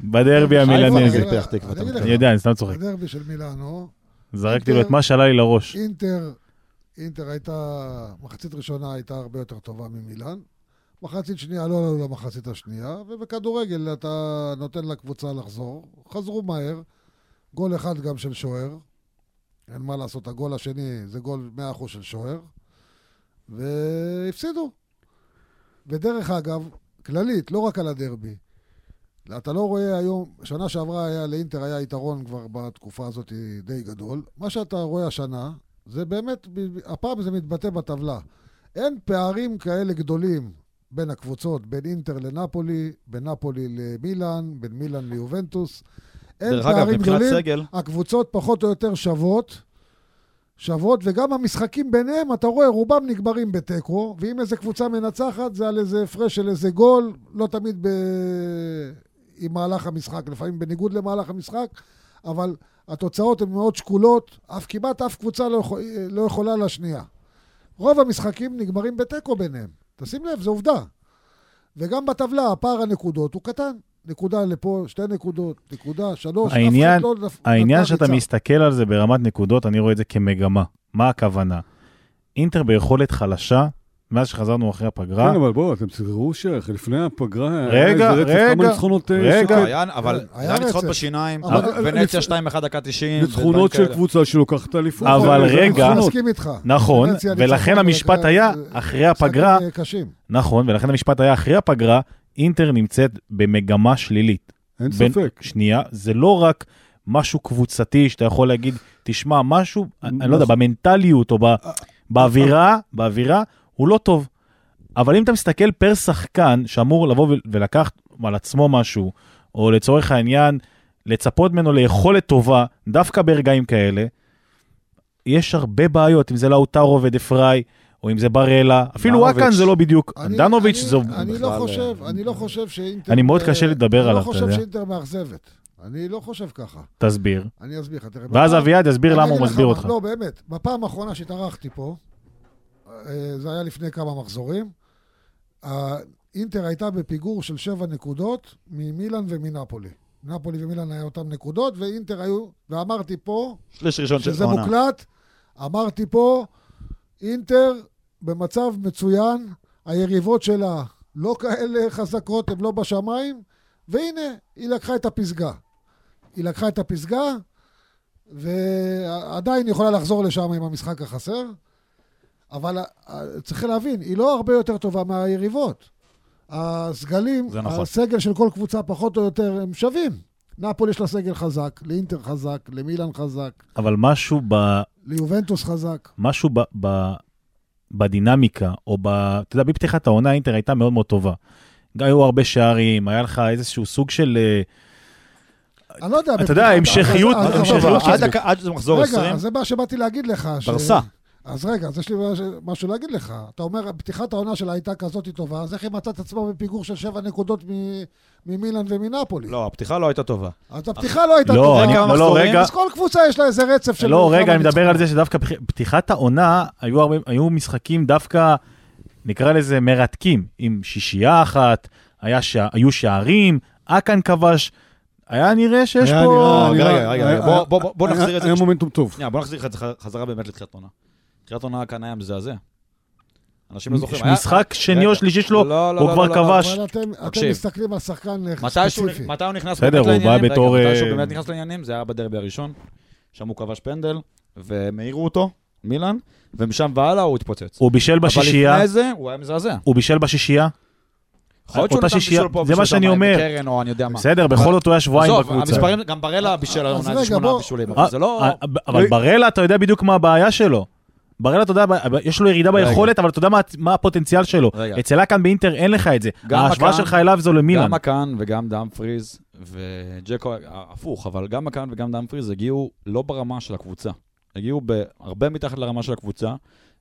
[SPEAKER 2] בדרבי
[SPEAKER 5] חיפה
[SPEAKER 2] המילנזי.
[SPEAKER 5] נגד פתח תקווה, אתה
[SPEAKER 4] אני אגיד
[SPEAKER 5] מתכוון.
[SPEAKER 2] אני יודע, אני סתם צוחק.
[SPEAKER 4] בדרבי של מילאנו,
[SPEAKER 2] זרקתי לו את מה שעלה לי לראש.
[SPEAKER 4] אינטר, אינטר הייתה, מחצית ראשונה הייתה הרבה יותר טובה ממילאן. מחצית שנייה לא עלו למחצית השנייה, ובכדורגל אתה נותן לקבוצה לחזור. חזרו מהר, גול אחד גם של שוער. אין מה לעשות, הגול השני זה גול 100% של שוער. והפסידו. ודרך אגב, כללית, לא רק על הדרבי. אתה לא רואה היום, שנה שעברה היה, לאינטר היה יתרון כבר בתקופה הזאת די גדול. מה שאתה רואה השנה, זה באמת, ב- הפעם זה מתבטא בטבלה. אין פערים כאלה גדולים בין הקבוצות, בין אינטר לנפולי, בין נפולי למילאן, בין מילאן ליובנטוס. אין
[SPEAKER 5] דרך אגב,
[SPEAKER 4] פערים
[SPEAKER 5] מבחינת
[SPEAKER 4] גדולים.
[SPEAKER 5] סגל,
[SPEAKER 4] הקבוצות פחות או יותר שוות, שוות, וגם המשחקים ביניהם, אתה רואה, רובם נגמרים בתיקו, ואם איזה קבוצה מנצחת, זה על איזה הפרש של איזה גול, לא תמיד ב... עם מהלך המשחק, לפעמים בניגוד למהלך המשחק, אבל התוצאות הן מאוד שקולות, אף כמעט אף קבוצה לא, יכול, לא יכולה לשנייה. רוב המשחקים נגמרים בתיקו ביניהם. תשים לב, זו עובדה. וגם בטבלה, הפער הנקודות הוא קטן. נקודה לפה, שתי נקודות, נקודה, שלוש, אף אחד
[SPEAKER 2] העניין-
[SPEAKER 4] לא נפ-
[SPEAKER 2] העניין
[SPEAKER 4] נתן
[SPEAKER 2] שאתה
[SPEAKER 4] ריצה.
[SPEAKER 2] מסתכל על זה ברמת נקודות, אני רואה את זה כמגמה. מה הכוונה? אינטר ביכולת חלשה, מאז שחזרנו אחרי הפגרה,
[SPEAKER 3] כן, אבל בואו, אתם תראו שלפני הפגרה היה
[SPEAKER 2] רגע,
[SPEAKER 3] איזה רצף
[SPEAKER 2] רגע,
[SPEAKER 3] כמה ניצחונות אה,
[SPEAKER 2] רגע.
[SPEAKER 3] שקט.
[SPEAKER 5] היה- אבל
[SPEAKER 4] היה
[SPEAKER 5] היה ניצחון
[SPEAKER 4] רצף.
[SPEAKER 5] בשיניים,
[SPEAKER 4] אבל-
[SPEAKER 5] ונציה
[SPEAKER 3] ניצ-
[SPEAKER 5] 2-1 דקה 90. ודברים
[SPEAKER 3] ניצחונות של
[SPEAKER 5] כאלה.
[SPEAKER 3] קבוצה שלוקחת אליפות.
[SPEAKER 2] אבל
[SPEAKER 3] זה
[SPEAKER 2] רגע,
[SPEAKER 4] אני
[SPEAKER 3] ניצחונות.
[SPEAKER 4] מסכים איתך.
[SPEAKER 2] נכון,
[SPEAKER 4] ונציה ניצחה
[SPEAKER 2] ולכן
[SPEAKER 4] בדקה-
[SPEAKER 2] המשפט היה, אחרי הפגרה,
[SPEAKER 4] משחקים, אה, קשים.
[SPEAKER 2] נכון, ולכן המשפט היה אחרי הפגרה, אינטר נמצאת במגמה שלילית.
[SPEAKER 3] אין
[SPEAKER 2] בין-
[SPEAKER 3] ספק.
[SPEAKER 2] שנייה, זה לא רק משהו קבוצתי שאתה יכול להגיד, תשמע, משהו, אני אני לא יודע,
[SPEAKER 3] נכון.
[SPEAKER 2] במנטליות או ב-
[SPEAKER 4] אה,
[SPEAKER 2] באווירה, באווירה, הוא לא טוב. אבל אם אתה מסתכל פר שחקן שאמור לבוא ו- ולקחת על עצמו משהו, או לצורך העניין, לצפות ממנו ליכולת טובה, דווקא ברגעים כאלה, יש הרבה בעיות, אם זה לאוטרו ודפראי, או אם זה ברלה, אפילו
[SPEAKER 5] דנוביץ'.
[SPEAKER 2] וואקן זה לא בדיוק,
[SPEAKER 4] אני-
[SPEAKER 2] דנוביץ'
[SPEAKER 4] אני-
[SPEAKER 2] זה...
[SPEAKER 4] אני
[SPEAKER 5] בכלל,
[SPEAKER 4] לא חושב, אני לא חושב שאינטר...
[SPEAKER 2] אני מאוד קשה
[SPEAKER 4] אה,
[SPEAKER 2] לדבר
[SPEAKER 4] אני
[SPEAKER 2] עליו,
[SPEAKER 4] לא
[SPEAKER 2] אתה
[SPEAKER 4] חושב
[SPEAKER 2] יודע.
[SPEAKER 4] שאינטר מאכזבת. אני לא חושב ככה.
[SPEAKER 2] תסביר.
[SPEAKER 4] אני אסביר לך, תראה.
[SPEAKER 2] ואז
[SPEAKER 4] בפעם-
[SPEAKER 2] אביעד יסביר
[SPEAKER 4] אני
[SPEAKER 2] למה
[SPEAKER 4] אגיד
[SPEAKER 2] הוא
[SPEAKER 4] לך
[SPEAKER 2] מסביר
[SPEAKER 4] מה-
[SPEAKER 2] אותך.
[SPEAKER 4] לא, באמת. בפעם האחרונה שהתארחתי פה, אה, זה היה לפני כמה מחזורים, אה, אינטר הייתה בפיגור של שבע נקודות ממילאן ומנפולי. נפולי ומילאן היו אותן נקודות, ואינטר היו, ואמרתי פה,
[SPEAKER 5] שליש ראשון של
[SPEAKER 4] שזה
[SPEAKER 5] העונה.
[SPEAKER 4] מוקלט. אמרתי פה, אינטר במצב מצוין, היריבות שלה לא כאלה חזקות, הן לא בשמיים, והנה, היא לקחה את הפסגה. היא לקחה את הפסגה, ועדיין יכולה לחזור לשם עם המשחק החסר, אבל אה, אה, צריך להבין, היא לא הרבה יותר טובה מהיריבות. הסגלים,
[SPEAKER 5] זה נכון.
[SPEAKER 4] הסגל של כל קבוצה פחות או יותר הם שווים. נפול יש לה סגל חזק, לאינטר חזק, למילאן חזק,
[SPEAKER 2] אבל משהו ב...
[SPEAKER 4] ליובנטוס חזק.
[SPEAKER 2] משהו ב, ב, בדינמיקה, או ב... אתה יודע, בפתיחת העונה אינטר הייתה מאוד מאוד טובה. גם היו הרבה שערים, היה לך איזשהו סוג של... אה,
[SPEAKER 4] אני לא יודע...
[SPEAKER 2] אתה יודע,
[SPEAKER 4] בפתיחת-
[SPEAKER 2] המשכיות-
[SPEAKER 5] לא,
[SPEAKER 4] אז- אז-
[SPEAKER 2] המשכיות
[SPEAKER 4] אבל-
[SPEAKER 2] של
[SPEAKER 5] עד דקה- עד שזה מחזור
[SPEAKER 4] לא רגע,
[SPEAKER 5] 20,
[SPEAKER 4] אז זה מה שבאתי להגיד לך. ש-
[SPEAKER 5] דרסה.
[SPEAKER 4] אז רגע, אז יש לי משהו- משהו להגיד לך. אתה אומר, פתיחת העונה שלה הייתה כזאת טובה, אז איך היא מצאה את עצמה בפיגור של שבע נקודות מ- ממילאן ומנפולי?
[SPEAKER 5] לא, הפתיחה לא הייתה טובה.
[SPEAKER 4] אז הפתיחה לא הייתה
[SPEAKER 2] לא,
[SPEAKER 4] טובה.
[SPEAKER 2] אני- לא, לא, רגע.
[SPEAKER 4] אז כל קבוצה יש לה איזה רצף של...
[SPEAKER 2] לא,
[SPEAKER 4] כמה
[SPEAKER 2] רגע, אני מדבר
[SPEAKER 4] ניצחונות.
[SPEAKER 2] על זה שדווקא פח- פתיחת העונה, היו, הרבה, היו משחקים דווקא, נקרא לזה, מרתקים, עם שישייה אחת, היה שע, היו שערים, אקן כבש, היה נראה שיש
[SPEAKER 3] היה
[SPEAKER 2] פה...
[SPEAKER 3] נראה-
[SPEAKER 5] רגע,
[SPEAKER 3] נראה-
[SPEAKER 5] רגע, רגע,
[SPEAKER 3] היה-
[SPEAKER 5] בוא- בוא- בוא- בוא
[SPEAKER 3] היה-
[SPEAKER 5] נחזיר את זה
[SPEAKER 3] אה, היה
[SPEAKER 5] לש-
[SPEAKER 3] מומנטום טוב.
[SPEAKER 5] שנייה, בוא נחזיר לך חזרה באמת לתחילת עונה. תחילת עונה כאן היה מזעזע. אנשים לא זוכרים. היה-
[SPEAKER 2] משחק שני או
[SPEAKER 5] רגע.
[SPEAKER 2] שלישי שלו,
[SPEAKER 5] לא, לא,
[SPEAKER 2] הוא
[SPEAKER 5] לא,
[SPEAKER 2] כבר
[SPEAKER 5] לא, לא,
[SPEAKER 2] כבש.
[SPEAKER 4] אבל אתם, אתם
[SPEAKER 5] תקשיב.
[SPEAKER 4] מסתכלים על שחקן אה,
[SPEAKER 5] מתי שהוא-
[SPEAKER 4] ספציפי.
[SPEAKER 5] מתי הוא נכנס
[SPEAKER 2] בסדר,
[SPEAKER 5] באמת
[SPEAKER 2] הוא בא
[SPEAKER 5] לעניינים? רגע,
[SPEAKER 2] בתור,
[SPEAKER 5] מתי שהוא
[SPEAKER 2] אה,
[SPEAKER 5] באמת נכנס לעניינים? זה היה בדרבי הראשון, שם הוא כבש פנדל, והם העירו אותו, מילאן, ומשם והלאה הוא התפוצץ.
[SPEAKER 2] הוא בישל
[SPEAKER 5] אבל
[SPEAKER 2] בשישייה,
[SPEAKER 5] לפני זה הוא היה מזעזע.
[SPEAKER 2] הוא בישל בשישייה,
[SPEAKER 5] יכול להיות שהוא
[SPEAKER 2] אותה
[SPEAKER 5] נתן
[SPEAKER 2] שישייה,
[SPEAKER 5] בישול פה
[SPEAKER 2] זה מה
[SPEAKER 5] ושם
[SPEAKER 2] שאני אומר.
[SPEAKER 5] בקרן או אני יודע מה.
[SPEAKER 2] בסדר, בכל זאת הוא היה שבועיים
[SPEAKER 5] עזוב,
[SPEAKER 2] בקבוצה.
[SPEAKER 5] המספרים, גם ברלה
[SPEAKER 4] אז
[SPEAKER 5] בישל העונה
[SPEAKER 4] רגע,
[SPEAKER 5] איזה שמונה
[SPEAKER 4] בוא-
[SPEAKER 5] בישולים,
[SPEAKER 2] אה,
[SPEAKER 5] אבל זה לא...
[SPEAKER 2] אה, אבל ברלה, אתה יודע בדיוק מה הבעיה שלו. ברלה, אתה יודע, יש לו ירידה
[SPEAKER 5] רגע.
[SPEAKER 2] ביכולת, אבל אתה יודע מה- מה הפוטנציאל שלו.
[SPEAKER 5] רגע.
[SPEAKER 2] אצל אקן באינטר אין לך את זה.
[SPEAKER 5] גם
[SPEAKER 2] ההשוואה
[SPEAKER 5] אקן-
[SPEAKER 2] שלך אליו זו למילן.
[SPEAKER 5] גם מקאן וגם דאמפריז וג'קו, הפוך, אבל גם מקאן וגם דאמפריז הגיעו לא ברמה של הקבוצה. הגיעו הרבה מתחת לרמה של הקבוצה.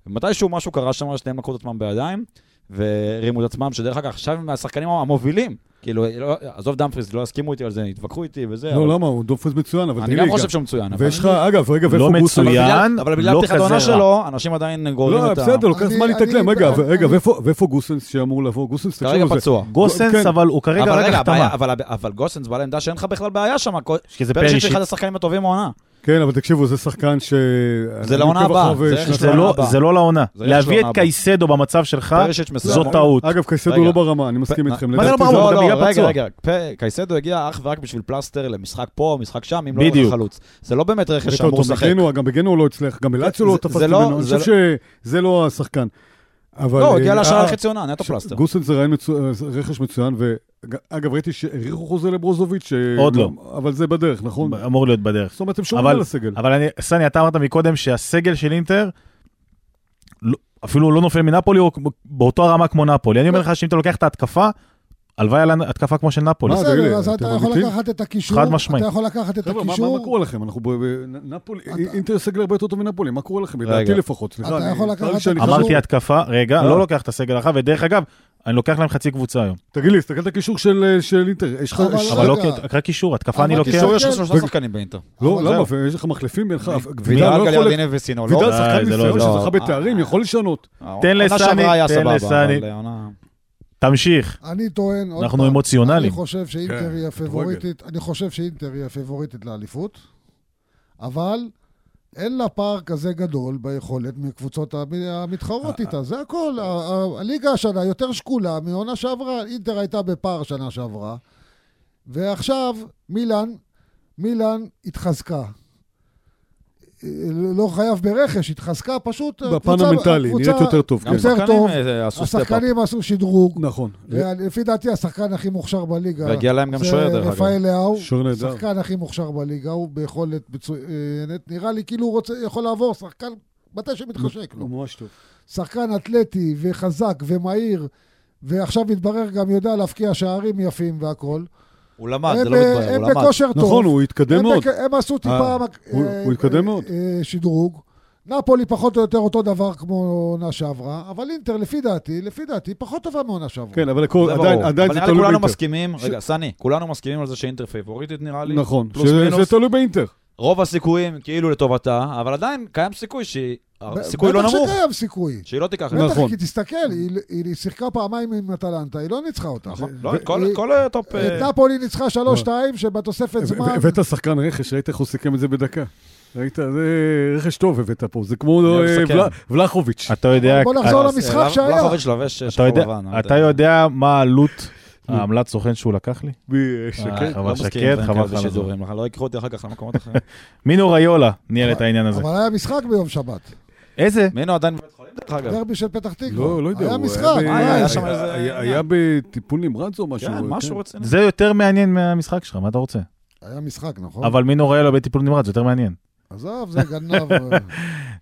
[SPEAKER 5] ומתישהו משהו קרה שם, שניהם לקחו את עצמם בידיים, והרימו את עצמם, שדרך אגב, עכשיו הם מהשחקנים המובילים. כאילו, לא- עזוב דאמפריז, לא הסכימו איתי על זה, התווכחו איתי וזה. אבל-
[SPEAKER 3] לא, למה? הוא דופס מצוין, אבל
[SPEAKER 5] אני
[SPEAKER 3] תגיד
[SPEAKER 5] גם
[SPEAKER 3] לי,
[SPEAKER 5] חושב שהוא מצוין. אבל-
[SPEAKER 3] ויש לך, אגב, רגע,
[SPEAKER 2] לא
[SPEAKER 3] ואיפה בוסו?
[SPEAKER 2] מצוין.
[SPEAKER 5] בגלל- אבל בגלל
[SPEAKER 2] לא
[SPEAKER 5] פתיחת העונה
[SPEAKER 2] כזה רע.
[SPEAKER 5] שלו, אנשים עדיין גוררים
[SPEAKER 3] לא,
[SPEAKER 5] את ה...
[SPEAKER 3] בסדר, לוקח
[SPEAKER 4] אני-
[SPEAKER 3] זמן
[SPEAKER 4] אני-
[SPEAKER 3] להתאקלם. רגע,
[SPEAKER 4] אני-
[SPEAKER 3] רגע, ואיפה- ואיפה גוסנס שאמור לבוא? גוסנס,
[SPEAKER 5] כרגע
[SPEAKER 3] תקשיבו, זה-
[SPEAKER 5] פצוע.
[SPEAKER 2] גוסנס,
[SPEAKER 3] כן.
[SPEAKER 2] אבל הוא כרגע
[SPEAKER 5] אבל
[SPEAKER 2] רק
[SPEAKER 5] רגע,
[SPEAKER 2] החתמה.
[SPEAKER 5] הבעיה- אבל- אבל גוסנס בעל עמדה שאין לך בכלל בעיה שם.
[SPEAKER 2] כי זה
[SPEAKER 5] פרשיץ'
[SPEAKER 2] פרישיץ'.
[SPEAKER 5] אחד השחקנים הטובים העונה.
[SPEAKER 3] כן, אבל תקשיבו, זה שחקן ש...
[SPEAKER 5] זה לעונה
[SPEAKER 3] אני עוקב
[SPEAKER 5] הבאה,
[SPEAKER 3] אחריו,
[SPEAKER 5] זה
[SPEAKER 3] אה,
[SPEAKER 5] איך
[SPEAKER 2] זה
[SPEAKER 5] שלו
[SPEAKER 3] שנתיים.
[SPEAKER 2] לא-
[SPEAKER 5] הבאה.
[SPEAKER 2] זה לא לעונה.
[SPEAKER 5] זה יש
[SPEAKER 2] להביא את
[SPEAKER 5] לעונה הבאה.
[SPEAKER 2] קייסדו במצב שלך,
[SPEAKER 5] פרשיץ' מסוים. אה,
[SPEAKER 2] זו
[SPEAKER 3] לא,
[SPEAKER 2] טעות.
[SPEAKER 3] אגב, קייסדו
[SPEAKER 5] רגע.
[SPEAKER 3] הוא לא ברמה, אני מסכים
[SPEAKER 5] פ-
[SPEAKER 3] איתכם.
[SPEAKER 2] מה זה
[SPEAKER 3] לדעתי
[SPEAKER 2] לא ברמה? הוא גם בגלל
[SPEAKER 5] רגע,
[SPEAKER 2] פצוע.
[SPEAKER 5] רגע, פ- קייסדו הגיע אך ורק בשביל פלסטר למשחק פה, משחק שם, אם לא
[SPEAKER 2] בדיוק.
[SPEAKER 5] יהיה לך חלוץ. זה לא באמת רכש
[SPEAKER 3] ראית
[SPEAKER 5] שאמור
[SPEAKER 3] אותו
[SPEAKER 5] לשחק.
[SPEAKER 3] בגנוע, גם בגנוע הוא לא הצליח, גם בלאציו לא
[SPEAKER 5] זה-
[SPEAKER 3] תפס
[SPEAKER 5] זה לא-
[SPEAKER 3] ממנו, אני
[SPEAKER 5] זה
[SPEAKER 3] חושב שזה לא השחקן. אבל,
[SPEAKER 5] לא, הוא
[SPEAKER 3] אה,
[SPEAKER 5] הגיע לשנה
[SPEAKER 3] אה,
[SPEAKER 5] לחצי עונה, נטו פלסטר.
[SPEAKER 3] גוסן זה רעיון מצו- אה, זה רכש מצוין, ואגב, ראיתי שהאריכו חוזה לברוזוביץ'. ש-
[SPEAKER 2] עוד לא.
[SPEAKER 3] אבל זה בדרך, נכון?
[SPEAKER 2] אמ- אמור להיות בדרך.
[SPEAKER 3] זאת אומרת, הם שומרים
[SPEAKER 2] אבל-
[SPEAKER 3] על הסגל.
[SPEAKER 2] אבל אני- סני, אתה אמרת מקודם שהסגל של אינטר, לא- אפילו לא נופל מנפולי, הוא באותו הרמה כמו נפולי. אני אומר
[SPEAKER 5] לא.
[SPEAKER 2] לך שאם אתה לוקח את ההתקפה, הלוואי היה לנו התקפה כמו של נפולי.
[SPEAKER 3] מה, תגיד לי,
[SPEAKER 4] בסדר, אז
[SPEAKER 3] אתם
[SPEAKER 4] אתה יכול
[SPEAKER 3] אמיתיים?
[SPEAKER 4] לקחת את הקישור,
[SPEAKER 2] חד משמעית.
[SPEAKER 4] אתה יכול לקחת את
[SPEAKER 3] חבר'ה, מה- מה מה
[SPEAKER 4] הקישור,
[SPEAKER 3] קורה לכם? אנחנו בנפולי,
[SPEAKER 4] אתה-
[SPEAKER 3] אינטר סגל הרבה יותר טוב מנפולי, מה קורה לכם?
[SPEAKER 5] רגע.
[SPEAKER 3] לדעתי לפחות, סליחה.
[SPEAKER 4] אתה
[SPEAKER 3] אני-
[SPEAKER 4] יכול לקחת
[SPEAKER 3] צר לי שאני
[SPEAKER 4] את
[SPEAKER 3] חזור.
[SPEAKER 2] אמרתי התקפה, רגע,
[SPEAKER 4] אה.
[SPEAKER 5] לא.
[SPEAKER 2] לא לוקח את הסגל הרחב, ודרך אגב, אני לוקח להם חצי קבוצה היום.
[SPEAKER 3] תגיד לי, הסתכל על הקישור של אה, של אינטר, יש לך...
[SPEAKER 4] אבל-
[SPEAKER 3] יש-
[SPEAKER 2] אבל לא,
[SPEAKER 4] אה, רגע.
[SPEAKER 2] כ- רק קישור, התקפה אני
[SPEAKER 4] אבל
[SPEAKER 2] לוקח.
[SPEAKER 5] קישור יש לך
[SPEAKER 4] כן.
[SPEAKER 5] שלושה שחקנים באינטר.
[SPEAKER 3] לא,
[SPEAKER 4] אבל
[SPEAKER 3] למה?
[SPEAKER 4] זהו.
[SPEAKER 3] ויש לך מחליפים, אין לך... אף- וידל
[SPEAKER 5] וידל,
[SPEAKER 3] לא יכול...
[SPEAKER 5] גליאדינב וסינו, לא?
[SPEAKER 3] וידל
[SPEAKER 2] די,
[SPEAKER 3] שחקן
[SPEAKER 2] זה לא-
[SPEAKER 3] ניסיון
[SPEAKER 5] לא.
[SPEAKER 3] שזכה בתארים, יכול לשנות.
[SPEAKER 2] תן
[SPEAKER 5] העונה
[SPEAKER 2] לסני,
[SPEAKER 5] שעברה היה
[SPEAKER 2] תן
[SPEAKER 5] סבבה,
[SPEAKER 2] לסני.
[SPEAKER 5] אבל אה, העונה-
[SPEAKER 2] תמשיך.
[SPEAKER 4] אני טוען, עוד
[SPEAKER 2] אנחנו
[SPEAKER 4] פעם,
[SPEAKER 2] אמוציונליים.
[SPEAKER 4] אני חושב שאינטר
[SPEAKER 3] כן,
[SPEAKER 4] היא הפבוריטית,
[SPEAKER 3] כדורגל.
[SPEAKER 4] אני חושב שאינטר היא הפבוריטית לאליפות, אבל אין לה פער כזה גדול ביכולת מקבוצות המ- המתחרות איתה, זה הכל. ה- ה- הליגה השנה יותר שקולה מעונה שעברה, אינטר הייתה בפער שנה שעברה, ועכשיו מילאן, מילאן התחזקה. אה, לא חייב ברכש, התחזקה פשוט.
[SPEAKER 3] בפן
[SPEAKER 4] הקבוצה-
[SPEAKER 3] המנטלי,
[SPEAKER 4] הקבוצה-
[SPEAKER 3] נראית יותר טוב.
[SPEAKER 5] גם
[SPEAKER 3] כן.
[SPEAKER 4] יותר
[SPEAKER 5] השחקנים
[SPEAKER 4] טוב.
[SPEAKER 5] אה, עשו סטפ-אפ.
[SPEAKER 4] השחקנים עשו שדרוג.
[SPEAKER 3] נכון.
[SPEAKER 4] ולפי דעתי השחקן הכי מוכשר בליגה,
[SPEAKER 5] והגיע להם גם שוער,
[SPEAKER 4] אה, זה
[SPEAKER 5] דרך אגב.
[SPEAKER 4] רפאל לאהו,
[SPEAKER 3] שוער נהדר.
[SPEAKER 4] השחקן הכי מוכשר בליגה, הוא ביכולת מצוינת, נראה לי כאילו הוא רוצה, יכול לעבור, שחקן מתי שמתחשק לו.
[SPEAKER 3] נכון, הוא ממש טוב.
[SPEAKER 4] שחקן אתלטי וחזק ומהיר, ועכשיו מתברר גם יודע להבקיע שערים יפים והכול.
[SPEAKER 5] הוא למד,
[SPEAKER 4] הם
[SPEAKER 5] זה לא
[SPEAKER 4] ב-
[SPEAKER 5] מתברר,
[SPEAKER 4] הם
[SPEAKER 5] הוא למד.
[SPEAKER 4] בכושר טוב.
[SPEAKER 3] נכון, הוא התקדם
[SPEAKER 4] הם
[SPEAKER 3] מאוד.
[SPEAKER 4] בק- הם עשו טיפה
[SPEAKER 3] אה,
[SPEAKER 4] מק-
[SPEAKER 3] הוא-
[SPEAKER 4] אה,
[SPEAKER 3] הוא התקדם
[SPEAKER 4] אה,
[SPEAKER 3] מאוד.
[SPEAKER 4] אה, שדרוג. נפולי פחות או יותר אותו דבר כמו עונה שעברה, אבל אינטר לפי דעתי, לפי דעתי, פחות טובה מעונה שעברה.
[SPEAKER 3] כן, אבל
[SPEAKER 5] זה
[SPEAKER 3] הכל-
[SPEAKER 5] ברור.
[SPEAKER 3] עדיין עדיין זה
[SPEAKER 5] אבל נראה לי
[SPEAKER 3] תלוי
[SPEAKER 5] כולנו
[SPEAKER 3] באינטר.
[SPEAKER 5] מסכימים, רגע, סני, כולנו מסכימים על זה שאינטר פייבוריטית נראה לי.
[SPEAKER 3] נכון,
[SPEAKER 5] פלוס
[SPEAKER 3] שזה-
[SPEAKER 5] מינוס.
[SPEAKER 3] זה תלוי באינטר.
[SPEAKER 5] רוב הסיכויים כאילו לטובתה, אבל עדיין קיים סיכוי שהיא...
[SPEAKER 4] ב-
[SPEAKER 5] סיכוי לא נמוך,
[SPEAKER 4] בטח שקיים סיכוי.
[SPEAKER 5] שהיא לא תיקח את זה.
[SPEAKER 4] בטח,
[SPEAKER 3] נכון.
[SPEAKER 4] כי תסתכל, היא- היא שיחקה פעמיים עם אטלנטה, היא לא ניצחה אותה.
[SPEAKER 5] נכון,
[SPEAKER 4] ו-
[SPEAKER 5] לא,
[SPEAKER 4] ו-
[SPEAKER 5] כל-
[SPEAKER 4] היא-
[SPEAKER 5] כל הטופ... אה,
[SPEAKER 4] את נפולי ניצחה 3-2, שבתוספת
[SPEAKER 3] ו-
[SPEAKER 4] זמן...
[SPEAKER 3] הבאת שחקן רכש, ראית איך הוא סיכם את זה בדקה. ראית, זה רכש טוב הבאת פה, זה כמו
[SPEAKER 5] זה
[SPEAKER 3] אה,
[SPEAKER 5] מסכם.
[SPEAKER 3] בל- ולחוביץ'.
[SPEAKER 2] אתה יודע,
[SPEAKER 4] בוא נחזור
[SPEAKER 5] אה,
[SPEAKER 4] למשחק
[SPEAKER 5] אה,
[SPEAKER 4] שהיה.
[SPEAKER 5] בלחוביץ' לובש
[SPEAKER 2] אתה
[SPEAKER 5] שחור
[SPEAKER 2] יודע-
[SPEAKER 5] לבן. אה,
[SPEAKER 2] אה, אתה יודע מה עלות העמלת סוכן שהוא לקח לי?
[SPEAKER 3] מי-
[SPEAKER 2] אה,
[SPEAKER 3] שקט.
[SPEAKER 2] חבל שקט, חבל לך על הזמן.
[SPEAKER 5] לא ייקחו אותי אחר כך למקומות אחרים.
[SPEAKER 2] מינו ריולה ניהל את העניין הזה.
[SPEAKER 4] אבל היה משחק ביום שבת.
[SPEAKER 2] איזה?
[SPEAKER 5] מינו עדיין בבית חולים דרך אגב.
[SPEAKER 4] דרבי של פתח תקווה.
[SPEAKER 3] לא, לא יודע.
[SPEAKER 4] היה
[SPEAKER 3] הוא
[SPEAKER 4] משחק.
[SPEAKER 3] ב-
[SPEAKER 5] אה,
[SPEAKER 4] מה
[SPEAKER 5] היה
[SPEAKER 4] יש?
[SPEAKER 5] שם איזה-
[SPEAKER 3] היה- היה בטיפול נמרץ או משהו.
[SPEAKER 5] כן,
[SPEAKER 3] כן.
[SPEAKER 5] משהו רציני.
[SPEAKER 2] זה יותר מעניין מהמשחק שלך, מה אתה רוצה?
[SPEAKER 4] היה משחק, נכון?
[SPEAKER 2] אבל מינו ריולה בטיפול נמרץ, זה יותר מעניין.
[SPEAKER 4] עזוב, זה גנב. אה,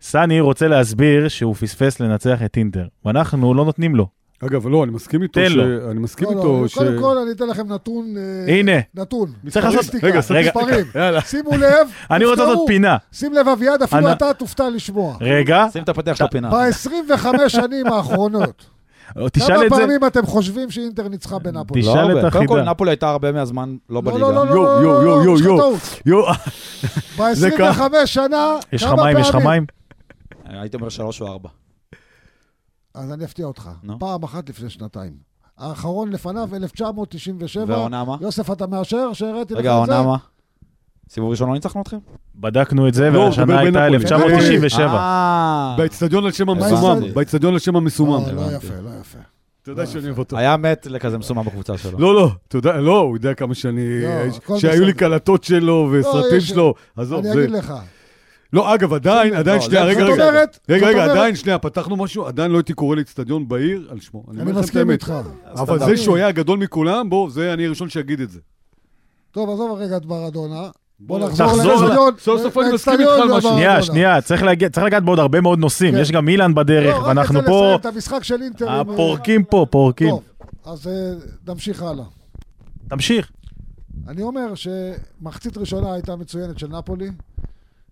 [SPEAKER 2] סני רוצה להסביר שהוא פספס לנצח את אינטר, ואנחנו לא נותנים לו.
[SPEAKER 3] אגב, לא, אני מסכים איתו
[SPEAKER 2] תן
[SPEAKER 3] ש...
[SPEAKER 2] לו.
[SPEAKER 3] אני מסכים
[SPEAKER 4] לא, לא,
[SPEAKER 3] איתו ש...
[SPEAKER 4] קודם כל אני אתן לכם נתון, אה,
[SPEAKER 2] הנה.
[SPEAKER 4] נתון.
[SPEAKER 2] צריך לעשות-
[SPEAKER 4] סטטיסטיקה,
[SPEAKER 2] רגע, רגע,
[SPEAKER 4] מספרים.
[SPEAKER 2] יאללה.
[SPEAKER 4] שימו לב,
[SPEAKER 2] אני רוצה
[SPEAKER 4] תופתעו.
[SPEAKER 2] לעשות פינה.
[SPEAKER 4] שים לב אביעד, אפילו
[SPEAKER 2] אנ-
[SPEAKER 4] אתה תופתע לשמוע.
[SPEAKER 2] רגע,
[SPEAKER 5] שים את הפתח של הפינה. לא
[SPEAKER 4] ב-25 שנים האחרונות,
[SPEAKER 2] תשאל
[SPEAKER 4] כמה
[SPEAKER 2] את זה.
[SPEAKER 4] פעמים אתם חושבים שאינטר ניצחה בנאפולי?
[SPEAKER 2] תשאל את
[SPEAKER 5] קודם כל,
[SPEAKER 2] החידה.
[SPEAKER 5] נפולי הייתה הרבה מהזמן לא
[SPEAKER 4] לא,
[SPEAKER 5] בליגה.
[SPEAKER 4] לא, לא, לא,
[SPEAKER 3] יו,
[SPEAKER 4] לא,
[SPEAKER 3] יו,
[SPEAKER 4] לא,
[SPEAKER 3] יו,
[SPEAKER 4] לא,
[SPEAKER 3] יו,
[SPEAKER 4] יש לך
[SPEAKER 3] יו.
[SPEAKER 4] טעות.
[SPEAKER 3] יו,
[SPEAKER 4] ב-25 שנה,
[SPEAKER 2] יש לך
[SPEAKER 4] כמה
[SPEAKER 2] מים, יש לך
[SPEAKER 4] פעמים?
[SPEAKER 2] מים?
[SPEAKER 5] אה, הייתי אומר שלוש או ארבע.
[SPEAKER 4] אז אני אפתיע אותך.
[SPEAKER 5] נו.
[SPEAKER 4] פעם אחת לפני שנתיים. האחרון לפניו, 1997.
[SPEAKER 5] והעונה מה?
[SPEAKER 4] יוסף, אתה מאשר? שהראיתי לך את לא- זה?
[SPEAKER 5] רגע, העונה מה? סיבוב ראשון לא ניצחנו אתכם?
[SPEAKER 2] בדקנו את זה,
[SPEAKER 3] לא, הוא מדבר
[SPEAKER 2] והשנה
[SPEAKER 3] בין
[SPEAKER 2] הייתה
[SPEAKER 3] הפועל.
[SPEAKER 2] 1997.
[SPEAKER 5] אה.
[SPEAKER 3] באצטדיון על שם
[SPEAKER 5] הבנתי.
[SPEAKER 4] אה,
[SPEAKER 3] המסומם, באצטדיון על שם המסומם.
[SPEAKER 4] לא, לא יפה, לא יפה.
[SPEAKER 3] אתה יודע שאני אוהב אותו.
[SPEAKER 5] היה מת לכזה מסומם בקבוצה שלו.
[SPEAKER 3] לא, לא, אתה יודע, לא, הוא יודע כמה שאני...
[SPEAKER 4] לא,
[SPEAKER 3] אה,
[SPEAKER 4] הכל
[SPEAKER 3] שהיו לי
[SPEAKER 4] בסדר. לא,
[SPEAKER 3] קלטות שלו וסרטים
[SPEAKER 4] יש-
[SPEAKER 3] שלו. עזוב,
[SPEAKER 4] אני
[SPEAKER 3] זה...
[SPEAKER 4] אגיד לך.
[SPEAKER 3] לא, אגב, עדיין, עדיין,
[SPEAKER 5] לא,
[SPEAKER 3] שנייה,
[SPEAKER 5] זה-
[SPEAKER 3] רגע,
[SPEAKER 5] זאת
[SPEAKER 3] רגע.
[SPEAKER 4] אומרת-
[SPEAKER 3] רגע,
[SPEAKER 4] כן. זאת
[SPEAKER 3] רגע,
[SPEAKER 4] אומרת-
[SPEAKER 3] עדיין, שנייה, פתחנו משהו, עדיין לא הייתי קורא לאצטדיון בעיר על שמו. אני
[SPEAKER 4] אני
[SPEAKER 3] אומר לכם את
[SPEAKER 4] מסכים
[SPEAKER 3] האמת.
[SPEAKER 4] איתך.
[SPEAKER 3] אבל זה שהוא היה הגדול מכולם, בוא, זה אני הראשון שיגיד את זה.
[SPEAKER 4] טוב, עזוב רגע את מרדונה. בוא
[SPEAKER 3] בוא,
[SPEAKER 4] נחזור
[SPEAKER 2] תחזור
[SPEAKER 4] לאצטדיון.
[SPEAKER 3] לא, ל- סוף סוף אני מסכים איתך על
[SPEAKER 4] לאצטדיון
[SPEAKER 3] משהו.
[SPEAKER 2] שנייה,
[SPEAKER 4] מרדונה.
[SPEAKER 2] שנייה, צריך להגיע- צריך לגעת בעוד הרבה מאוד נושאים.
[SPEAKER 4] לא, כן.
[SPEAKER 2] יש גם אילן
[SPEAKER 4] לא,
[SPEAKER 2] בדרך,
[SPEAKER 4] רק
[SPEAKER 2] ואנחנו
[SPEAKER 4] את זה
[SPEAKER 2] פה...
[SPEAKER 4] לסיים את המשחק של אינטר. עם-
[SPEAKER 2] הפורקים פה, פורקים.
[SPEAKER 4] טוב, אז אה, נמשיך הלאה.
[SPEAKER 2] תמשיך.
[SPEAKER 4] אני אומר שמחצית ראשונה הייתה מצוינת של נפולי.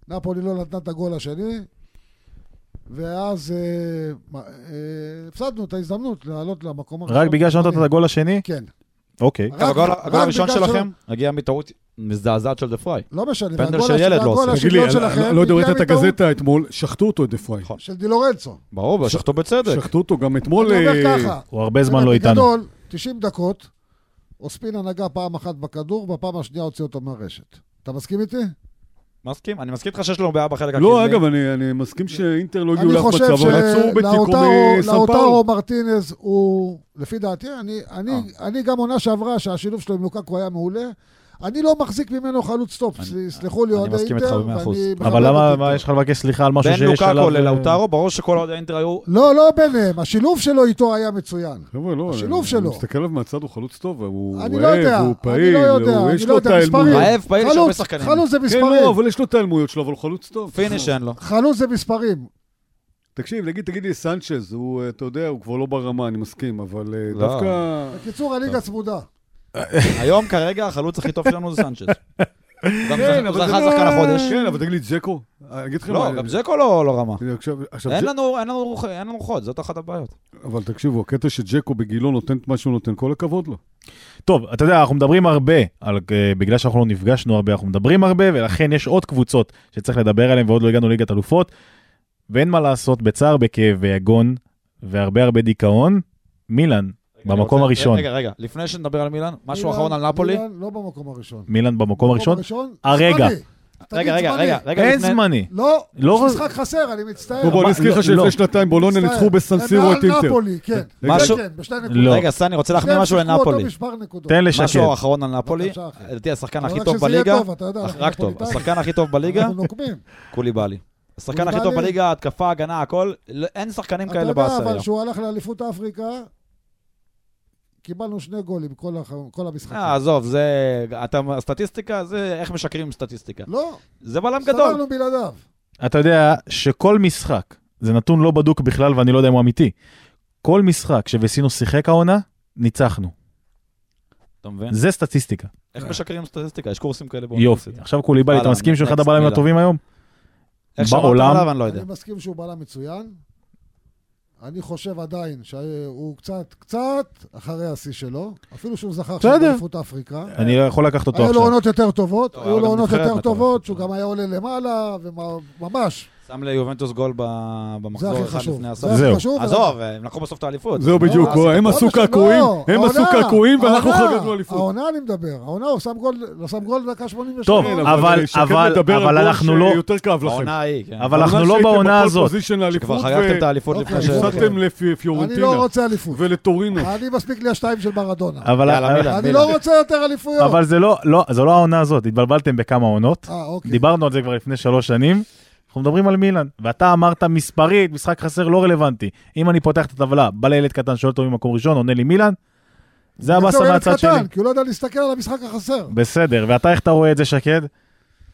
[SPEAKER 4] נפולי לא נתנה את הגול השני, ואז אה, מה, אה, הפסדנו את ההזדמנות לעלות למקום הראשון.
[SPEAKER 2] רק בגלל שנתת את הגול השני?
[SPEAKER 4] כן.
[SPEAKER 2] אוקיי.
[SPEAKER 5] אגב, הגול-
[SPEAKER 4] רק-
[SPEAKER 5] הגול
[SPEAKER 4] רק
[SPEAKER 5] הראשון
[SPEAKER 4] בגלל
[SPEAKER 5] שלכם הגיע מטעות מזעזעת של דה פריי.
[SPEAKER 4] לא משנה.
[SPEAKER 5] פנדל
[SPEAKER 4] והגול
[SPEAKER 5] של
[SPEAKER 4] הש-
[SPEAKER 5] ילד לא
[SPEAKER 4] והגול
[SPEAKER 5] עושה.
[SPEAKER 3] תגיד לי,
[SPEAKER 4] השוויון
[SPEAKER 3] אני-
[SPEAKER 4] שלכם
[SPEAKER 3] אני לא יודע, ראית
[SPEAKER 4] הגיע
[SPEAKER 3] את
[SPEAKER 4] מטעות
[SPEAKER 3] הגזטה אתמול, שחטו אותו, את אפרים.
[SPEAKER 5] נכון.
[SPEAKER 4] של די לורנצו.
[SPEAKER 5] ברור, שחטו בצדק.
[SPEAKER 3] שחטו אותו גם אתמול.
[SPEAKER 4] אני אומר
[SPEAKER 3] אה,
[SPEAKER 4] ככה.
[SPEAKER 2] הוא הרבה זמן לא איתנו.
[SPEAKER 4] בגדול, 90 דקות, אוספינה נגע פעם אחת בכדור, בפעם השנייה הוציא אותו מהרשת. אתה מסכים איתי?
[SPEAKER 5] מסכים? אני מסכים איתך שיש לנו בעיה בחלק
[SPEAKER 3] לא, אגב, אני אני מסכים שאינטר לא הגיעו
[SPEAKER 4] אני
[SPEAKER 3] לאף
[SPEAKER 4] חושב
[SPEAKER 3] מצב, אבל עצור בתיקו מסן
[SPEAKER 4] שלאוטרו
[SPEAKER 3] פאולו.
[SPEAKER 4] מרטינז הוא, לפי דעתי, אני, אני, אני גם עונה שעברה שהשילוב שלו עם לוקקו היה מעולה. אני לא מחזיק ממנו חלוץ טופ,
[SPEAKER 5] אני-
[SPEAKER 4] סלחו לי
[SPEAKER 5] אני
[SPEAKER 4] אוהדי
[SPEAKER 5] מסכים איתך
[SPEAKER 4] אינטר,
[SPEAKER 5] במאה אחוז.
[SPEAKER 4] ואני
[SPEAKER 2] אבל
[SPEAKER 4] מכבד
[SPEAKER 2] למה
[SPEAKER 4] את
[SPEAKER 2] מה
[SPEAKER 4] אינטר.
[SPEAKER 2] יש לך לבקש סליחה על משהו
[SPEAKER 5] בין
[SPEAKER 2] שיש עליו...
[SPEAKER 5] לוקאקו
[SPEAKER 2] אה,
[SPEAKER 5] ללאוטרו, ברור שכל אוהדי האינטר היו...
[SPEAKER 4] לא, לא ביניהם, השילוב שלו איתו היה מצוין.
[SPEAKER 3] חבר'ה, לא,
[SPEAKER 4] השילוב
[SPEAKER 3] אני-
[SPEAKER 4] שלו.
[SPEAKER 3] אני מסתכל עליו מהצד, הוא חלוץ טוב, הוא
[SPEAKER 4] אני לא יודע,
[SPEAKER 3] אוהב, הוא
[SPEAKER 4] אני
[SPEAKER 3] פעיל,
[SPEAKER 4] לא יודע,
[SPEAKER 3] הוא-
[SPEAKER 4] אני
[SPEAKER 3] יש
[SPEAKER 4] לא
[SPEAKER 3] לו את
[SPEAKER 4] יודע,
[SPEAKER 3] האלמון.
[SPEAKER 4] מספרים.
[SPEAKER 5] רעב פעיל יש הרבה
[SPEAKER 4] חלוץ,
[SPEAKER 5] שחקנים.
[SPEAKER 4] חלוץ זה
[SPEAKER 3] כן, לא,
[SPEAKER 4] מספרים.
[SPEAKER 3] אבל יש לו את האלמויות שלו, אבל הוא חלוץ טוב.
[SPEAKER 5] פיניש אין לו.
[SPEAKER 4] חלוץ זה מספרים.
[SPEAKER 3] תקשיב, נגיד, תגיד לי, סנצ'ז, הוא, אה, אתה יודע, הוא כבר לא ברמה, אני מסכים, אבל אה,
[SPEAKER 5] לא.
[SPEAKER 3] דווקא...
[SPEAKER 4] בקיצור, הליגה צמודה.
[SPEAKER 5] היום כרגע החלוץ הכי טוב שלנו זה סנצ'ס. גם
[SPEAKER 3] כן,
[SPEAKER 5] הוא
[SPEAKER 3] אבל זה
[SPEAKER 5] זכה
[SPEAKER 3] לא-
[SPEAKER 5] שחקן החודש.
[SPEAKER 3] כן, אבל תגיד לי, ג'קו? אה, אני אגיד
[SPEAKER 4] כן,
[SPEAKER 3] לכם...
[SPEAKER 5] לא,
[SPEAKER 3] מה,
[SPEAKER 5] גם זקו לא לא רמה.
[SPEAKER 3] אה, עכשיו, עכשיו
[SPEAKER 5] אין
[SPEAKER 3] ג'ק-
[SPEAKER 5] לנו- אין לנו רוח- אין לנו רוחות, זאת אחת הבעיות.
[SPEAKER 3] אבל תקשיבו, הקטע שג'קו בגילו נותן את מה שהוא נותן, כל הכבוד לו.
[SPEAKER 2] טוב, אתה יודע, אנחנו מדברים הרבה, על, אה, בגלל שאנחנו לא נפגשנו הרבה, אנחנו מדברים הרבה, ולכן יש עוד קבוצות שצריך לדבר עליהן, ועוד לא הגענו לליגת אלופות, ואין מה לעשות, בצער, בכאב, ביגון, והרבה הרבה דיכאון, מילאן, במקום
[SPEAKER 5] אני רוצה-
[SPEAKER 2] הראשון.
[SPEAKER 5] רגע, רגע, לפני שנדבר על מילאן, משהו
[SPEAKER 4] מילאן-
[SPEAKER 5] אחרון על נפולי.
[SPEAKER 4] מילאן לא במקום הראשון.
[SPEAKER 2] מילאן במקום הראשון? הרגע.
[SPEAKER 4] זמני. תגיד,
[SPEAKER 5] רגע, רגע,
[SPEAKER 4] זמני.
[SPEAKER 5] רגע, רגע.
[SPEAKER 2] אין
[SPEAKER 5] לפני-
[SPEAKER 2] זמני.
[SPEAKER 4] לא,
[SPEAKER 2] לא
[SPEAKER 4] יש
[SPEAKER 2] רואה-
[SPEAKER 4] משחק חסר, אני מצטער.
[SPEAKER 3] בוא, בוא, אני אזכיר
[SPEAKER 2] לא,
[SPEAKER 3] לך שלפני
[SPEAKER 2] לא.
[SPEAKER 3] שנתיים בולוניה
[SPEAKER 4] מצטער.
[SPEAKER 3] ניצחו בסנסירו
[SPEAKER 4] הם
[SPEAKER 3] את
[SPEAKER 4] מעל
[SPEAKER 3] אינטר.
[SPEAKER 4] אה, נפולי, כן.
[SPEAKER 5] משהו-
[SPEAKER 4] כן, כן, בשתי נקודות.
[SPEAKER 2] לא.
[SPEAKER 5] רגע, סני, רוצה להחמיא
[SPEAKER 4] שניהם
[SPEAKER 5] משהו
[SPEAKER 4] שיחקו אותו
[SPEAKER 5] לנפולי.
[SPEAKER 4] בשבע נקודות.
[SPEAKER 2] תן לשקד.
[SPEAKER 5] משהו אחרון על נפולי.
[SPEAKER 4] בבקשה, אחי.
[SPEAKER 5] לדעתי השחקן
[SPEAKER 4] אבל
[SPEAKER 5] הכי
[SPEAKER 4] רק
[SPEAKER 5] טוב
[SPEAKER 4] שזה יהיה
[SPEAKER 5] בליגה.
[SPEAKER 4] טוב, אתה יודע, אנחנו
[SPEAKER 5] רק טוב,
[SPEAKER 4] נפוליטאים.
[SPEAKER 5] השחקן הכי טוב בליגה,
[SPEAKER 4] אנחנו נוקמים.
[SPEAKER 5] קוליבאלי. השחקן הכי טוב
[SPEAKER 4] קוליבאלי.
[SPEAKER 5] בליגה, התקפה, הגנה, הכל, לא- אין שחקנים
[SPEAKER 4] אתה
[SPEAKER 5] כאלה
[SPEAKER 4] יודע, אבל
[SPEAKER 5] בעשרה.
[SPEAKER 4] שהוא הלך לאליפות אפריקה, קיבלנו שני גולים כל הח- כל המשחקים.
[SPEAKER 5] אה, עזוב, זה... אתה... הסטטיסטיקה, זה איך משקרים עם סטטיסטיקה.
[SPEAKER 4] לא,
[SPEAKER 5] זה בלם גדול.
[SPEAKER 4] סתרנו בלעדיו.
[SPEAKER 2] אתה יודע שכל משחק, זה נתון לא בדוק בכלל, ואני לא יודע אם הוא אמיתי, כל משחק שווסינו שיחק העונה, ניצחנו.
[SPEAKER 5] אתה מבין?
[SPEAKER 2] זה סטטיסטיקה.
[SPEAKER 5] איך משקרים עם סטטיסטיקה? יש קורסים כאלה
[SPEAKER 2] יופי.
[SPEAKER 5] באוניברסיטה.
[SPEAKER 2] עכשיו קוליבאלי, אתה
[SPEAKER 5] אהלן,
[SPEAKER 2] מסכים שהוא אחד
[SPEAKER 5] next
[SPEAKER 2] הבעלים
[SPEAKER 5] מילאן.
[SPEAKER 2] הטובים היום?
[SPEAKER 5] איך שמרת
[SPEAKER 2] בעולם-
[SPEAKER 5] עליו, אני לא יודע.
[SPEAKER 4] אני מסכים שהוא בלם מצוין. אני חושב עדיין שהוא קצת, קצת אחרי השיא שלו, אפילו שהוא זכה עכשיו
[SPEAKER 2] בסדר.
[SPEAKER 4] באליפות אפריקה.
[SPEAKER 5] אה.
[SPEAKER 2] אני לא יכול לקחת אותו
[SPEAKER 4] היו לו
[SPEAKER 2] עכשיו.
[SPEAKER 4] עונות יותר טובות,
[SPEAKER 5] לא,
[SPEAKER 4] היו
[SPEAKER 5] אבל
[SPEAKER 4] לו
[SPEAKER 5] גם
[SPEAKER 4] עונות
[SPEAKER 5] נבחרת
[SPEAKER 4] יותר
[SPEAKER 5] מטורפת.
[SPEAKER 4] טובות, שהוא גם היה עולה למעלה, וממש,
[SPEAKER 5] שם ליובנטוס גול ב-
[SPEAKER 4] זה
[SPEAKER 5] במחזור
[SPEAKER 4] הכי
[SPEAKER 5] אחד
[SPEAKER 4] חשוב.
[SPEAKER 5] לפני הסוף.
[SPEAKER 4] זה הכי
[SPEAKER 2] זהו.
[SPEAKER 4] חשוב.
[SPEAKER 5] עזוב, הם לקחו בסוף את האליפות.
[SPEAKER 3] זהו
[SPEAKER 5] מה
[SPEAKER 3] בדיוק,
[SPEAKER 5] עשית?
[SPEAKER 3] הם
[SPEAKER 4] לא,
[SPEAKER 3] עשו
[SPEAKER 4] לא,
[SPEAKER 3] קעקועים, הם עשו
[SPEAKER 4] העונה,
[SPEAKER 3] קעקועים ואנחנו
[SPEAKER 4] העונה,
[SPEAKER 3] חגגנו אליפות.
[SPEAKER 4] העונה אני מדבר, העונה הוא שם גול, לא שם גול דקה 88.
[SPEAKER 2] טוב,
[SPEAKER 3] כן,
[SPEAKER 2] אבל-
[SPEAKER 3] שקד
[SPEAKER 2] אבל-
[SPEAKER 3] מדבר על
[SPEAKER 2] אבל
[SPEAKER 3] גול
[SPEAKER 2] אנחנו לא-
[SPEAKER 3] שיותר כאב לכם.
[SPEAKER 5] העונה ההיא, כן.
[SPEAKER 2] אבל אנחנו לא
[SPEAKER 3] שהייתם
[SPEAKER 2] בעונה
[SPEAKER 3] בכל
[SPEAKER 2] הזאת.
[SPEAKER 3] פוזיישן לאליפות
[SPEAKER 5] כבר
[SPEAKER 3] ו-
[SPEAKER 5] חגגתם את האליפות לפני ש...
[SPEAKER 4] אוקיי,
[SPEAKER 3] הפסדתם
[SPEAKER 4] אני לא
[SPEAKER 3] לפיורנטינה
[SPEAKER 4] רוצה אליפות.
[SPEAKER 3] ולטורינו.
[SPEAKER 4] אני מספיק לי השתיים של מרדונה.
[SPEAKER 2] אבל-
[SPEAKER 5] יאללה, מילאן.
[SPEAKER 4] אני לא רוצה יותר אליפויות.
[SPEAKER 2] אבל זה לא, לא, זו לא העונה הזאת, התבלבלתם בכמה עונות.
[SPEAKER 4] אה, אוקיי.
[SPEAKER 2] דיברנו על זה כבר לפני שלוש שנים. אנחנו מדברים על מילאן, ואתה אמרת מספרית, משחק חסר לא רלוונטי. אם אני פותח את הטבלה, בא לילד קטן, שואל אותו ממקום ראשון, עונה לי מילאן, זה
[SPEAKER 4] בקיצור,
[SPEAKER 2] הבאסה
[SPEAKER 4] ילד
[SPEAKER 2] מהצד שלי.
[SPEAKER 4] קטן, כי הוא לא יודע להסתכל על המשחק החסר.
[SPEAKER 2] בסדר, ואתה איך אתה רואה את זה, שקד?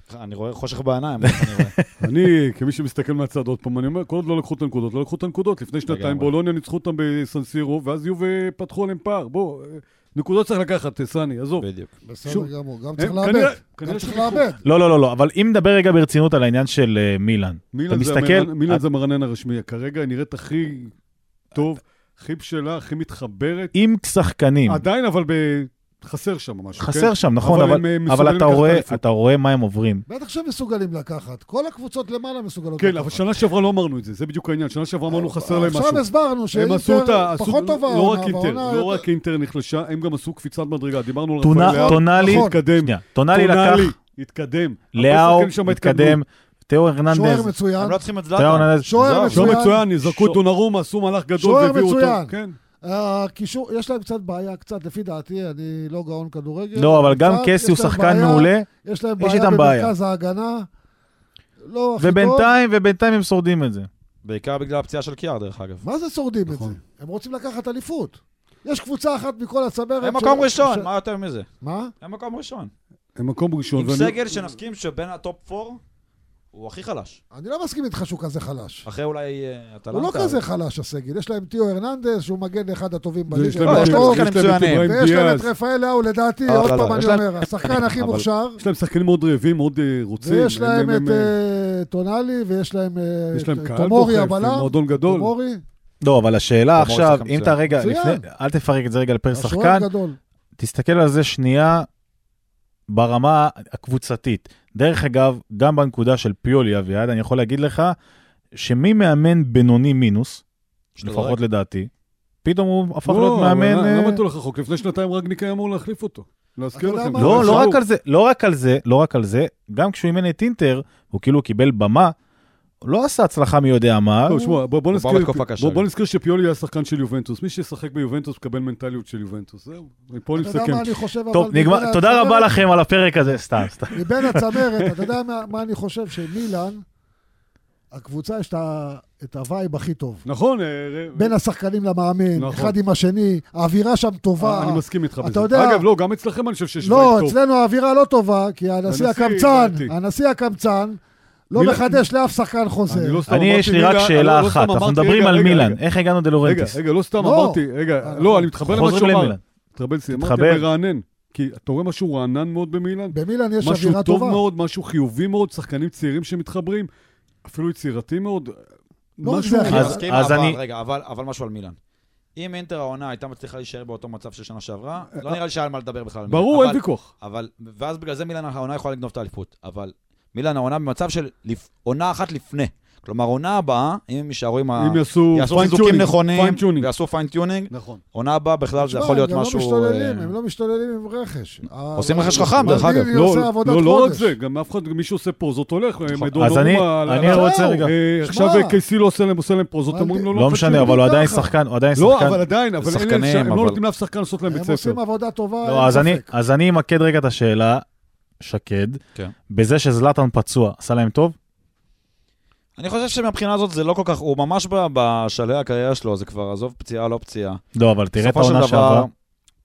[SPEAKER 5] חושך, אני רואה חושך בעיניים, איך אני רואה.
[SPEAKER 3] אני, כמי שמסתכל מהצד עוד פעם, אני אומר, כל עוד לא לקחו את הנקודות, לא לקחו את הנקודות. לפני שנתיים
[SPEAKER 5] לגמרי.
[SPEAKER 3] בולוניה ניצחו אותם בסנסירו, ואז יהיו ופתחו עליהם פער. בוא, אה, נקודות צריך לקחת, אה, סני, עזוב.
[SPEAKER 5] בדיוק.
[SPEAKER 3] שוב.
[SPEAKER 4] בסדר גמור, גם
[SPEAKER 3] הם-
[SPEAKER 4] צריך
[SPEAKER 3] כנראה-
[SPEAKER 4] לאבד.
[SPEAKER 3] כנראה
[SPEAKER 4] גם צריך
[SPEAKER 3] שהם
[SPEAKER 4] לאבד.
[SPEAKER 2] לא, לא, לא, לא, אבל אם נדבר רגע ברצינות על העניין של אה, מילאן, אתה
[SPEAKER 3] מילן זה,
[SPEAKER 2] מסתכל,
[SPEAKER 3] המרנן, מילן זה המרנן הרשמי, כרגע היא נראית הכי טוב, הכי בשלה, הכי מתחברת.
[SPEAKER 2] עם שחקנים,
[SPEAKER 3] עדיין, אבל ב... חסר שם משהו,
[SPEAKER 2] חסר
[SPEAKER 3] כן?
[SPEAKER 2] שם, נכון,
[SPEAKER 3] אה, אבל
[SPEAKER 2] אבל-
[SPEAKER 3] הם, אה,
[SPEAKER 2] אבל
[SPEAKER 3] מסוגלים
[SPEAKER 2] אתה
[SPEAKER 3] לקחת
[SPEAKER 2] רואה-
[SPEAKER 3] אליפות.
[SPEAKER 2] אתה רואה מה הם עוברים.
[SPEAKER 4] בטח שהם מסוגלים לקחת. כל הקבוצות למעלה מסוגלות
[SPEAKER 3] כן, אבל
[SPEAKER 4] לקחת.
[SPEAKER 3] שנה שעברה לא אמרנו את זה, זה בדיוק העניין. שנה שעברה אמרנו חסר להם משהו.
[SPEAKER 4] עכשיו הסברנו
[SPEAKER 3] הם עשו
[SPEAKER 4] שאינטר
[SPEAKER 3] את ה... עשו-
[SPEAKER 4] פחות טובה,
[SPEAKER 3] לא רק
[SPEAKER 4] העונה,
[SPEAKER 3] אינטר,
[SPEAKER 4] והעונה
[SPEAKER 3] לא
[SPEAKER 4] יותר-
[SPEAKER 3] רק אינטר נחלשה, הם גם עשו קפיצת מדרגה. דיברנו על
[SPEAKER 2] טונה-
[SPEAKER 3] רפאל לאו,
[SPEAKER 2] טונאלי-
[SPEAKER 3] התקדם.
[SPEAKER 2] שנייה, טונאלי לקח,
[SPEAKER 3] התקדם.
[SPEAKER 2] לאו
[SPEAKER 3] הרבה שחקנים שם התקדמו.
[SPEAKER 2] התקדם, תאו
[SPEAKER 4] שוער
[SPEAKER 2] הרננדז,
[SPEAKER 4] מצוין,
[SPEAKER 5] הם לא צריכים את
[SPEAKER 2] תאו
[SPEAKER 5] זלאטה.
[SPEAKER 2] הרננדז,
[SPEAKER 4] שוער
[SPEAKER 2] עזוב,
[SPEAKER 3] שוער
[SPEAKER 4] מצוין.
[SPEAKER 3] מצוין, זרקו
[SPEAKER 2] שוער-
[SPEAKER 3] את דונרומה, עשו מהלך גדול
[SPEAKER 4] שוער
[SPEAKER 3] והביאו
[SPEAKER 4] מצוין.
[SPEAKER 3] אותו. כן.
[SPEAKER 4] הקישור, יש להם קצת בעיה, קצת לפי דעתי, אני לא גאון כדורגל.
[SPEAKER 2] לא, אבל גם
[SPEAKER 4] קצת,
[SPEAKER 2] קסי הוא
[SPEAKER 4] יש להם
[SPEAKER 2] שחקן
[SPEAKER 4] בעיה,
[SPEAKER 2] מעולה,
[SPEAKER 4] יש להם
[SPEAKER 2] יש
[SPEAKER 4] בעיה
[SPEAKER 2] איתם בעיה.
[SPEAKER 4] במרכז ההגנה. לא הכי טוב.
[SPEAKER 2] ובינתיים, ובינתיים הם שורדים את זה.
[SPEAKER 5] בעיקר בגלל הפציעה של קיאר, דרך אגב.
[SPEAKER 4] מה זה שורדים את זה?
[SPEAKER 3] נכון.
[SPEAKER 4] הם רוצים לקחת אליפות. יש קבוצה אחת מכל הצמרת.
[SPEAKER 5] הם
[SPEAKER 4] ש-
[SPEAKER 5] מקום ראשון,
[SPEAKER 4] ש-
[SPEAKER 5] מה יותר מזה?
[SPEAKER 4] מה?
[SPEAKER 5] הם מקום ראשון.
[SPEAKER 3] הם מקום ראשון.
[SPEAKER 5] עם
[SPEAKER 3] ואני-
[SPEAKER 5] סגל שנסכים שבין הטופ 4 הוא הכי חלש.
[SPEAKER 4] אני לא מסכים איתך שהוא כזה חלש.
[SPEAKER 5] אחרי אולי אה,
[SPEAKER 4] הוא
[SPEAKER 5] אטלנטה.
[SPEAKER 4] לא כזה חלש הסגל, יש להם טיו הרננדז שהוא מגן אחד הטובים
[SPEAKER 3] זה,
[SPEAKER 4] בליגה.
[SPEAKER 3] יש להם
[SPEAKER 5] לא,
[SPEAKER 3] את-
[SPEAKER 5] יש להם
[SPEAKER 3] יש
[SPEAKER 5] שחקנים
[SPEAKER 3] להם את
[SPEAKER 5] מצוינים.
[SPEAKER 3] אברהים
[SPEAKER 4] ויש להם את
[SPEAKER 3] דיאז,
[SPEAKER 4] רפאל לאו לדעתי,
[SPEAKER 5] לא,
[SPEAKER 4] עוד
[SPEAKER 5] לא,
[SPEAKER 4] פעם
[SPEAKER 5] לא,
[SPEAKER 4] אני
[SPEAKER 5] יש להם-
[SPEAKER 4] אומר, השחקן הכי
[SPEAKER 5] אבל-
[SPEAKER 4] מוכשר,
[SPEAKER 3] יש להם שחקנים מאוד רעבים, מאוד אה, רוצים.
[SPEAKER 4] ויש
[SPEAKER 3] הם-
[SPEAKER 4] להם
[SPEAKER 3] הם-
[SPEAKER 4] את
[SPEAKER 3] הם-
[SPEAKER 4] אה, טונאלי, ויש להם אה,
[SPEAKER 3] יש להם
[SPEAKER 4] את
[SPEAKER 3] קהל
[SPEAKER 4] תומורי
[SPEAKER 3] דוחף, הם
[SPEAKER 4] הבלם,
[SPEAKER 3] מועדון גדול.
[SPEAKER 4] תומורי,
[SPEAKER 2] לא, אבל השאלה
[SPEAKER 5] למרות
[SPEAKER 2] עכשיו,
[SPEAKER 5] שחקן
[SPEAKER 2] אם אתה
[SPEAKER 5] מצוין.
[SPEAKER 2] רגע,
[SPEAKER 4] מצוין.
[SPEAKER 2] לפני- אל תפרק את זה רגע לפר שחקן,
[SPEAKER 4] השוער גדול.
[SPEAKER 2] תסתכל על זה שנייה ברמה הקבוצתית. דרך אגב, גם בנקודה של פיולי אביעד, אני יכול להגיד לך שמי מאמן בינוני מינוס, לפחות לדעתי, פתאום הוא הפך
[SPEAKER 3] לא,
[SPEAKER 2] להיות
[SPEAKER 3] אבל
[SPEAKER 2] מאמן...
[SPEAKER 3] למה-
[SPEAKER 2] אה,
[SPEAKER 3] למה אתה הולך רחוק? לפני שנתיים רגניק היה אמור להחליף אותו. להזכיר
[SPEAKER 4] אתה יודע
[SPEAKER 3] לכם.
[SPEAKER 4] מה?
[SPEAKER 2] לא,
[SPEAKER 4] אבל
[SPEAKER 2] לא
[SPEAKER 4] הוא-
[SPEAKER 2] רק על זה, לא רק על זה, לא רק על זה, גם כשהוא אימן את אינטר, הוא כאילו קיבל במה, הוא לא עשה הצלחה מי יודע מה,
[SPEAKER 3] טוב,
[SPEAKER 2] הוא-
[SPEAKER 3] שמע, בוא- בוא
[SPEAKER 5] הוא בא
[SPEAKER 3] נזכיר-
[SPEAKER 5] בתקופה קשה.
[SPEAKER 3] בוא- בוא נזכיר שפיולי היה שחקן של יובנטוס. מי שישחק ביובנטוס מקבל מנטליות של יובנטוס. זהו, מפה
[SPEAKER 4] אתה יודע
[SPEAKER 3] נסכם.
[SPEAKER 4] מה אני חושב, אבל...
[SPEAKER 2] טוב, נגמר,
[SPEAKER 4] מבין
[SPEAKER 2] תודה רבה
[SPEAKER 4] הצמרת-
[SPEAKER 2] לכם על הפרק הזה, סתם, סתם.
[SPEAKER 4] מבין הצמרת, אתה יודע מה- מה אני חושב? שמילן, הקבוצה יש את ה- את הווייב הכי טוב.
[SPEAKER 3] נכון, אה, ר-
[SPEAKER 4] בין השחקנים למאמן,
[SPEAKER 3] נכון.
[SPEAKER 4] אחד עם השני, האווירה שם
[SPEAKER 3] אה,
[SPEAKER 4] טובה.
[SPEAKER 3] אני מסכים איתך
[SPEAKER 4] אתה
[SPEAKER 3] בזה.
[SPEAKER 4] יודע-
[SPEAKER 3] אגב, לא, גם אצלכם אני חושב שיש
[SPEAKER 4] לא,
[SPEAKER 3] וייב טוב.
[SPEAKER 4] אצלנו האווירה לא טובה, כי
[SPEAKER 3] הנשיא,
[SPEAKER 4] הנשיא הקמצן,
[SPEAKER 3] הבנתי.
[SPEAKER 4] הנשיא הקמצן, לא
[SPEAKER 3] מילה-
[SPEAKER 4] מחדש לאף שחקן
[SPEAKER 3] אני
[SPEAKER 4] חוזר.
[SPEAKER 3] לא סתם
[SPEAKER 2] אני,
[SPEAKER 3] אמרתי
[SPEAKER 2] יש לי
[SPEAKER 3] מילה-
[SPEAKER 2] רק
[SPEAKER 3] לא,
[SPEAKER 2] שאלה
[SPEAKER 3] לא סתם
[SPEAKER 2] אחת, אנחנו
[SPEAKER 3] אמרתי-
[SPEAKER 2] מדברים
[SPEAKER 3] רגע,
[SPEAKER 2] על
[SPEAKER 3] רגע,
[SPEAKER 2] מילאן,
[SPEAKER 3] רגע.
[SPEAKER 2] איך הגענו
[SPEAKER 3] רגע,
[SPEAKER 2] דלורנטיס?
[SPEAKER 3] רגע, לא סתם
[SPEAKER 4] לא.
[SPEAKER 3] אמרתי, רגע, לא, אני מתחבר למה שהוא
[SPEAKER 2] חוזרים
[SPEAKER 3] אמר.
[SPEAKER 2] למילאן.
[SPEAKER 3] מתחבר לזה, אמרתי
[SPEAKER 2] מתחבר.
[SPEAKER 3] מרענן. כי אתה רואה משהו רענן מאוד במילאן?
[SPEAKER 4] במילן יש
[SPEAKER 3] משהו
[SPEAKER 4] אווירה
[SPEAKER 3] טוב
[SPEAKER 4] טובה.
[SPEAKER 3] מאוד, משהו חיובי מאוד, שחקנים צעירים שמתחברים, אפילו יצירתי מאוד.
[SPEAKER 4] לא רק
[SPEAKER 3] משהו...
[SPEAKER 4] זה, אחי.
[SPEAKER 2] אז-
[SPEAKER 5] אז
[SPEAKER 2] אז
[SPEAKER 5] אני...
[SPEAKER 2] אני-
[SPEAKER 5] רגע, אבל אבל משהו על מילאן. אם אינטר העונה הייתה מצליחה להישאר באותו מצב של שנה שעברה, לא נראה לי שהיה על מה לדבר בכלל. על מילאן.
[SPEAKER 3] ברור,
[SPEAKER 5] אבל-
[SPEAKER 3] אין ויכוח.
[SPEAKER 5] אבל, ואז בגלל זה מילאן העונה יכולה לגנוב את האליפות. אבל מילאן העונה במצב של לפ... עונה אחת לפני. כלומר, עונה הבאה, אם הם יישארו עם ה...
[SPEAKER 3] אם יעשו
[SPEAKER 5] יעשו
[SPEAKER 3] fine
[SPEAKER 5] חיזוקים
[SPEAKER 3] tuning,
[SPEAKER 5] נכונים,
[SPEAKER 3] fine tuning.
[SPEAKER 5] ויעשו פיינטיונינג,
[SPEAKER 3] נכון.
[SPEAKER 5] עונה הבאה בכלל זה
[SPEAKER 4] תשמע,
[SPEAKER 5] יכול להיות
[SPEAKER 4] הם גם
[SPEAKER 5] משהו...
[SPEAKER 4] לא משתוללים,
[SPEAKER 5] אה,
[SPEAKER 4] הם לא משתוללים עם רכש.
[SPEAKER 5] עושים רכש חכם, דרך
[SPEAKER 4] מלדיני
[SPEAKER 5] אגב.
[SPEAKER 4] עושה
[SPEAKER 3] לא,
[SPEAKER 4] עבודת
[SPEAKER 3] לא, לא רק
[SPEAKER 4] חודש.
[SPEAKER 3] זה, גם אף אחד, מי שעושה פרוזות הולך,
[SPEAKER 2] אז אני- אני רוצה רגע,
[SPEAKER 3] אה, עכשיו
[SPEAKER 4] שמע.
[SPEAKER 3] קייסי לא עושה להם, עושה להם פרוזות,
[SPEAKER 4] אבל-
[SPEAKER 3] אומרים לו לא...
[SPEAKER 2] לא
[SPEAKER 3] חצי
[SPEAKER 2] משנה,
[SPEAKER 3] מיליון.
[SPEAKER 2] אבל הוא עדיין
[SPEAKER 4] ככה.
[SPEAKER 2] שחקן, הוא עדיין
[SPEAKER 3] לא,
[SPEAKER 2] שחקן.
[SPEAKER 3] אבל עדיין, אבל אין להם
[SPEAKER 5] שחקנים,
[SPEAKER 3] שם- הם לא
[SPEAKER 5] אבל-
[SPEAKER 3] נותנים לאף שחקן לעשות להם בית
[SPEAKER 4] הם
[SPEAKER 3] ספר.
[SPEAKER 4] עושים עבודה טובה,
[SPEAKER 2] לא,
[SPEAKER 4] אין
[SPEAKER 2] אז אני-
[SPEAKER 4] ספק.
[SPEAKER 2] אז אני אמקד רגע את השאלה, שקד,
[SPEAKER 5] כן.
[SPEAKER 2] בזה שזלאטן פצוע, עשה להם טוב?
[SPEAKER 5] אני חושב שמבחינה הזאת זה לא כל כך, הוא ממש ב- בשלהי הקריירה שלו, זה כבר עזוב פציעה, לא פציעה.
[SPEAKER 2] לא, אבל תראה את
[SPEAKER 5] בסופו של
[SPEAKER 2] העונה
[SPEAKER 5] דבר-
[SPEAKER 2] שעברה.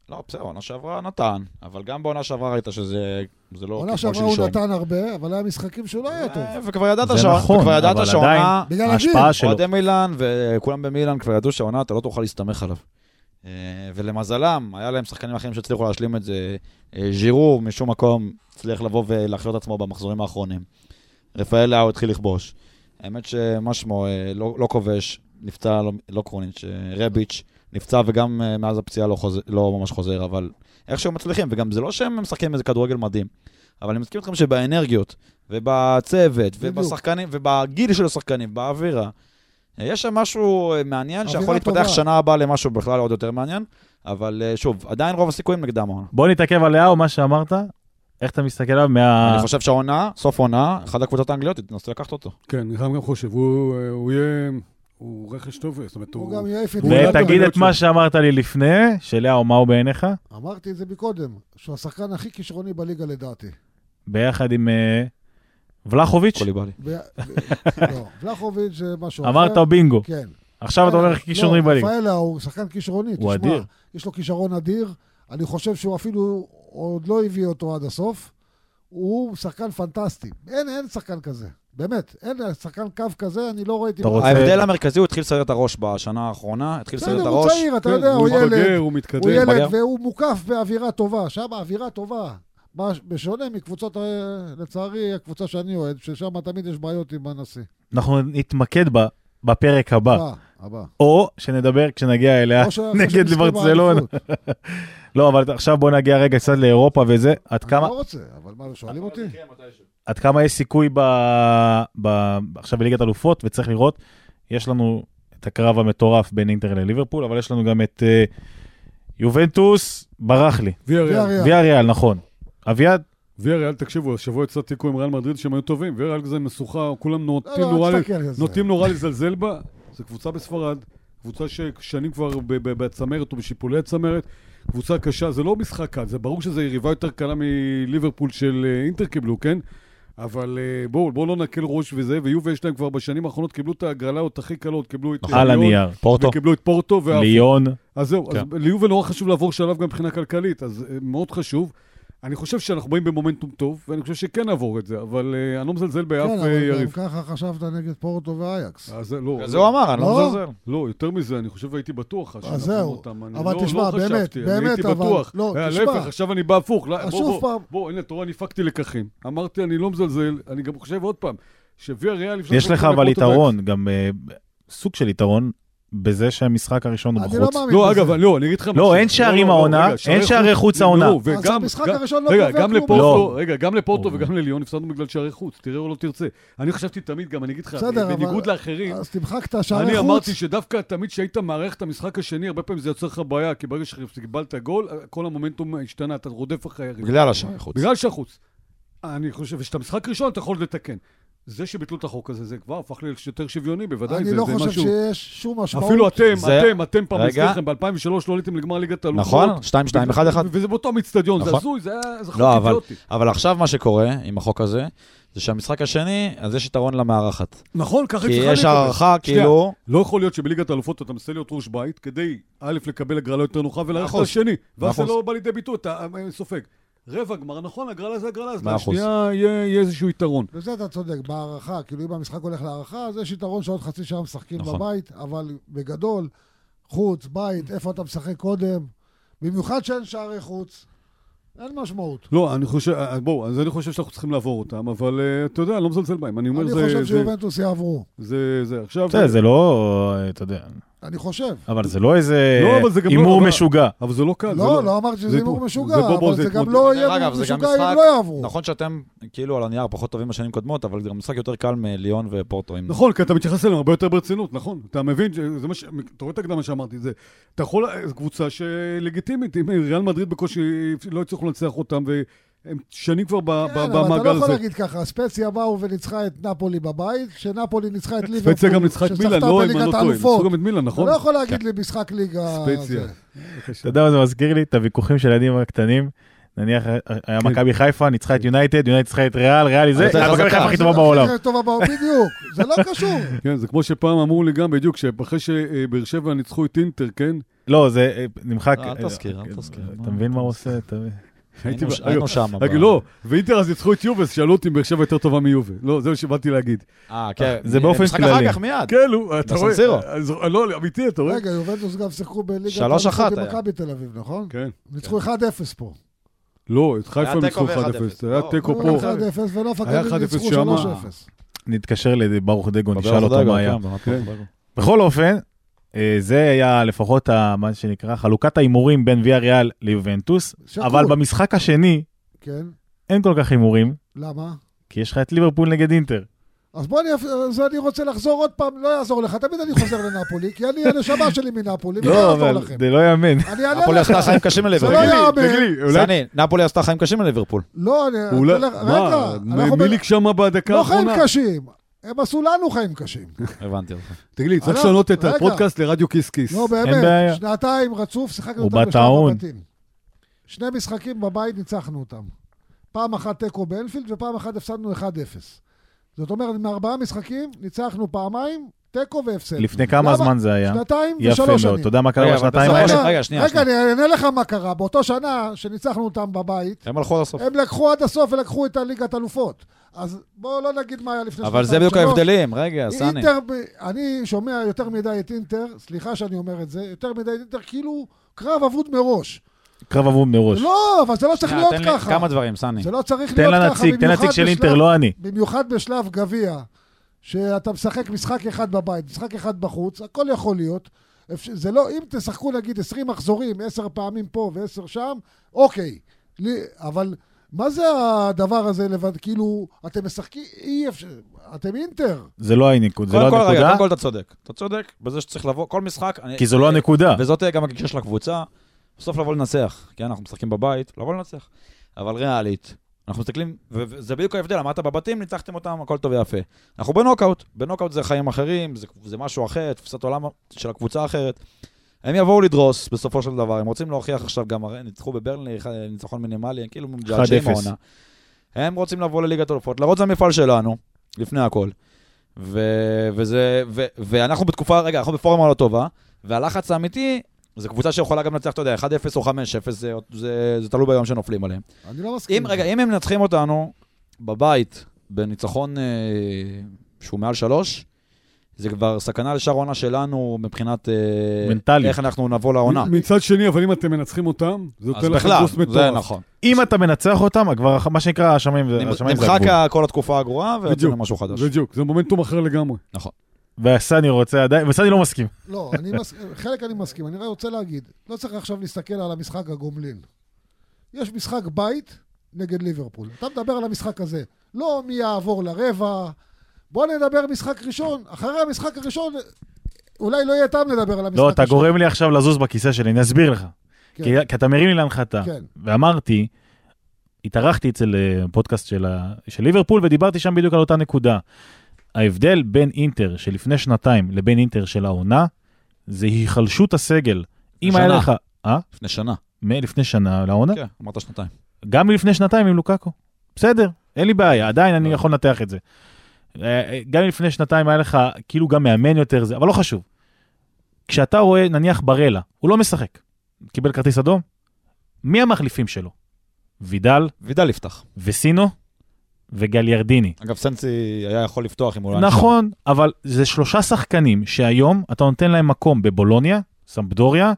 [SPEAKER 5] לא, בסדר, עונה שעברה נתן, אבל גם בעונה שעברה ראית שזה זה לא
[SPEAKER 4] עונה
[SPEAKER 5] כמו
[SPEAKER 4] שעברה הוא
[SPEAKER 5] שלשום.
[SPEAKER 4] נתן הרבה, אבל היה משחקים שהוא לא היה טוב.
[SPEAKER 5] אה, וכבר ידעת
[SPEAKER 2] זה
[SPEAKER 5] שהעונה-
[SPEAKER 2] נכון,
[SPEAKER 5] וכבר ידעת
[SPEAKER 2] אבל
[SPEAKER 5] שהעונה,
[SPEAKER 2] עדיין-
[SPEAKER 4] בגלל הגיל.
[SPEAKER 2] ההשפעה שלו.
[SPEAKER 5] כן, אוהדי מילאן וכולם במילאן כבר ידעו שהעונה אתה לא תוכל להסתמך עליו. אה, ולמזלם, היה להם שחקנים אחרים שהצליחו להשלים את זה. אה, ז'ירו משום מקום הצליח לבוא ולהחיות עצמו במחזורים האחרונים. רפאל לאו התחיל לכבוש. האמת שמה שמו, אה, לא, לא כובש, נפצע, לא, לא קרוניץ', אה, רביץ', נפצע וגם אה, מאז הפציעה לא, חוזר, לא ממש חוזר, אבל איכשהו מצליחים, וגם זה לא שהם משחקים איזה כדורגל מדהים, אבל אני מסכים איתכם שבאנרגיות, ובצוות,
[SPEAKER 4] בדיוק.
[SPEAKER 5] ובשחקנים, ובגיל של השחקנים, באווירה, אה, יש שם משהו אה, מעניין
[SPEAKER 4] אווירה
[SPEAKER 5] שיכול להתפתח
[SPEAKER 4] טובה.
[SPEAKER 5] שנה הבאה למשהו בכלל עוד יותר מעניין, אבל אה, שוב, עדיין רוב הסיכויים נגדם העונה.
[SPEAKER 2] בוא נתעכב על לאו, מה שאמרת, איך אתה מסתכל עליו מה...
[SPEAKER 5] אני חושב שהעונה, סוף עונה, אחת הקבוצות האנגליות תנסו לקחת אותו.
[SPEAKER 3] כן, אני גם חושב, הוא אה, הוא יהיה... הוא רכש טוב, זאת אומרת,
[SPEAKER 4] הוא
[SPEAKER 3] הוא...
[SPEAKER 4] גם יעיף את...
[SPEAKER 3] הוא לא
[SPEAKER 2] ותגיד
[SPEAKER 3] טוב.
[SPEAKER 2] את מה שאמרת לי לפני, שלאו, מה הוא בעיניך?
[SPEAKER 4] אמרתי את זה מקודם, שהוא השחקן הכי כישרוני בליגה לדעתי.
[SPEAKER 2] ביחד עם אה, ולחוביץ',
[SPEAKER 5] קוליבאלי.
[SPEAKER 4] ו- לא, ולחוביץ' זה משהו אחר.
[SPEAKER 2] אמרת בינגו.
[SPEAKER 4] כן.
[SPEAKER 2] עכשיו אתה אומר
[SPEAKER 4] לא,
[SPEAKER 2] קישורני בליגה.
[SPEAKER 4] רפאלה הוא שחקן כישרוני,
[SPEAKER 2] הוא
[SPEAKER 4] תשמע,
[SPEAKER 2] אדיר.
[SPEAKER 4] יש לו כישרון אדיר, אני חושב שהוא אפילו עוד לא הביא אותו עד הסוף. הוא שחקן פנטסטי. אין, אין שחקן כזה. באמת, אין שחקן קו כזה, אני לא ראיתי...
[SPEAKER 2] אתה
[SPEAKER 4] מה-
[SPEAKER 2] רוצה-
[SPEAKER 5] ההבדל המרכזי, הוא התחיל לסדר את הראש בשנה האחרונה, התחיל לסדר
[SPEAKER 4] בסדר,
[SPEAKER 5] את
[SPEAKER 4] הוא
[SPEAKER 5] הראש.
[SPEAKER 4] צעיר, אתה
[SPEAKER 3] כן,
[SPEAKER 4] יודע,
[SPEAKER 3] הוא
[SPEAKER 4] הוא ילד.
[SPEAKER 3] מתבגר, הוא
[SPEAKER 4] הוא
[SPEAKER 3] מתקדם.
[SPEAKER 5] מתבגר.
[SPEAKER 4] ילד והוא מוקף באווירה טובה, שם האווירה טובה. מה ש- בשונה מקבוצות, אה, לצערי, הקבוצה שאני אוהד, ששם תמיד יש בעיות עם הנשיא.
[SPEAKER 2] אנחנו נתמקד בה בפרק הבא,
[SPEAKER 4] הבא, הבא.
[SPEAKER 2] או שנדבר כשנגיע אליה
[SPEAKER 4] אה. או שאנחנו
[SPEAKER 2] אה, נגד
[SPEAKER 4] שנזכה
[SPEAKER 2] ברצלונה.
[SPEAKER 4] באליפות.
[SPEAKER 2] לא, אבל עכשיו בוא נגיע רגע קצת לאירופה וזה, עד
[SPEAKER 4] אני
[SPEAKER 2] כמה...
[SPEAKER 4] לא רוצה, אבל מה, שואלים אותי?
[SPEAKER 2] עד כמה יש סיכוי ב... ב... עכשיו בליגת אלופות, וצריך לראות, יש לנו את הקרב המטורף בין אינטר לליברפול, אבל יש לנו גם את אה, יובנטוס, ברח לי,
[SPEAKER 3] ויה ריאל.
[SPEAKER 4] ויה.
[SPEAKER 2] ויה ריאל, נכון. אביעד,
[SPEAKER 3] ויה ריאל, תקשיבו, השבוע יצא תיקו עם ריאל מדריד שהם היו טובים. ויה ריאל זה משוכה, כולם
[SPEAKER 4] לא,
[SPEAKER 3] נוטים נורא
[SPEAKER 4] לא,
[SPEAKER 3] ל-
[SPEAKER 4] אל תסתכל על זה.
[SPEAKER 3] נוטים נורא לזלזל בה. זו קבוצה בספרד, קבוצה ששנים כבר ב- ב- בצמרת או בשיפולי הצמרת. קבוצה קשה, זה לא משחק קל, זה ברור שזו יריבה יותר קלה מליברפול של אה, אינטר קיבלו, כן? אבל אה, בואו בואו לא נקל ראש וזה, ויובה יש להם כבר בשנים האחרונות, קיבלו את ההגרלות הכי קלות, קיבלו את... אה,
[SPEAKER 2] על
[SPEAKER 3] ליון,
[SPEAKER 2] הנייר.
[SPEAKER 5] פורטו.
[SPEAKER 3] וקיבלו את פורטו, ועפו.
[SPEAKER 2] ליון,
[SPEAKER 3] אז זהו,
[SPEAKER 5] כן.
[SPEAKER 3] אז ליובל נורא חשוב לעבור שלב גם מבחינה כלכלית, אז אה, מאוד חשוב. אני חושב שאנחנו באים במומנטום טוב, ואני חושב שכן נעבור את זה, אבל אה, אני לא מזלזל באף
[SPEAKER 4] כן,
[SPEAKER 3] אה,
[SPEAKER 4] אבל גם
[SPEAKER 3] יריב.
[SPEAKER 4] ככה חשבת נגד פורטו ואייקס.
[SPEAKER 3] אז זה לא,
[SPEAKER 5] זה
[SPEAKER 3] לא.
[SPEAKER 5] הוא אמר, אני לא
[SPEAKER 4] לא?
[SPEAKER 5] מזלזל.
[SPEAKER 3] לא, יותר מזה, אני חושב והייתי בטוח. שאנחנו
[SPEAKER 4] זהו.
[SPEAKER 3] אותם. אני
[SPEAKER 4] אבל
[SPEAKER 3] לא-
[SPEAKER 4] תשמע,
[SPEAKER 3] לא
[SPEAKER 4] באמת,
[SPEAKER 3] חשבתי, אני
[SPEAKER 4] באמת,
[SPEAKER 3] הייתי
[SPEAKER 4] אבל-
[SPEAKER 3] בטוח.
[SPEAKER 4] לא,
[SPEAKER 3] אה,
[SPEAKER 4] תשמע.
[SPEAKER 3] להפך, עכשיו אני בהפוך. לא,
[SPEAKER 4] אז
[SPEAKER 3] בוא,
[SPEAKER 4] שוב
[SPEAKER 3] בוא,
[SPEAKER 4] פעם.
[SPEAKER 3] בוא, הנה, אתה רואה, אני הפקתי לקחים. אמרתי, אני לא מזלזל, אני גם חושב עוד פעם, שוויה ריאל... אפשר
[SPEAKER 2] יש לך
[SPEAKER 3] לקבל
[SPEAKER 2] אבל
[SPEAKER 3] פורטו ואיקס.
[SPEAKER 2] יתרון, גם אה, סוג של יתרון, בזה שהמשחק הראשון הוא
[SPEAKER 4] אני לא
[SPEAKER 2] בחוץ.
[SPEAKER 4] מאמין
[SPEAKER 3] לא,
[SPEAKER 4] בזה.
[SPEAKER 3] אגב, לא, אני אגיד לך משהו.
[SPEAKER 2] אין שערים
[SPEAKER 3] לא, לא,
[SPEAKER 2] העונה,
[SPEAKER 3] רגע, שערי
[SPEAKER 2] אין שערי חוץ
[SPEAKER 3] נגמרו,
[SPEAKER 2] העונה.
[SPEAKER 4] אז
[SPEAKER 3] וגם-
[SPEAKER 4] המשחק
[SPEAKER 3] גם-
[SPEAKER 4] הראשון לא
[SPEAKER 3] רגע,
[SPEAKER 4] קובע
[SPEAKER 3] גם
[SPEAKER 4] כלום.
[SPEAKER 3] לפורטו,
[SPEAKER 2] לא.
[SPEAKER 3] רגע, גם לפורטו
[SPEAKER 2] אוי.
[SPEAKER 3] וגם לליון הפסדנו בגלל שערי חוץ, תראה או לא תרצה. אני חשבתי תמיד, גם אני אגיד לך,
[SPEAKER 4] בסדר, אבל-
[SPEAKER 3] בניגוד לאחרים,
[SPEAKER 4] לא- אז תמחק את השערי חוץ.
[SPEAKER 3] לא. אני אמרתי שדווקא תמיד כשהיית מארח את המשחק השני, הרבה פעמים זה יוצר לך בעיה, כי ברגע שקיבלת גול, כל המומנטום השתנה, אתה רודף אחרי היריב.
[SPEAKER 5] בגלל השערי חוץ.
[SPEAKER 3] בגלל שהחוץ. אני חושב שאת המשחק הראשון אתה יכול לתקן. זה שביטלו את החוק הזה, זה כבר הפך ליותר שוויוני, בוודאי, זה
[SPEAKER 4] אני לא
[SPEAKER 3] זה
[SPEAKER 4] חושב
[SPEAKER 3] משהו...
[SPEAKER 4] שיש שום משמעות.
[SPEAKER 3] אפילו אתם,
[SPEAKER 5] זה-
[SPEAKER 3] אתם, אתם פעם,
[SPEAKER 5] רגע.
[SPEAKER 3] אצלכם, ב-2003 לא עליתם לגמר ליגת האלופות.
[SPEAKER 5] נכון? 2, 2, 1, 1.
[SPEAKER 3] וזה באותו מצטדיון, זה
[SPEAKER 5] נכון.
[SPEAKER 3] הזוי, זה היה- זה חוק
[SPEAKER 5] לא, אבל,
[SPEAKER 3] אידיוטי.
[SPEAKER 5] אבל עכשיו מה שקורה עם החוק הזה, זה שהמשחק השני, אז יש יתרון למארחת.
[SPEAKER 3] נכון, ככה
[SPEAKER 5] כי
[SPEAKER 3] היא צריכה
[SPEAKER 5] יש
[SPEAKER 3] להתאבד.
[SPEAKER 5] הערכה,
[SPEAKER 3] שנייה,
[SPEAKER 5] כאילו...
[SPEAKER 3] לא יכול להיות שבליגת האלופות אתה מנסה להיות ראש בית כדי, א', לקבל הגרלה יותר נוחה ולארח את
[SPEAKER 5] אחוז.
[SPEAKER 3] השני, ואז זה
[SPEAKER 5] אחוז.
[SPEAKER 3] לא בא לידי ביטוי, אתה אה, סופג. רבע גמר, נכון, הגרלה זה הגרלה, אז
[SPEAKER 5] מאה אחוז.
[SPEAKER 3] לשנייה יהיה יהיה איזשהו יתרון.
[SPEAKER 4] בזה אתה צודק, בהערכה, כאילו אם המשחק הולך להערכה, אז יש יתרון שעוד חצי שעה משחקים
[SPEAKER 5] נכון.
[SPEAKER 4] בבית, אבל בגדול, חוץ, בית, איפה אתה משחק קודם, במיוחד שאין שערי חוץ, אין משמעות.
[SPEAKER 3] לא, אני חושב, אה, בואו, אז אני חושב שאנחנו צריכים לעבור אותם, אבל אה, אתה יודע, אני לא מזלזל בהם. אני אומר,
[SPEAKER 4] אני
[SPEAKER 3] זה...
[SPEAKER 4] חושב
[SPEAKER 3] זה-
[SPEAKER 4] שיובנטוס יעברו,
[SPEAKER 3] זה, זה, עכשיו...
[SPEAKER 2] בסדר, זה לא, אה, אתה יודע,
[SPEAKER 4] אני חושב.
[SPEAKER 2] אבל זה לא איזה
[SPEAKER 3] לא, אבל זה גם לא-
[SPEAKER 2] הימור
[SPEAKER 3] אבל-
[SPEAKER 2] משוגע.
[SPEAKER 3] אבל זה לא קל. זה
[SPEAKER 4] לא, לא אמרתי
[SPEAKER 3] זה
[SPEAKER 4] שזה הימור
[SPEAKER 3] התמוד-
[SPEAKER 4] משוגע,
[SPEAKER 3] זה בוא, בוא,
[SPEAKER 4] אבל
[SPEAKER 3] זה
[SPEAKER 4] זה גם
[SPEAKER 3] התמוד-
[SPEAKER 4] לא
[SPEAKER 5] דרך
[SPEAKER 4] יהיה
[SPEAKER 5] אגב,
[SPEAKER 4] הימור
[SPEAKER 5] זה גם
[SPEAKER 4] משוגע אם
[SPEAKER 5] משחק-
[SPEAKER 4] לא יעברו.
[SPEAKER 5] נכון שאתם כאילו על הנייר פחות טובים בשנים קודמות, אבל זה גם משחק יותר קל מליון ופורטו. אם-
[SPEAKER 3] נכון, כי אתה מתייחס אליהם הרבה יותר ברצינות, נכון. אתה מבין, ש- זה מה ש... אתה רואה את ההקדמה שאמרתי, זה... אתה יכול... זו קבוצה שלגיטימית, אם ריאל מדריד בקושי לא הצליחו לנצח אותם, והם שנים כבר ב-
[SPEAKER 4] כן,
[SPEAKER 3] ב-
[SPEAKER 4] אבל אתה לא
[SPEAKER 3] במעגל
[SPEAKER 4] יכול
[SPEAKER 3] הזה.
[SPEAKER 4] להגיד ככה, ספציה באו וניצחה את נפולי בבית, שנפולי ניצחה את ליברפול,
[SPEAKER 3] ספציה גם ניצחה את
[SPEAKER 4] שזכתה
[SPEAKER 3] מילן, לא, אם אני לא
[SPEAKER 4] בליגת
[SPEAKER 3] טועה.
[SPEAKER 4] האלופות.
[SPEAKER 3] ניצחו גם את מילן,
[SPEAKER 4] אתה
[SPEAKER 3] נכון?
[SPEAKER 4] לא יכול להגיד לי משחק ליגה...
[SPEAKER 3] ספציה.
[SPEAKER 4] זה.
[SPEAKER 2] אתה יודע מה זה מזכיר לי? את הוויכוחים של הילדים הקטנים. נניח היה
[SPEAKER 3] כן.
[SPEAKER 2] מכבי חיפה, ניצחה את יונייטד, יונייטד ניצחה את ריאל, ריאל היא זה,
[SPEAKER 5] יותר
[SPEAKER 2] היה מכבי
[SPEAKER 5] חזקה.
[SPEAKER 2] חיפה הכי טובה בעולם.
[SPEAKER 4] הכי לא טובה בעולם, בדיוק. זה לא קשור.
[SPEAKER 3] כן, זה כמו שפעם אמרו לי גם, בדיוק, שאחרי שבאר שבע ניצחו את אינטר, כן?
[SPEAKER 2] לא, זה אה, נמחק.
[SPEAKER 5] אל
[SPEAKER 2] אה,
[SPEAKER 5] תזכיר, אל
[SPEAKER 2] אה,
[SPEAKER 5] תזכיר.
[SPEAKER 2] אתה מבין מה הוא עושה? אתה מבין?
[SPEAKER 3] הייתי
[SPEAKER 5] היינו
[SPEAKER 3] ב-
[SPEAKER 5] ש- היינו שם.
[SPEAKER 3] רגע,
[SPEAKER 5] ב-
[SPEAKER 3] לא, ואינטר אז ניצחו את יובה, אז שאלו אותי אם באר שבע יותר טובה מיובה. לא, זה מה שבאתי להגיד.
[SPEAKER 5] אה, כן.
[SPEAKER 2] זה באופן
[SPEAKER 5] משחק
[SPEAKER 2] כללי.
[SPEAKER 5] אחר כך מיד.
[SPEAKER 3] כן, נו, אתה רואה?
[SPEAKER 5] בסנסירו.
[SPEAKER 3] אז- לא, אמיתי, אתה רואה?
[SPEAKER 4] רגע, יובנטוס גם שיחקו בליגת...
[SPEAKER 5] שלוש
[SPEAKER 4] האלופות
[SPEAKER 5] אחת
[SPEAKER 4] עם
[SPEAKER 5] היה.
[SPEAKER 4] מכבי תל אביב, נכון?
[SPEAKER 3] כן.
[SPEAKER 4] ניצחו 1-0 פה.
[SPEAKER 3] לא, את חיפה
[SPEAKER 5] היה
[SPEAKER 3] הם
[SPEAKER 5] תיקו
[SPEAKER 3] ניצחו 1-0.
[SPEAKER 5] ו- 1-0.
[SPEAKER 3] היה
[SPEAKER 5] לא.
[SPEAKER 3] תיקו
[SPEAKER 4] ניצחו
[SPEAKER 3] פה.
[SPEAKER 4] 1-0 ונוף
[SPEAKER 3] היה
[SPEAKER 4] הגליל
[SPEAKER 3] 1-0
[SPEAKER 4] ניצחו
[SPEAKER 3] שמה.
[SPEAKER 4] 3-0.
[SPEAKER 2] נתקשר לברוך דגו, נשאל אותו
[SPEAKER 5] דגו,
[SPEAKER 2] מה היה.
[SPEAKER 5] כן, ברמת דגו.
[SPEAKER 2] בכל אופן, אה, זה היה לפחות ה- מה שנקרא חלוקת ההימורים בין ויה ריאל ליובנטוס,
[SPEAKER 4] שקול.
[SPEAKER 2] אבל במשחק השני
[SPEAKER 4] כן,
[SPEAKER 2] אין כל כך הימורים,
[SPEAKER 4] למה?
[SPEAKER 2] כי יש לך את ליברפול נגד אינטר.
[SPEAKER 4] אז בוא אני, אז אני רוצה לחזור עוד פעם, לא יעזור לך, תמיד אני חוזר לנפולי, כי אני הנשמה שלי מנפולי, ולא
[SPEAKER 2] לא,
[SPEAKER 4] יעזור
[SPEAKER 2] אבל
[SPEAKER 4] לכם.
[SPEAKER 2] זה לא יאמן.
[SPEAKER 4] אני אענה
[SPEAKER 5] נפולי
[SPEAKER 4] לך.
[SPEAKER 5] עשתה חיים קשים
[SPEAKER 4] זה לא
[SPEAKER 5] לליברפול.
[SPEAKER 4] היה-
[SPEAKER 3] תגיד לי, אולי...
[SPEAKER 5] סני, נפולי עשתה חיים קשים לליברפול.
[SPEAKER 4] לא, אני...
[SPEAKER 3] אולי-
[SPEAKER 4] תלך-
[SPEAKER 3] מה,
[SPEAKER 4] רגע, אנחנו ב-
[SPEAKER 3] מיליק שמה בדקה
[SPEAKER 4] לא חיים
[SPEAKER 3] האחרונה?
[SPEAKER 4] קשים. הם עשו לנו חיים קשים.
[SPEAKER 5] הבנתי אותך.
[SPEAKER 3] תגיד לי, צריך
[SPEAKER 4] אנחנו-
[SPEAKER 3] לשנות את
[SPEAKER 4] לא, רגע.
[SPEAKER 3] הפודקאסט לרדיו כיס כיס.
[SPEAKER 4] לא,
[SPEAKER 2] אין בעיה.
[SPEAKER 4] באמת, שנתיים רצוף, שיחקנו
[SPEAKER 2] הוא
[SPEAKER 4] אותם
[SPEAKER 2] בא
[SPEAKER 4] בשלב
[SPEAKER 2] טעון.
[SPEAKER 4] הבתים. שני משחקים בבית ניצחנו אותם. פעם אחת תיקו באנפילד ופעם אחת הפסדנו 1-0. זאת אומרת, מארבעה משחקים ניצחנו פעמיים תיקו והפסד.
[SPEAKER 2] לפני כמה
[SPEAKER 4] למה?
[SPEAKER 2] זמן זה היה?
[SPEAKER 4] שנתיים
[SPEAKER 2] יפה
[SPEAKER 4] ושלוש שנים.
[SPEAKER 2] מאוד, אתה יודע מה
[SPEAKER 5] רגע,
[SPEAKER 2] קרה
[SPEAKER 5] אבל
[SPEAKER 2] בשנתיים
[SPEAKER 5] בסוף
[SPEAKER 2] האלה?
[SPEAKER 5] השנה- רגע, שנייה,
[SPEAKER 4] רגע,
[SPEAKER 5] שנייה.
[SPEAKER 4] אני אענה לך מה קרה. באותה שנה שניצחנו אותם בבית,
[SPEAKER 5] הם הלכו עד הסוף.
[SPEAKER 4] הם לקחו עד הסוף ולקחו את הליגת אלופות. אז בואו לא נגיד מה היה לפני שנתיים.
[SPEAKER 5] אבל זה בדיוק
[SPEAKER 4] שלוש.
[SPEAKER 5] ההבדלים, רגע, סני.
[SPEAKER 4] אינטר, ב- אני שומע יותר מדי את אינטר, סליחה שאני אומר את זה, יותר מדי את אינטר, כאילו קרב אבוד מראש.
[SPEAKER 2] קרב אבום מראש.
[SPEAKER 4] לא, אבל זה לא צריך
[SPEAKER 5] שנייה,
[SPEAKER 4] להיות
[SPEAKER 5] אה, תן לי
[SPEAKER 4] ככה.
[SPEAKER 5] כמה דברים, סני.
[SPEAKER 4] זה לא צריך
[SPEAKER 2] תן
[SPEAKER 4] להיות ככה.
[SPEAKER 2] לנציג, תן
[SPEAKER 4] במיוחד
[SPEAKER 2] לנציג של אינטר,
[SPEAKER 4] בשלב-
[SPEAKER 2] לא אני.
[SPEAKER 4] במיוחד בשלב גביע, שאתה משחק משחק אחד בבית, משחק אחד בחוץ, הכל יכול להיות. אפש- זה לא, אם תשחקו נגיד 20 מחזורים, 10 פעמים פה ו-10 שם, אוקיי. לי- אבל מה זה הדבר הזה לבד? כאילו, אתם משחקים, אי אפשר, אתם אינטר.
[SPEAKER 2] זה לא הנקודה, זה לא
[SPEAKER 5] קודם כל, רגע,
[SPEAKER 2] הנקודה,
[SPEAKER 5] קודם כל אתה צודק. אתה צודק בזה שצריך לבוא, כל משחק... אני- אה,
[SPEAKER 2] כי זו לא הנקודה.
[SPEAKER 5] וזאת גם הגישה של הקבוצה, בסוף לבוא לנצח, כי אנחנו משחקים בבית, לבוא לנצח. אבל ריאלית, אנחנו מסתכלים, ו- וזה בדיוק ההבדל, אמרת בבתים, ניצחתם אותם, הכל טוב ויפה. אנחנו בנוקאוט, בנוקאוט זה חיים אחרים, זה, זה משהו אחר, תפיסת עולם של הקבוצה אחרת. הם יבואו לדרוס בסופו של דבר, הם רוצים להוכיח עכשיו גם, הרי ניצחו בברנלי אחד- ניצחון מינימלי, הם כאילו מג'עג'עים
[SPEAKER 2] 1-0.
[SPEAKER 5] העונה. הם רוצים לבוא לליגת אלופות, להראות זה המפעל שלנו, לפני הכל. ו, וזה, ו, ואנחנו בתקופה, רגע, אנחנו בפורמה לא טובה, והלחץ האמיתי, זו קבוצה שיכולה גם לנצח, אתה יודע, 1-0 או 5-0, זה, זה, זה תלוי ביום שנופלים עליהם.
[SPEAKER 4] אני לא מסכים.
[SPEAKER 5] אם, רגע, אם הם מנצחים אותנו בבית, בניצחון אה, שהוא מעל שלוש, זה כבר סכנה לשאר העונה שלנו מבחינת... אה,
[SPEAKER 2] מנטלית.
[SPEAKER 5] איך אנחנו נבוא לעונה.
[SPEAKER 3] מ- מצד שני, אבל אם אתם מנצחים אותם, זה
[SPEAKER 5] אז
[SPEAKER 3] נותן לכם
[SPEAKER 5] בכלל,
[SPEAKER 3] בוסט מטורף.
[SPEAKER 5] זה נכון.
[SPEAKER 2] אם אתה מנצח אותם, כבר מה שנקרא, השמיים זה השמיים זה
[SPEAKER 5] נמחק
[SPEAKER 2] הגבול.
[SPEAKER 5] כל התקופה הגרועה, ויוצאים
[SPEAKER 3] בדיוק,
[SPEAKER 5] למשהו חדש.
[SPEAKER 2] נכון.
[SPEAKER 3] בדיוק, זה מומנטום אחר לגמרי.
[SPEAKER 2] וסני רוצה עדיין, וסני לא מסכים.
[SPEAKER 4] לא, אני מס... חלק אני מסכים. אני רק רוצה להגיד, לא צריך עכשיו להסתכל על המשחק הגומלין. יש משחק בית נגד ליברפול. אתה מדבר על המשחק הזה. לא מי יעבור לרבע. בוא נדבר משחק ראשון. אחרי המשחק הראשון, אולי לא יהיה טעם לדבר על המשחק
[SPEAKER 2] לא, אתה
[SPEAKER 4] הראשון.
[SPEAKER 2] גורם לי עכשיו לזוז בכיסא שלי, אני אסביר לך.
[SPEAKER 4] כן.
[SPEAKER 2] כי כי אתה מרים לי להנחתה.
[SPEAKER 4] כן.
[SPEAKER 2] ואמרתי, התארחתי אצל אה, פודקאסט של ה- של ליברפול, ודיברתי שם בדיוק על אותה נקודה. ההבדל בין אינטר שלפני שנתיים לבין אינטר של העונה, זה היחלשות הסגל. אם היה
[SPEAKER 5] שנה.
[SPEAKER 2] לך... אה?
[SPEAKER 5] לפני שנה.
[SPEAKER 2] מלפני שנה לעונה?
[SPEAKER 5] כן, אמרת שנתיים.
[SPEAKER 2] גם מלפני שנתיים עם לוקאקו. בסדר, אין לי בעיה, עדיין אני יכול לנתח את זה. אה, גם אם לפני שנתיים היה לך, כאילו גם מאמן יותר זה, אבל לא חשוב. כשאתה רואה, נניח ברלה, הוא לא משחק. קיבל כרטיס אדום? מי המחליפים שלו? וידל
[SPEAKER 5] וידל יפתח.
[SPEAKER 2] וסינו וגליארדיני.
[SPEAKER 5] אגב, סנסי היה יכול לפתוח אם הוא לא... היה
[SPEAKER 2] נכון, אבל זה שלושה שחקנים שהיום אתה נותן להם מקום בבולוניה, סמפדוריה,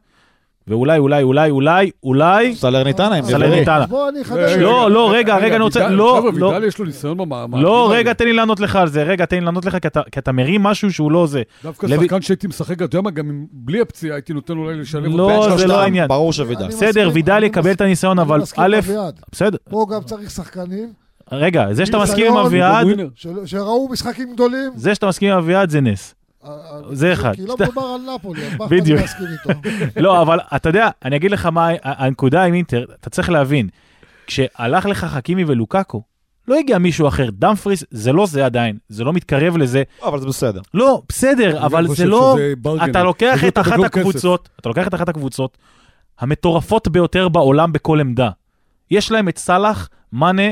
[SPEAKER 2] ואולי, אולי, אולי, אולי, אולי...
[SPEAKER 5] נשאר. סלרניטנה עם
[SPEAKER 4] אז-
[SPEAKER 2] סלרניטנה.
[SPEAKER 5] דיברי.
[SPEAKER 2] סלרניטנה.
[SPEAKER 4] בוא אני אחדש.
[SPEAKER 2] רגע, לא, לא, רגע, רגע, אני רוצה-
[SPEAKER 3] וידל-
[SPEAKER 2] לא,
[SPEAKER 3] חבר'ה,
[SPEAKER 2] לא.
[SPEAKER 3] וידל יש לו ניסיון במאמץ.
[SPEAKER 2] לא, רגע, תן לי לענות לך על זה, רגע, תן לי לענות לך, כי אתה- כי אתה מרים משהו שהוא לא זה.
[SPEAKER 3] דווקא
[SPEAKER 2] לוי-
[SPEAKER 3] שחקן שהייתי משחק, אתה יודע מה, גם אם בלי הפציעה הייתי נותן אולי לשלב
[SPEAKER 2] לא,
[SPEAKER 3] אותו.
[SPEAKER 5] בין
[SPEAKER 2] זה
[SPEAKER 5] שלושתם,
[SPEAKER 2] לא העניין.
[SPEAKER 5] ברור שווידל.
[SPEAKER 4] אני
[SPEAKER 2] בסדר,
[SPEAKER 4] מסכים,
[SPEAKER 2] וידל
[SPEAKER 4] אני
[SPEAKER 2] יקבל את
[SPEAKER 4] מסכים.
[SPEAKER 2] הניסיון,
[SPEAKER 4] אני
[SPEAKER 2] אבל
[SPEAKER 4] מסכים עם
[SPEAKER 2] א',
[SPEAKER 4] אביעד.
[SPEAKER 2] בסדר,
[SPEAKER 4] פה גם צריך שחקנים
[SPEAKER 2] רגע, זה שאתה מסכים עם
[SPEAKER 4] ניסיון,
[SPEAKER 2] אביעד,
[SPEAKER 3] ווינר.
[SPEAKER 4] של- שראו משחקים גדולים.
[SPEAKER 2] זה שאתה מסכים עם אביעד זה נס.
[SPEAKER 4] אה, אה,
[SPEAKER 2] זה אחד.
[SPEAKER 4] כי לא
[SPEAKER 2] שתי-
[SPEAKER 4] מדובר על נפולי, אז מה אכפת לי
[SPEAKER 2] בדיוק.
[SPEAKER 4] להסכים איתו?
[SPEAKER 2] לא, אבל אתה יודע, אני אגיד לך מה ה- הנקודה עם אינטר, אתה צריך להבין, כשהלך לך חכימי ולוקאקו, לא הגיע מישהו אחר, דמפריס, זה לא זה עדיין, זה לא מתקרב לזה.
[SPEAKER 5] אבל זה בסדר.
[SPEAKER 2] לא, בסדר,
[SPEAKER 3] אני
[SPEAKER 2] אבל
[SPEAKER 3] חושב
[SPEAKER 2] זה לא...
[SPEAKER 3] שזה bargain.
[SPEAKER 2] אתה לוקח
[SPEAKER 3] זה
[SPEAKER 2] את אחת
[SPEAKER 3] גדול כסף.
[SPEAKER 2] הקבוצות, אתה לוקח את אחת הקבוצות המטורפות ביותר בעולם בכל עמדה. יש להם את סאלח, מאנה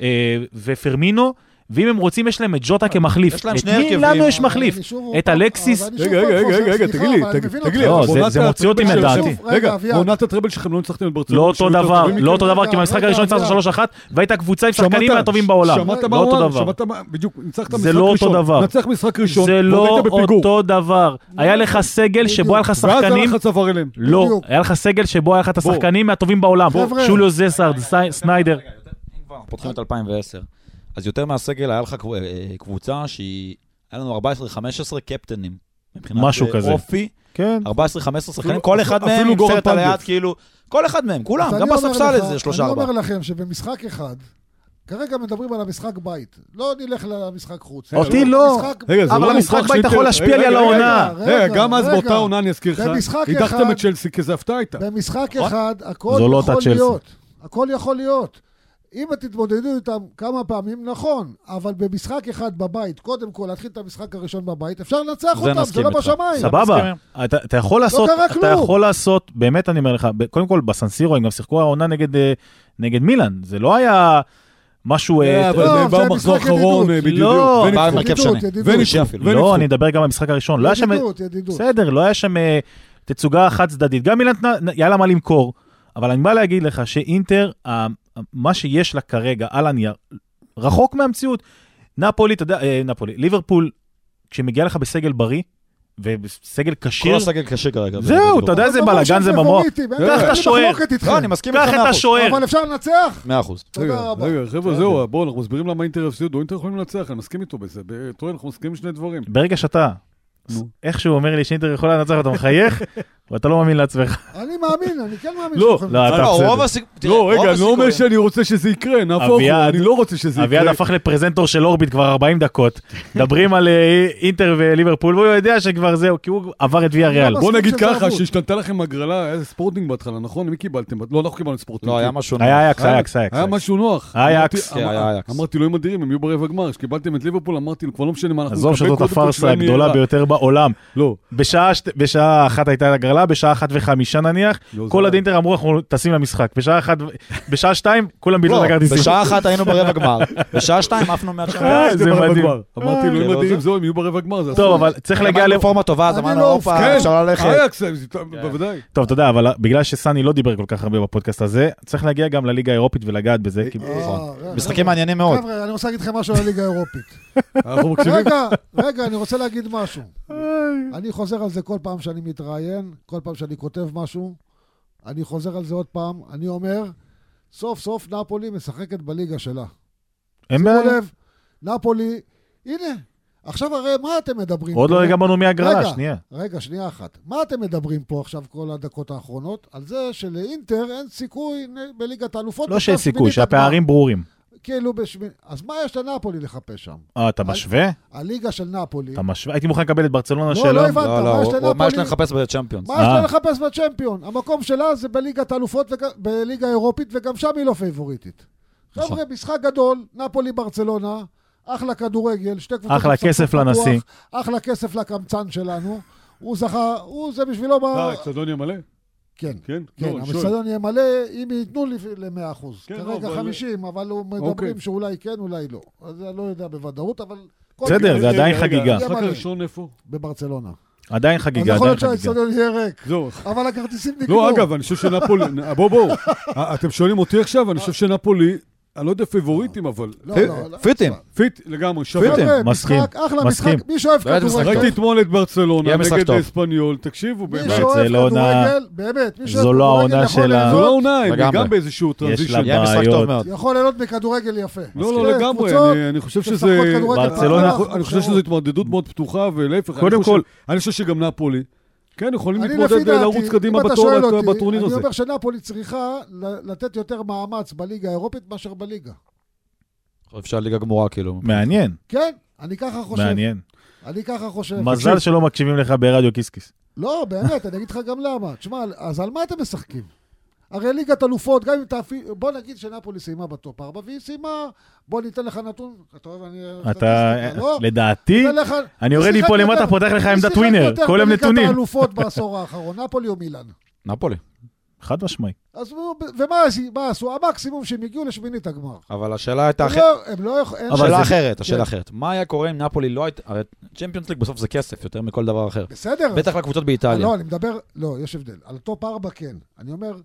[SPEAKER 2] אה, ופרמינו, ואם הם רוצים, יש להם את
[SPEAKER 3] אה,
[SPEAKER 2] ג'וטה כמחליף.
[SPEAKER 5] יש להם
[SPEAKER 2] את
[SPEAKER 5] שני
[SPEAKER 2] מי
[SPEAKER 5] הרכבים.
[SPEAKER 2] לנו יש מחליף?
[SPEAKER 4] אני שוב עוד
[SPEAKER 2] את
[SPEAKER 4] פעם-
[SPEAKER 2] אלקסיס?
[SPEAKER 4] אבל אני שוב
[SPEAKER 3] רגע,
[SPEAKER 4] פעם
[SPEAKER 3] רגע, רגע,
[SPEAKER 4] רגע,
[SPEAKER 3] רגע,
[SPEAKER 4] סליחה,
[SPEAKER 3] תגיד לי,
[SPEAKER 4] אבל אני
[SPEAKER 3] תג-
[SPEAKER 4] מבין
[SPEAKER 3] תגיד לי,
[SPEAKER 4] אותך.
[SPEAKER 2] לא, זה-
[SPEAKER 3] עונת
[SPEAKER 2] זה מוציא אותי
[SPEAKER 3] הטריבל
[SPEAKER 2] מדעתי.
[SPEAKER 3] שלכם-
[SPEAKER 4] רגע,
[SPEAKER 3] רגע,
[SPEAKER 4] אביעד.
[SPEAKER 3] עונת הטראבל שלכם לא ניצחתם על
[SPEAKER 2] לא
[SPEAKER 3] ברצלונה.
[SPEAKER 2] אותו
[SPEAKER 3] שהיו יותר
[SPEAKER 2] דבר,
[SPEAKER 3] טובים מכם.
[SPEAKER 2] לא אותו דבר,
[SPEAKER 4] רגע,
[SPEAKER 2] כי במשחק
[SPEAKER 4] רגע,
[SPEAKER 2] הראשון ניצחת
[SPEAKER 4] רגע.
[SPEAKER 2] 3-1, והייתה קבוצה עם שחקנים
[SPEAKER 3] כן, שמעת-
[SPEAKER 2] מהטובים בעולם.
[SPEAKER 3] שמעת
[SPEAKER 2] לא
[SPEAKER 3] מה הוא
[SPEAKER 2] אותו
[SPEAKER 3] אמר,
[SPEAKER 2] דבר.
[SPEAKER 3] שמעת מה, בדיוק, ניצחת
[SPEAKER 2] זה
[SPEAKER 3] משחק
[SPEAKER 2] לא אותו
[SPEAKER 3] ראשון,
[SPEAKER 2] דבר.
[SPEAKER 3] נצח משחק ראשון,
[SPEAKER 2] זה לא
[SPEAKER 3] והיית בפיגור.
[SPEAKER 2] אותו דבר. היה לך סגל שבו היה לך
[SPEAKER 3] ואז
[SPEAKER 2] שחקנים...
[SPEAKER 3] הלך הצוואר אליהם.
[SPEAKER 2] לא,
[SPEAKER 4] בדיוק.
[SPEAKER 2] היה לך סגל שבו היה לך את
[SPEAKER 3] בוא.
[SPEAKER 2] השחקנים מהטובים בעולם.
[SPEAKER 4] חבר'ה.
[SPEAKER 2] שוליו זסארד, סי- סניידר.
[SPEAKER 5] רגע, יותר- אם כבר אנחנו פותחים את 2010, אז יותר מהסגל היה לך קב- אה, קבוצה שהיא, היה לנו 14-15 קפטנים. מבחינת,
[SPEAKER 2] משהו
[SPEAKER 5] אה,
[SPEAKER 2] כזה.
[SPEAKER 5] אופי,
[SPEAKER 2] כן.
[SPEAKER 5] 14-15 שחקנים,
[SPEAKER 3] אפילו-
[SPEAKER 5] כל אחד
[SPEAKER 3] אפילו
[SPEAKER 5] מהם עם
[SPEAKER 3] גורן
[SPEAKER 5] סרט על היד,
[SPEAKER 3] פנדב.
[SPEAKER 5] כאילו, כל אחד מהם, כולם,
[SPEAKER 4] אז
[SPEAKER 5] גם
[SPEAKER 4] אני אומר
[SPEAKER 5] בספסל
[SPEAKER 4] לך-
[SPEAKER 5] איזה שלושה
[SPEAKER 4] אני
[SPEAKER 5] ארבעה.
[SPEAKER 4] אומר לכם שבמשחק אחד, כרגע מדברים על המשחק בית. לא נלך למשחק חוץ.
[SPEAKER 2] אותי לא.
[SPEAKER 4] משחק-
[SPEAKER 3] רגע, זה
[SPEAKER 2] אבל
[SPEAKER 3] לא
[SPEAKER 2] המשחק
[SPEAKER 3] משחק
[SPEAKER 2] בית
[SPEAKER 3] של-
[SPEAKER 2] יכול
[SPEAKER 3] רגע,
[SPEAKER 2] להשפיע לי
[SPEAKER 3] רגע,
[SPEAKER 2] על
[SPEAKER 3] רגע,
[SPEAKER 2] העונה.
[SPEAKER 3] רגע, גם אז
[SPEAKER 4] רגע.
[SPEAKER 3] באותה עונה, אני אזכיר לך,
[SPEAKER 4] במשחק
[SPEAKER 3] הדחתם
[SPEAKER 4] אחד-
[SPEAKER 3] את צ'לסי, כי זה הפתעה הייתה.
[SPEAKER 4] במשחק
[SPEAKER 5] נכון.
[SPEAKER 4] אחד, הכל
[SPEAKER 2] זו לא אותה
[SPEAKER 4] יכול
[SPEAKER 2] צ'לסי.
[SPEAKER 4] להיות. הכל יכול להיות. אם תתמודדו איתם כמה פעמים, נכון, אבל במשחק אחד בבית, קודם כל להתחיל את המשחק הראשון בבית, אפשר לנצח
[SPEAKER 5] זה
[SPEAKER 4] אותם, זה
[SPEAKER 5] נסכים
[SPEAKER 4] לא
[SPEAKER 5] איתך.
[SPEAKER 4] בשמיים.
[SPEAKER 2] סבבה, אתה אתה יכול לעשות,
[SPEAKER 4] קרה
[SPEAKER 2] אתה
[SPEAKER 4] כלום.
[SPEAKER 2] יכול לעשות, באמת אני אומר לך, ב- קודם כל בסנסירו הם גם שיחקו העונה נגד, אה, נגד מילאן, זה לא היה משהו... אה,
[SPEAKER 4] אבל
[SPEAKER 2] לא,
[SPEAKER 4] זה בא במחזור האחרון,
[SPEAKER 2] בדיוק. לא,
[SPEAKER 5] בא עם
[SPEAKER 4] ידידות,
[SPEAKER 5] הרכב שני.
[SPEAKER 4] ידידות.
[SPEAKER 5] שלישי אפילו.
[SPEAKER 3] וניצחו.
[SPEAKER 2] לא, אני מדבר גם במשחק הראשון. לא היה שם...
[SPEAKER 4] ידידות, ידידות.
[SPEAKER 2] בסדר, לא היה שם אה, תצוגה חד צדדית. גם אילן, נ- היה לה מה למכור, אבל אני בא להגיד לך שאינטר, ה- מה שיש לה כרגע על הנייר, רחוק מהמציאות. נפולי, אתה יודע, אה, נפולי, ליברפול, כשמגיע לך בסגל בריא, וסגל
[SPEAKER 5] כל
[SPEAKER 2] כשיר,
[SPEAKER 5] הסגל קשה כרגע.
[SPEAKER 2] זהו, אתה יודע איזה
[SPEAKER 4] אבל ברור
[SPEAKER 2] בלאגן
[SPEAKER 4] שהם
[SPEAKER 2] זה במוח.
[SPEAKER 4] פבוריטים, אין
[SPEAKER 2] קח
[SPEAKER 4] לי-
[SPEAKER 2] את
[SPEAKER 4] אין לי
[SPEAKER 2] השוער.
[SPEAKER 4] מחלוקת איתכם.
[SPEAKER 5] לא, אני מסכים
[SPEAKER 2] קח
[SPEAKER 5] איתך
[SPEAKER 2] את
[SPEAKER 5] 100%.
[SPEAKER 2] השוער.
[SPEAKER 4] אבל אפשר לנצח.
[SPEAKER 5] מאה אחוז.
[SPEAKER 3] רגע,
[SPEAKER 4] תודה רבה.
[SPEAKER 3] רגע, חבר'ה, זהו, בואו, אנחנו מסבירים למה אינטר הפסידו, אינטר יכולים לנצח, אני מסכים איתו בזה. טוען, אנחנו מסכימים שני דברים.
[SPEAKER 2] ברגע שאתה,
[SPEAKER 3] נו.
[SPEAKER 2] איך שהוא אומר לי שאינטר יכולה לנצח, אתה מחייך, ואתה לא מאמין לעצמך.
[SPEAKER 4] אני מאמין, אני כן מאמין
[SPEAKER 3] לא,
[SPEAKER 4] שאתם-
[SPEAKER 2] לא, אתה
[SPEAKER 5] לא, רוב
[SPEAKER 2] בסדר.
[SPEAKER 5] הסיכ- תראה,
[SPEAKER 3] לא,
[SPEAKER 5] רוב
[SPEAKER 3] רגע, אני לא אומר
[SPEAKER 5] הסיכויים-
[SPEAKER 3] שאני רוצה שזה יקרה, נהפוך הוא,
[SPEAKER 2] אביעד-
[SPEAKER 3] אני לא רוצה שזה יקרה.
[SPEAKER 2] אביעד הפך לפרזנטור של אורביט כבר 40 דקות. מדברים על אה, אינטר וליברפול, והוא יודע שכבר זהו, כי הוא עבר את ויה ריאל.
[SPEAKER 4] לא
[SPEAKER 3] בוא
[SPEAKER 4] מסכים
[SPEAKER 3] נגיד
[SPEAKER 4] שזה
[SPEAKER 3] ככה,
[SPEAKER 4] אבוד.
[SPEAKER 3] שהשתנתה לכם הגרלה, היה איזה ספורטינג בהתחלה, נכון? מי קיבלתם? לא, אנחנו קיבלנו ספורטינג.
[SPEAKER 5] לא, היה משהו.
[SPEAKER 2] היה אייקס,
[SPEAKER 3] היה-
[SPEAKER 2] אייקס, אייקס.
[SPEAKER 3] היה משהו נוח.
[SPEAKER 2] אייקס,
[SPEAKER 3] אמרתי-
[SPEAKER 5] כן,
[SPEAKER 3] אמר-
[SPEAKER 5] אייקס.
[SPEAKER 3] אמרתי, אלוהים אדירים, הם יהיו ברבע גמר. כשקיבלתם את ליברפול, אמרתי, כבר לא משנה מה אנחנו
[SPEAKER 2] עזוב שזאת
[SPEAKER 3] קודם כל
[SPEAKER 2] הפארסה
[SPEAKER 3] שלהם יהיה
[SPEAKER 2] הגדולה
[SPEAKER 3] רע.
[SPEAKER 2] ביותר בעולם.
[SPEAKER 3] לא,
[SPEAKER 2] בשעה שת- בשעה אחת הייתה הגרלה, בשעה אחת וחמישה נניח,
[SPEAKER 3] לא, זה
[SPEAKER 2] כל
[SPEAKER 3] לא.
[SPEAKER 2] עד אינטר אמרו אנחנו טסים למשחק. בשעה אחת, בשעה שתיים, כולם ביטלו
[SPEAKER 5] לא,
[SPEAKER 2] את הכרטיסים.
[SPEAKER 5] בשעה אחת היינו ברבע גמר, בשעה שתיים עפנו מעט
[SPEAKER 2] אה,
[SPEAKER 5] שם.
[SPEAKER 2] זה
[SPEAKER 3] ברבע
[SPEAKER 2] מדהים.
[SPEAKER 3] גמר. אמרתי,
[SPEAKER 5] כן,
[SPEAKER 3] אלוהים
[SPEAKER 5] לא
[SPEAKER 3] אדירים,
[SPEAKER 5] זה.
[SPEAKER 3] זהו, הם יהיו ברבע גמר. זה
[SPEAKER 2] טוב,
[SPEAKER 3] אסור.
[SPEAKER 2] אבל אה, צריך להגיע ל...
[SPEAKER 5] רפורמה טובה, אז
[SPEAKER 4] אני
[SPEAKER 5] אמרנו
[SPEAKER 4] לא
[SPEAKER 5] אירופה,
[SPEAKER 4] אופתע.
[SPEAKER 5] אפשר ללכת.
[SPEAKER 3] אייקס, הם-
[SPEAKER 2] כן.
[SPEAKER 3] בוודאי.
[SPEAKER 2] טוב, אתה יודע, אבל בגלל שסני לא דיבר כל כך הרבה בפודקאסט הזה, צריך להגיע גם לליגה האירופית ולגעת בזה. כי- נכון.
[SPEAKER 4] אה, רגע,
[SPEAKER 5] משחקים
[SPEAKER 4] חבר'ה,
[SPEAKER 5] מעניינים מאוד.
[SPEAKER 4] חבר'ה, אני רוצה להגיד לכם משהו על הליגה האירופית.
[SPEAKER 3] אנחנו מקשיבים.
[SPEAKER 4] רגע, רגע, אני רוצה להגיד משהו. אני חוזר על זה כל פעם שאני מתראיין, כל פעם שאני כותב משהו. אני חוזר על זה עוד פעם. אני אומר, סוף סוף נפולי משחקת בליגה שלה.
[SPEAKER 2] אין
[SPEAKER 4] שימו
[SPEAKER 2] בעיה.
[SPEAKER 4] לב, נפולי, הנה, עכשיו הרי מה אתם מדברים?
[SPEAKER 2] עוד
[SPEAKER 4] פה?
[SPEAKER 2] לא גמרנו מהגרלה,
[SPEAKER 4] אה, רגע, לא,
[SPEAKER 2] שנייה.
[SPEAKER 4] רגע, שנייה אחת. מה אתם מדברים פה עכשיו כל הדקות האחרונות? על זה שלאינטר אין סיכוי נ- בליגת האלופות.
[SPEAKER 2] לא שיש
[SPEAKER 4] בשמינית
[SPEAKER 2] סיכוי,
[SPEAKER 4] הגמר.
[SPEAKER 2] שהפערים ברורים.
[SPEAKER 4] כאילו בשמינית... אז מה יש לנפולי לחפש שם?
[SPEAKER 2] אה, אתה משווה?
[SPEAKER 4] הליגה של נפולי.
[SPEAKER 2] אתה משווה? הייתי מוכן לקבל את ברצלונה
[SPEAKER 4] לא,
[SPEAKER 2] שלו.
[SPEAKER 4] לא הבנתי.
[SPEAKER 5] לא,
[SPEAKER 4] מה יש
[SPEAKER 5] לא,
[SPEAKER 4] לנפולי?
[SPEAKER 5] מה יש להם לחפש בצ'מפיונס?
[SPEAKER 4] מה יש
[SPEAKER 2] אה.
[SPEAKER 4] לה לחפש בצ'מפיון? המקום שלה זה בליגת האלופות, וג- בליגה האירופית, וגם שם היא לא פייבוריטית.
[SPEAKER 5] נכון.
[SPEAKER 4] חבר'ה, משחק גדול, נפולי ברצלונה, אחלה כדורגל, שתי קבוצות...
[SPEAKER 2] אחלה
[SPEAKER 4] משחקות
[SPEAKER 2] כסף
[SPEAKER 4] פתוח,
[SPEAKER 2] לנשיא.
[SPEAKER 4] אחלה כסף לקמצן שלנו. הוא זכה, הוא זה בשבילו... מה-
[SPEAKER 3] אה, האצטדיון יהיה מלא?
[SPEAKER 4] כן.
[SPEAKER 3] כן?
[SPEAKER 4] כן,
[SPEAKER 3] לא, אני שואל.
[SPEAKER 4] המסעדון יהיה מלא, אם ייתנו ל-100 אחוז.
[SPEAKER 3] כן,
[SPEAKER 4] כרגע
[SPEAKER 3] אבל-
[SPEAKER 4] 50, אבל הוא
[SPEAKER 3] אוקיי.
[SPEAKER 4] מדברים שאולי כן, אולי לא. אז אני לא יודע בוודאות, אבל... כל
[SPEAKER 2] בסדר,
[SPEAKER 4] מקרה
[SPEAKER 2] זה עדיין
[SPEAKER 3] רגע,
[SPEAKER 2] חגיגה.
[SPEAKER 3] המשחק הראשון איפה?
[SPEAKER 4] בברצלונה.
[SPEAKER 2] עדיין
[SPEAKER 4] אז
[SPEAKER 2] חגיגה,
[SPEAKER 4] יכול
[SPEAKER 2] עדיין
[SPEAKER 4] להיות
[SPEAKER 2] חגיגה.
[SPEAKER 4] שהאצטדיון יהיה ריק,
[SPEAKER 3] זהו.
[SPEAKER 4] אבל הכרטיסים נגמרו.
[SPEAKER 3] לא, אגב, אני חושב שנפולי... בואו, בואו. אתם שואלים אותי עכשיו, אני חושב שנפולי, אני לא יודע פייבוריטים, אבל...
[SPEAKER 4] לא,
[SPEAKER 5] פי-
[SPEAKER 4] לא, לא.
[SPEAKER 5] פיטים.
[SPEAKER 3] פיט לגמרי, שווה.
[SPEAKER 5] פיטים.
[SPEAKER 4] חבר'ה,
[SPEAKER 2] אוקיי, מסכים,
[SPEAKER 4] משחק, אחלה
[SPEAKER 2] מסכים.
[SPEAKER 4] משחק. מי שאוהב
[SPEAKER 5] לא היה משחק
[SPEAKER 4] כדורגל,
[SPEAKER 3] ראיתי אתמול את ברצלונה
[SPEAKER 5] יהיה משחק
[SPEAKER 3] נגד
[SPEAKER 5] טוב.
[SPEAKER 3] אספניול, תקשיבו,
[SPEAKER 4] מי
[SPEAKER 3] באמת.
[SPEAKER 2] זה
[SPEAKER 4] שאוהב
[SPEAKER 2] לא עונה-
[SPEAKER 4] כדורגל, באמת, מי
[SPEAKER 2] זו
[SPEAKER 4] שאוהב
[SPEAKER 2] לא העונה
[SPEAKER 4] כדורגל יכול
[SPEAKER 2] של ה-
[SPEAKER 3] זו לא
[SPEAKER 4] ליהנות-
[SPEAKER 3] עונה, הם
[SPEAKER 5] לגמרי.
[SPEAKER 3] גם באיזשהו טרנזישן.
[SPEAKER 2] לה-
[SPEAKER 5] יהיה משחק
[SPEAKER 2] בעיות.
[SPEAKER 5] טוב מאוד.
[SPEAKER 4] יכול ליהנות מכדורגל יפה.
[SPEAKER 3] לא,
[SPEAKER 4] שתי
[SPEAKER 3] לא, לגמרי,
[SPEAKER 4] קבוצות
[SPEAKER 3] אני- אני חושב שזה...
[SPEAKER 4] שמשחקות כדורגל
[SPEAKER 2] ברצלונה-
[SPEAKER 4] פתוח,
[SPEAKER 3] אני חושב
[SPEAKER 4] מוכשרות.
[SPEAKER 3] שזו התמודדות מאוד פתוחה, ולהפך. אני
[SPEAKER 2] קודם
[SPEAKER 3] חושב-
[SPEAKER 2] כל-
[SPEAKER 3] אני חושב שגם נפולי, כן, יכולים
[SPEAKER 4] אני
[SPEAKER 3] להתמודד,
[SPEAKER 4] לפי דעתי,
[SPEAKER 3] לרוץ
[SPEAKER 4] אם
[SPEAKER 3] קדימה
[SPEAKER 4] אתה
[SPEAKER 3] בתור-
[SPEAKER 4] שואל אותי,
[SPEAKER 3] בטורניר
[SPEAKER 4] אני
[SPEAKER 3] הזה.
[SPEAKER 4] אומר שנפולי צריכה ל- לתת יותר מאמץ בליגה האירופית מאשר בליגה.
[SPEAKER 5] אפשר ליגה גמורה כאילו.
[SPEAKER 2] מעניין,
[SPEAKER 4] כן, אני ככה חושב.
[SPEAKER 2] מעניין.
[SPEAKER 4] אני ככה חושב.
[SPEAKER 2] מזל שלא מקשיבים לך ברדיו קיסקיס.
[SPEAKER 4] לא, באמת, אני אגיד לך גם למה. תשמע, אז על מה אתם משחקים? הרי ליגת אלופות, גם אם תאפי... בוא נגיד שנפולי סיימה בטופ 4, והיא סיימה... בוא ניתן לך נתון, אתה אוהב, אני...
[SPEAKER 2] אתה,
[SPEAKER 4] סטטיסטיקה, לא?
[SPEAKER 2] לדעתי,
[SPEAKER 4] ניתן לך-
[SPEAKER 2] אני יורד לי
[SPEAKER 4] שיחק
[SPEAKER 2] פה למטה,
[SPEAKER 4] יותר-
[SPEAKER 2] פותח לך
[SPEAKER 4] מי
[SPEAKER 2] עמדת
[SPEAKER 4] שיחק
[SPEAKER 2] ווינר,
[SPEAKER 4] יותר
[SPEAKER 2] כל הם נתונים.
[SPEAKER 4] בליגת האלופות בעשור האחרון, נפולי או מילאן.
[SPEAKER 5] נפולי.
[SPEAKER 2] חד משמעי.
[SPEAKER 4] אז הוא- ומה עשי- מה עשו? המקסימום שהם הגיעו לשמינית הגמר.
[SPEAKER 5] אבל השאלה הייתה
[SPEAKER 4] הם
[SPEAKER 5] אחרת.
[SPEAKER 4] לא- הם לא יכולים...
[SPEAKER 2] אבל
[SPEAKER 5] שאלה
[SPEAKER 2] זה-
[SPEAKER 5] אחרת, השאלה
[SPEAKER 4] כן.
[SPEAKER 5] אחרת. מה היה קורה אם נפולי לא הייתה... הרי צ'מפיונס ליג בסוף זה כסף יותר מכל דבר אחר.
[SPEAKER 4] בסדר.
[SPEAKER 5] בטח לקבוצות באיטליה.
[SPEAKER 4] לא, אני מדבר, לא, יש הבדל. על טופ 4 כן. אני אומר,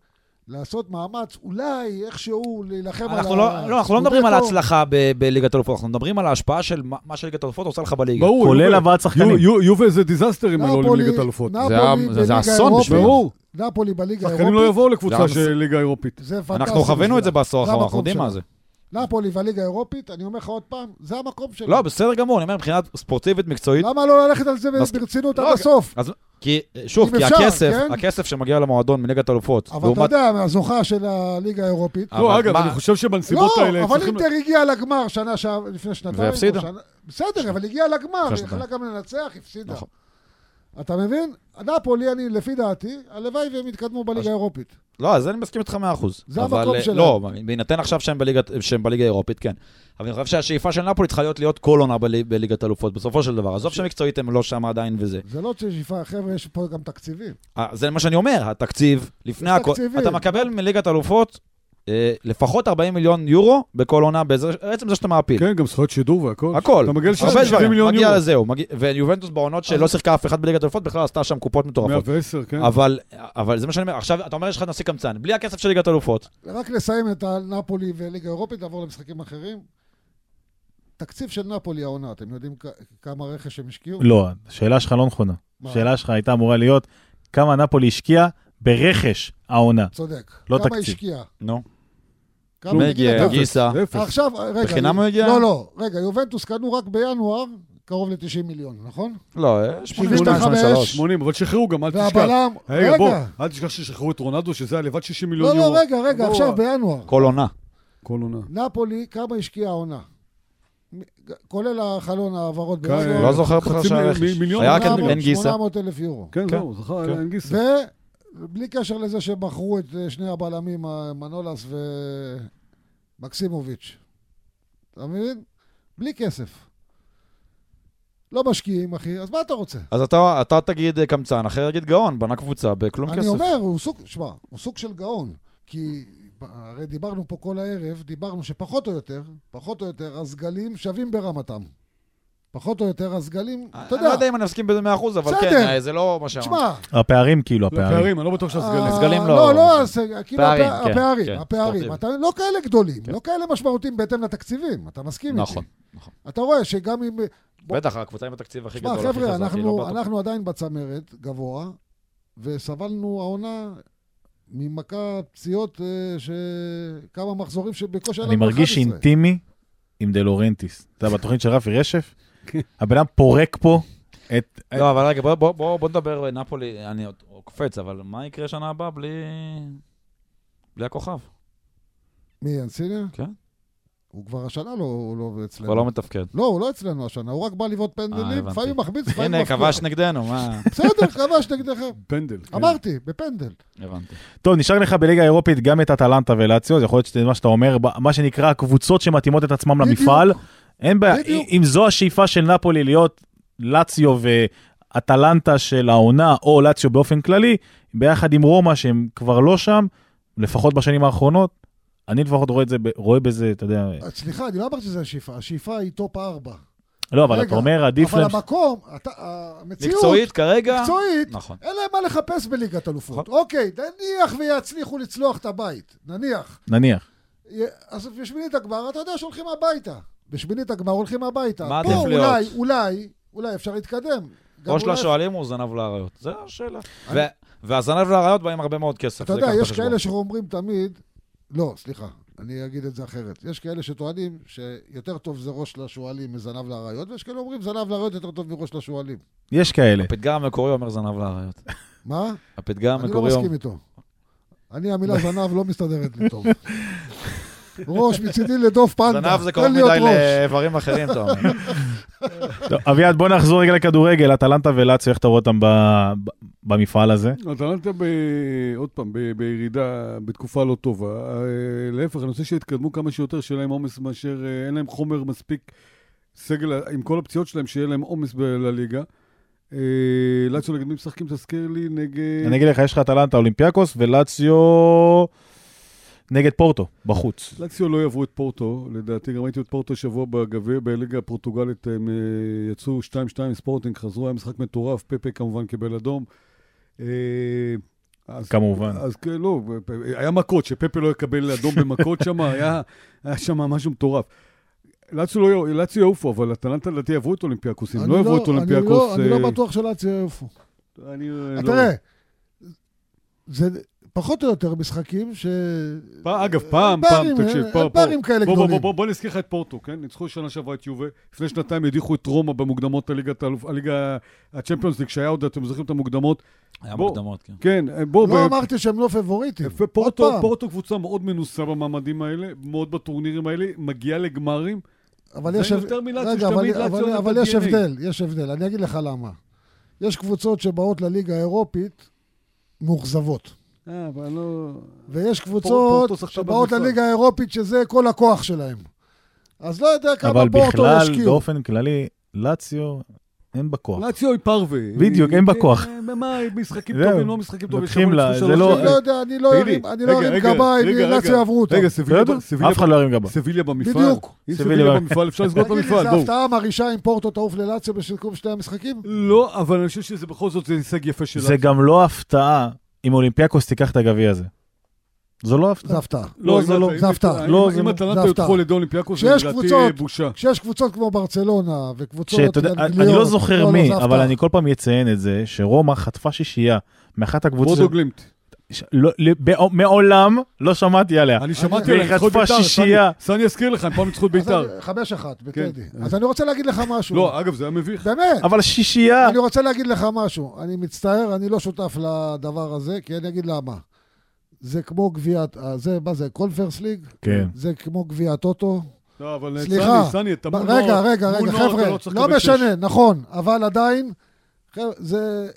[SPEAKER 4] לעשות מאמץ, אולי איכשהו להילחם על
[SPEAKER 5] אנחנו לא, לא, אנחנו לא מדברים על
[SPEAKER 4] הסטודנטו.
[SPEAKER 5] ההצלחה ב- בליגת אלופות, אנחנו מדברים על ההשפעה של מה מה שליגת אלופות עושה לך בליגה.
[SPEAKER 3] ברור,
[SPEAKER 2] כולל
[SPEAKER 3] יובל.
[SPEAKER 2] הבאת שחקנים.
[SPEAKER 3] יו- יו- יובל זה דיזסטר אם הם לא עולים
[SPEAKER 4] נפולי-
[SPEAKER 3] לליגת אלופות.
[SPEAKER 5] זה
[SPEAKER 4] נפולי
[SPEAKER 5] היה- זה- זה
[SPEAKER 4] בליגה
[SPEAKER 5] אסון
[SPEAKER 4] האירופית-
[SPEAKER 5] בשבילם.
[SPEAKER 3] ברור.
[SPEAKER 4] אה, נפולי בליגה
[SPEAKER 3] שחקנים לא
[SPEAKER 4] האירופית,
[SPEAKER 3] יבואו
[SPEAKER 5] זה
[SPEAKER 3] לקבוצה
[SPEAKER 5] המס-
[SPEAKER 3] של ליגה אירופית.
[SPEAKER 4] זה פנטסטי.
[SPEAKER 5] אנחנו חווינו את זה
[SPEAKER 4] בשבילם.
[SPEAKER 5] בעשור
[SPEAKER 4] זה
[SPEAKER 5] האחרון, אנחנו
[SPEAKER 4] המקום
[SPEAKER 5] יודעים
[SPEAKER 4] שלה.
[SPEAKER 5] מה זה.
[SPEAKER 4] נפולי והליגה האירופית, אני אומר לך עוד פעם, זה המקום שלה.
[SPEAKER 5] לא, בסדר גמור, אני אומר מבחינת ספורטיבית, מקצועית.
[SPEAKER 4] למה לא ללכת על זה
[SPEAKER 5] מס-
[SPEAKER 4] ברצינות עד
[SPEAKER 5] לא,
[SPEAKER 4] הסוף?
[SPEAKER 5] אז כי, שוב,
[SPEAKER 4] אם
[SPEAKER 5] כי
[SPEAKER 4] אפשר,
[SPEAKER 5] הכסף,
[SPEAKER 4] כן?
[SPEAKER 5] הכסף שמגיע למועדון מליגת אלופות,
[SPEAKER 4] אבל אתה יודע, הזוכה של הליגה האירופית.
[SPEAKER 5] אבל
[SPEAKER 3] לא, אגב,
[SPEAKER 5] מה-
[SPEAKER 3] אני חושב שבנסיבות
[SPEAKER 4] לא,
[SPEAKER 3] האלה
[SPEAKER 4] אבל
[SPEAKER 3] צריכים...
[SPEAKER 4] אינטר הגיעה לגמר שנה שעה לפני שנתיים.
[SPEAKER 5] והפסידה.
[SPEAKER 4] או שנה- בסדר, אבל הגיעה לגמר,
[SPEAKER 5] אחרי
[SPEAKER 4] היא יכלה גם לנצח, הפסידה.
[SPEAKER 5] נכון.
[SPEAKER 4] אתה מבין? נפולי, אני, לפי דעתי, הלוואי והם יתקדמו בליגה האירופית.
[SPEAKER 5] לא, אז אני מסכים איתך 100%.
[SPEAKER 4] זה
[SPEAKER 5] אבל,
[SPEAKER 4] המקום
[SPEAKER 5] אה,
[SPEAKER 4] שלהם.
[SPEAKER 5] לא, בהינתן עכשיו שהם בליגת- שהם בליגה האירופית, כן. אבל אני חושב שהשאיפה של נפולי צריכה להיות להיות כל עונה בלי- בליגת אלופות, בסופו של דבר. עזוב שמקצועית הם לא שם עדיין וזה.
[SPEAKER 4] זה לא שאיפה, חבר'ה, יש פה גם תקציבים.
[SPEAKER 5] אה, זה מה שאני אומר, התקציב, לפני
[SPEAKER 4] יש
[SPEAKER 5] הכל,
[SPEAKER 4] תקציבים.
[SPEAKER 5] אתה מקבל מליגת אלופות אה, לפחות 40 מיליון יורו בכל עונה, בעזר- עצם זה שאתה מעפיל.
[SPEAKER 3] כן, גם זכויות שידור והכל.
[SPEAKER 5] הכל,
[SPEAKER 3] אתה מגיע
[SPEAKER 5] הרבה
[SPEAKER 3] ל-60
[SPEAKER 5] דברים,
[SPEAKER 3] מיליון
[SPEAKER 5] מגיע
[SPEAKER 3] יורו.
[SPEAKER 5] לזהו, מגיע- ויובנטוס בעונות שלא שיחקה אף אחד בליגת אלופות, בכלל עשתה שם קופות מטורפות.
[SPEAKER 3] 110, כן.
[SPEAKER 5] אבל, אבל זה מה שאני אומר, עכשיו אתה אומר יש לך נשיא קמצן, בלי הכסף של ליגת אלופות.
[SPEAKER 4] רק לסיים את הנפולי וליגה אירופית, לעבור למשחקים אחרים. תקציב של נפולי העונה, אתם יודעים כ- כמה רכש הם השקיעו?
[SPEAKER 2] לא, השאלה שלך לא נכונה.
[SPEAKER 4] מה?
[SPEAKER 2] השאלה שלך הייתה אמורה להיות כמה נפולי השקיעה ברכש העונה.
[SPEAKER 4] צודק.
[SPEAKER 2] לא
[SPEAKER 4] כמה
[SPEAKER 2] תקציב.
[SPEAKER 4] השקיע?
[SPEAKER 5] נו.
[SPEAKER 4] כמה
[SPEAKER 5] מגיע,
[SPEAKER 4] השקיע?
[SPEAKER 5] גיסה.
[SPEAKER 3] אפס.
[SPEAKER 4] עכשיו, רגע.
[SPEAKER 5] בחינם הוא הגיע?
[SPEAKER 4] לא, לא. רגע, יובנטוס קנו רק בינואר קרוב ל-90 מיליון, נכון?
[SPEAKER 5] לא,
[SPEAKER 4] 82, 83.
[SPEAKER 3] 80, אבל שחררו גם, אל תשכח.
[SPEAKER 4] והבלם...
[SPEAKER 3] רגע,
[SPEAKER 4] רגע.
[SPEAKER 3] בוא, אל תשכח ששחררו את רונלדו, שזה היה לבד 60
[SPEAKER 4] לא,
[SPEAKER 5] כאילו,
[SPEAKER 3] מיליון יורו.
[SPEAKER 4] לא, רגע, רגע,
[SPEAKER 3] בוא.
[SPEAKER 4] עכשיו בינואר.
[SPEAKER 5] כל עונה.
[SPEAKER 3] כל עונה.
[SPEAKER 4] נפולי, כמה השקיעה העונה? מ- ג- כולל החלון ההעברות
[SPEAKER 3] כן,
[SPEAKER 4] בינואר.
[SPEAKER 5] לא זוכר בכלל
[SPEAKER 3] חצי
[SPEAKER 5] שהיה
[SPEAKER 3] מ-
[SPEAKER 5] רכש.
[SPEAKER 3] מיליון,
[SPEAKER 5] היה רק
[SPEAKER 3] ארבע
[SPEAKER 5] אין- אה. אין גיסה.
[SPEAKER 4] 800 אלף יורו.
[SPEAKER 3] כן,
[SPEAKER 5] כן.
[SPEAKER 3] זהו, זכר,
[SPEAKER 5] כן.
[SPEAKER 3] אין גיסה.
[SPEAKER 4] ובלי קשר לזה שבחרו את אה, שני הבלמים, אה, מנולס ומקסימוביץ'. אתה מבין? בלי כסף. לא משקיעים, אחי, אז מה אתה רוצה?
[SPEAKER 5] אז אתה, אתה תגיד אה, קמצן, אחר יגיד גאון, בנה קבוצה בכלום
[SPEAKER 4] אני
[SPEAKER 5] כסף.
[SPEAKER 4] אומר, הוא סוג, שמע, הוא סוג של גאון. כי הרי דיברנו פה כל הערב, דיברנו שפחות או יותר, פחות או יותר, הסגלים שווים ברמתם. פחות או יותר, הסגלים, אתה
[SPEAKER 5] אני לא
[SPEAKER 4] יודע,
[SPEAKER 5] יודע אם אני מסכים בזה 100%, אבל
[SPEAKER 4] בסדר.
[SPEAKER 5] כן, אה, זה לא מה שאמרת.
[SPEAKER 4] תשמע,
[SPEAKER 2] הפערים כאילו, הפערים.
[SPEAKER 3] לפערים, אני לא בטוח שהסגלים.
[SPEAKER 4] אה,
[SPEAKER 5] הסגלים לא-
[SPEAKER 4] לא, לא, הסג- כאילו
[SPEAKER 5] פערים,
[SPEAKER 4] הפע-
[SPEAKER 5] כן,
[SPEAKER 4] הפערים,
[SPEAKER 5] כן,
[SPEAKER 4] הפערים.
[SPEAKER 5] ספורטיבי.
[SPEAKER 4] אתה לא כאלה גדולים,
[SPEAKER 5] כן.
[SPEAKER 4] לא כאלה משמעותיים בהתאם לתקציבים, אתה מסכים איתי.
[SPEAKER 5] נכון,
[SPEAKER 4] אתה רואה שגם אם... בוא-
[SPEAKER 5] בטח, הקבוצה עם התקציב הכי
[SPEAKER 4] תשמע,
[SPEAKER 5] גדול. הכי
[SPEAKER 4] חבר'ה,
[SPEAKER 5] חזק, היא
[SPEAKER 4] אנחנו-
[SPEAKER 5] לא בטופ.
[SPEAKER 4] אנחנו עדיין בצמרת גבוה, וסבלנו העונה ממכה פציעות אה, ש... כמה מחזורים שבקושי היה
[SPEAKER 2] אני
[SPEAKER 4] לנו
[SPEAKER 2] מרגיש
[SPEAKER 4] 11.
[SPEAKER 2] אינטימי עם דה לורנטיס. אתה יודע, בתוכנית של רפי רשף,
[SPEAKER 4] כן.
[SPEAKER 2] הבן אדם פורק פה את...
[SPEAKER 5] לא, אבל רגע, בוא- בוא- בוא בוא נדבר אה, נפולי, אני עוד עוד קופץ, אבל מה יקרה שנה הבאה בלי... בלי הכוכב?
[SPEAKER 4] מי, אנסיניה?
[SPEAKER 5] כן.
[SPEAKER 4] הוא כבר השנה לא- הוא לא
[SPEAKER 5] כבר לא
[SPEAKER 4] אצלנו.
[SPEAKER 5] מתפקד.
[SPEAKER 4] לא, הוא לא אצלנו השנה, הוא רק בא לבעוט
[SPEAKER 5] אה,
[SPEAKER 4] פנדלים,
[SPEAKER 5] הבנתי.
[SPEAKER 4] לפעמים מחמיץ, לפעמים
[SPEAKER 5] הנה,
[SPEAKER 4] מפקיע.
[SPEAKER 5] כבש נגדנו, מה...
[SPEAKER 4] בסדר, כבש נגדכם.
[SPEAKER 3] פנדל. כן.
[SPEAKER 4] אמרתי, בפנדל.
[SPEAKER 5] הבנתי.
[SPEAKER 2] טוב, נשאר לך בליגה האירופית גם את אטלנטה ולאציו, זה יכול להיות שזה מה שאתה אומר, ב- מה שנקרא הקבוצות שמתאימות את עצמם
[SPEAKER 4] בדיוק.
[SPEAKER 2] למפעל. אין בעיה,
[SPEAKER 4] בדיוק.
[SPEAKER 2] אם זו השאיפה של נפולי להיות לאציו ואטלנטה של העונה, או לאציו באופן כללי, ביחד עם רומא שהם כבר לא שם, לפחות בשנים האחרונות, אני לפחות רואה, את זה, ב- רואה בזה, אתה יודע,
[SPEAKER 4] סליחה, אני לא אמרתי שזה השאיפה, השאיפה היא טופ ארבע.
[SPEAKER 2] לא, אבל
[SPEAKER 4] רגע,
[SPEAKER 2] אתה אומר, עדיף
[SPEAKER 4] אבל
[SPEAKER 2] להם...
[SPEAKER 4] המקום, אתה- המציאות,
[SPEAKER 5] מקצועית כרגע...
[SPEAKER 4] מקצועית,
[SPEAKER 5] נכון.
[SPEAKER 4] אין להם מה לחפש בליגת אלופות.
[SPEAKER 5] נכון.
[SPEAKER 4] אוקיי, נניח ויצליחו לצלוח את הבית, נניח.
[SPEAKER 2] נניח.
[SPEAKER 4] י- אז בשמינית הגמר, אתה יודע שהולכים הביתה. בשמינית הגמר הולכים הביתה.
[SPEAKER 5] מה
[SPEAKER 4] פה
[SPEAKER 5] עדיף להיות?
[SPEAKER 4] אולי, אולי, אולי אפשר להתקדם. גם
[SPEAKER 5] ראש לא
[SPEAKER 4] אולי-
[SPEAKER 5] לשועלים הוא זנב לאריות. זו השאלה.
[SPEAKER 4] אני-
[SPEAKER 5] ו- והזנב לאריות בא עם הרבה מאוד כסף.
[SPEAKER 4] אתה
[SPEAKER 5] זה
[SPEAKER 4] יודע,
[SPEAKER 5] קח
[SPEAKER 4] יש
[SPEAKER 5] בחשבון.
[SPEAKER 4] כאלה שאומרים תמיד, לא, סליחה, אני אגיד את זה אחרת. יש כאלה שטוענים שיותר טוב זה ראש לשועלים מזנב לאריות, ויש כאלה אומרים זנב לאריות יותר טוב מראש לשועלים.
[SPEAKER 2] יש כאלה.
[SPEAKER 5] הפתגם המקורי אומר זנב לאריות.
[SPEAKER 4] מה?
[SPEAKER 5] הפתגם
[SPEAKER 4] אני לא
[SPEAKER 5] המקורי אומר...
[SPEAKER 4] מסכים איתו. אני, המילה זנב לא מסתדרת לי טוב. ראש מצידי לדוף פנדה.
[SPEAKER 5] זנב זה
[SPEAKER 4] תן
[SPEAKER 5] קרוב
[SPEAKER 4] להיות
[SPEAKER 5] מדי
[SPEAKER 4] ראש.
[SPEAKER 5] לאיברים אחרים, אתה אומר.
[SPEAKER 2] טוב, אביעד, בוא נחזור רגע לכדורגל, אטלנטה ולאציו, איך אתה רואה אותם ב- ב- במפעל הזה?
[SPEAKER 3] אטלנטה, ב... עוד פעם, ב... בירידה, בתקופה לא טובה. אה, להפך, אני רוצה שיתקדמו כמה שיותר, שיהיה להם עומס מאשר, אה, אין להם חומר מספיק, סגל, עם כל הפציעות שלהם, שיהיה להם עומס ב- לליגה. אה, לאציו נגד מי משחקים, תזכיר לי, נגד...
[SPEAKER 2] אני אגיד לך, יש לך אטלנטה אולימפיאקוס ולאציו נגד פורטו, בחוץ.
[SPEAKER 3] לאציו לא יעברו את פורטו, לדעתי, גם ראיתי את פורטו השבוע בגביע, בליגה הפורטוגלית, הם אה, יצאו 2-2 עם ספורטינג, חזרו, היה משחק מטורף, פפה כמובן קיבל אדום. אה, אז-
[SPEAKER 2] כמובן.
[SPEAKER 3] אז כן, לא, היה מכות, שפפה לא יקבל אדום במכות שם, היה, היה שם משהו מטורף. לאציו לא יע- לאציו יעופו, אבל אטלנטה לדעתי יעברו את אולימפיאקוס, אם
[SPEAKER 4] אני
[SPEAKER 3] לא יעברו את
[SPEAKER 4] אני
[SPEAKER 3] אולימפיאקוס...
[SPEAKER 4] לא- אני
[SPEAKER 3] אה,
[SPEAKER 4] לא בטוח שלאציו יעופו.
[SPEAKER 3] אני, אה, לא-
[SPEAKER 4] תראה, זה פחות או יותר משחקים ש...
[SPEAKER 3] פ- אגב, פעם,
[SPEAKER 4] פערים,
[SPEAKER 3] פעם, תקשיב,
[SPEAKER 4] אה,
[SPEAKER 3] פעם,
[SPEAKER 4] פערים
[SPEAKER 3] בוא,
[SPEAKER 4] כאלה
[SPEAKER 3] בוא,
[SPEAKER 4] גדולים.
[SPEAKER 3] בוא, בוא, בוא נזכיר לך את פורטו, כן? ניצחו שנה שעברה את יובה, לפני שנתיים הדיחו את רומא במוקדמות הליגת האלוף- הליגה, הצ'מפיונס ליג, שהיה עוד, אתם זוכרים את המוקדמות?
[SPEAKER 5] היה
[SPEAKER 3] בוא.
[SPEAKER 5] מוקדמות, כן.
[SPEAKER 3] כן, אה, בוא,
[SPEAKER 4] לא
[SPEAKER 3] ב-
[SPEAKER 4] אמרתי שהם לא פבוריטים.
[SPEAKER 3] יפה,
[SPEAKER 4] עוד
[SPEAKER 3] פורטו,
[SPEAKER 4] פעם.
[SPEAKER 3] פורטו קבוצה מאוד מנוסה במעמדים האלה, מאוד בטורנירים האלה, מגיעה לגמרים.
[SPEAKER 4] אבל
[SPEAKER 3] זה
[SPEAKER 4] יש...
[SPEAKER 3] יותר מלאציו,
[SPEAKER 4] רגע,
[SPEAKER 3] שתמיד
[SPEAKER 4] אבל-
[SPEAKER 3] לאציו
[SPEAKER 4] אבל-
[SPEAKER 3] עולה
[SPEAKER 4] אבל
[SPEAKER 3] ב-DNA.
[SPEAKER 4] יש הבדל, יש הבדל. אני אגיד לך למה. יש קבוצות שבאות לליגה האירופית מאוכזבות.
[SPEAKER 3] אה, אבל לא...
[SPEAKER 4] ויש
[SPEAKER 3] פורטו
[SPEAKER 4] קבוצות
[SPEAKER 3] שחקה
[SPEAKER 4] שבאות
[SPEAKER 3] במפעל.
[SPEAKER 4] לליגה האירופית שזה כל הכוח שלהם. אז לא יודע כמה
[SPEAKER 2] אבל
[SPEAKER 4] פורטו
[SPEAKER 2] בכלל,
[SPEAKER 4] השקיעו.
[SPEAKER 2] באופן כללי, לאציו, אין בה כוח.
[SPEAKER 3] לאציו היא פרווה.
[SPEAKER 2] בדיוק,
[SPEAKER 3] היא-
[SPEAKER 2] אין בה כוח.
[SPEAKER 3] אה, מה, היא משחקים
[SPEAKER 2] זהו.
[SPEAKER 3] טובים, לא משחקים טובים.
[SPEAKER 2] לוקחים
[SPEAKER 3] שבוע
[SPEAKER 2] לה,
[SPEAKER 3] לפני
[SPEAKER 2] זה
[SPEAKER 3] שלוש
[SPEAKER 2] לא-
[SPEAKER 4] אני
[SPEAKER 3] שנים.
[SPEAKER 4] לא יודע, אני לא
[SPEAKER 3] תגיד לי,
[SPEAKER 4] ארים- אני לא
[SPEAKER 3] רגע,
[SPEAKER 4] ארים
[SPEAKER 3] רגע,
[SPEAKER 4] גבה,
[SPEAKER 3] רגע,
[SPEAKER 4] אם נאצי
[SPEAKER 3] רגע,
[SPEAKER 4] עברו אותו.
[SPEAKER 3] רגע, סביליה
[SPEAKER 2] בסדר,
[SPEAKER 3] סביליה-
[SPEAKER 2] אף אחד לא ירים גבה.
[SPEAKER 3] סביליה במפעל.
[SPEAKER 4] בדיוק.
[SPEAKER 3] אם
[SPEAKER 2] סביליה
[SPEAKER 3] סביליה
[SPEAKER 2] במפעל.
[SPEAKER 3] במפעל, אפשר לסגור את
[SPEAKER 4] תגיד לי,
[SPEAKER 3] המפעל,
[SPEAKER 4] זה
[SPEAKER 3] בואו.
[SPEAKER 4] הפתעה מרעישה אם פורטו תעוף ללאציו בסיכום שני המשחקים?
[SPEAKER 3] לא, אבל אני חושב שזה בכל זאת זה הישג יפה שלה.
[SPEAKER 2] זה גם לא הפתעה אם אולימפיאקוס תיקח את הגביע הזה. זו לא הפתעה.
[SPEAKER 4] זה הפתעה.
[SPEAKER 2] לא, זה
[SPEAKER 3] אם-
[SPEAKER 2] לא.
[SPEAKER 3] אם-
[SPEAKER 4] זה הפתעה.
[SPEAKER 3] אם-
[SPEAKER 2] לא, זה
[SPEAKER 3] אם
[SPEAKER 2] לא.
[SPEAKER 4] זה
[SPEAKER 3] אטלנטה יקחו
[SPEAKER 4] הפתעה.
[SPEAKER 3] על ידי אולימפיאקוס, זה
[SPEAKER 4] כשיש
[SPEAKER 3] לדעתי
[SPEAKER 4] קבוצות-
[SPEAKER 3] בושה.
[SPEAKER 4] כשיש קבוצות כמו ברצלונה וקבוצות
[SPEAKER 2] שאתה יודע,
[SPEAKER 4] אנגליות,
[SPEAKER 2] אני לא זוכר
[SPEAKER 4] לא,
[SPEAKER 2] מי,
[SPEAKER 4] זה
[SPEAKER 2] אבל
[SPEAKER 4] הפתעה.
[SPEAKER 2] אני כל פעם אציין את זה, שרומא חטפה שישייה מאחת הקבוצות,
[SPEAKER 3] רודו גלימט.
[SPEAKER 2] ש- לא- לא- בא- מעולם לא שמעתי עליה.
[SPEAKER 3] אני שמעתי
[SPEAKER 2] והיא
[SPEAKER 3] עליהם, ניצחו את
[SPEAKER 2] חטפה
[SPEAKER 3] בית"ר, סני-
[SPEAKER 2] שישייה.
[SPEAKER 3] סני אזכיר לך, הם פעם ניצחו את
[SPEAKER 4] אז אני-
[SPEAKER 3] בית"ר.
[SPEAKER 4] 5-1, בטדי.
[SPEAKER 3] כן.
[SPEAKER 4] אז אני רוצה להגיד לך משהו.
[SPEAKER 3] לא, אגב, זה היה מביך.
[SPEAKER 4] באמת.
[SPEAKER 2] אבל שישייה,
[SPEAKER 4] אני רוצה להגיד לך משהו. אני מצטער, אני לא שותף לדבר הזה, כי אני אגיד למה. זה כמו גביע, אה, זה, מה זה, קונפרס ליג?
[SPEAKER 2] כן.
[SPEAKER 4] זה כמו גביע הטוטו.
[SPEAKER 3] לא, אבל
[SPEAKER 4] סליחה.
[SPEAKER 3] סני, סני, אתה מול נוער.
[SPEAKER 4] רגע, רגע,
[SPEAKER 3] מול
[SPEAKER 4] רגע,
[SPEAKER 3] נוער אתה
[SPEAKER 4] חבר'ה,
[SPEAKER 3] צריך
[SPEAKER 4] לא
[SPEAKER 3] לקבל שש.
[SPEAKER 4] משנה, נכון, אבל עדיין, חבר'ה, זה...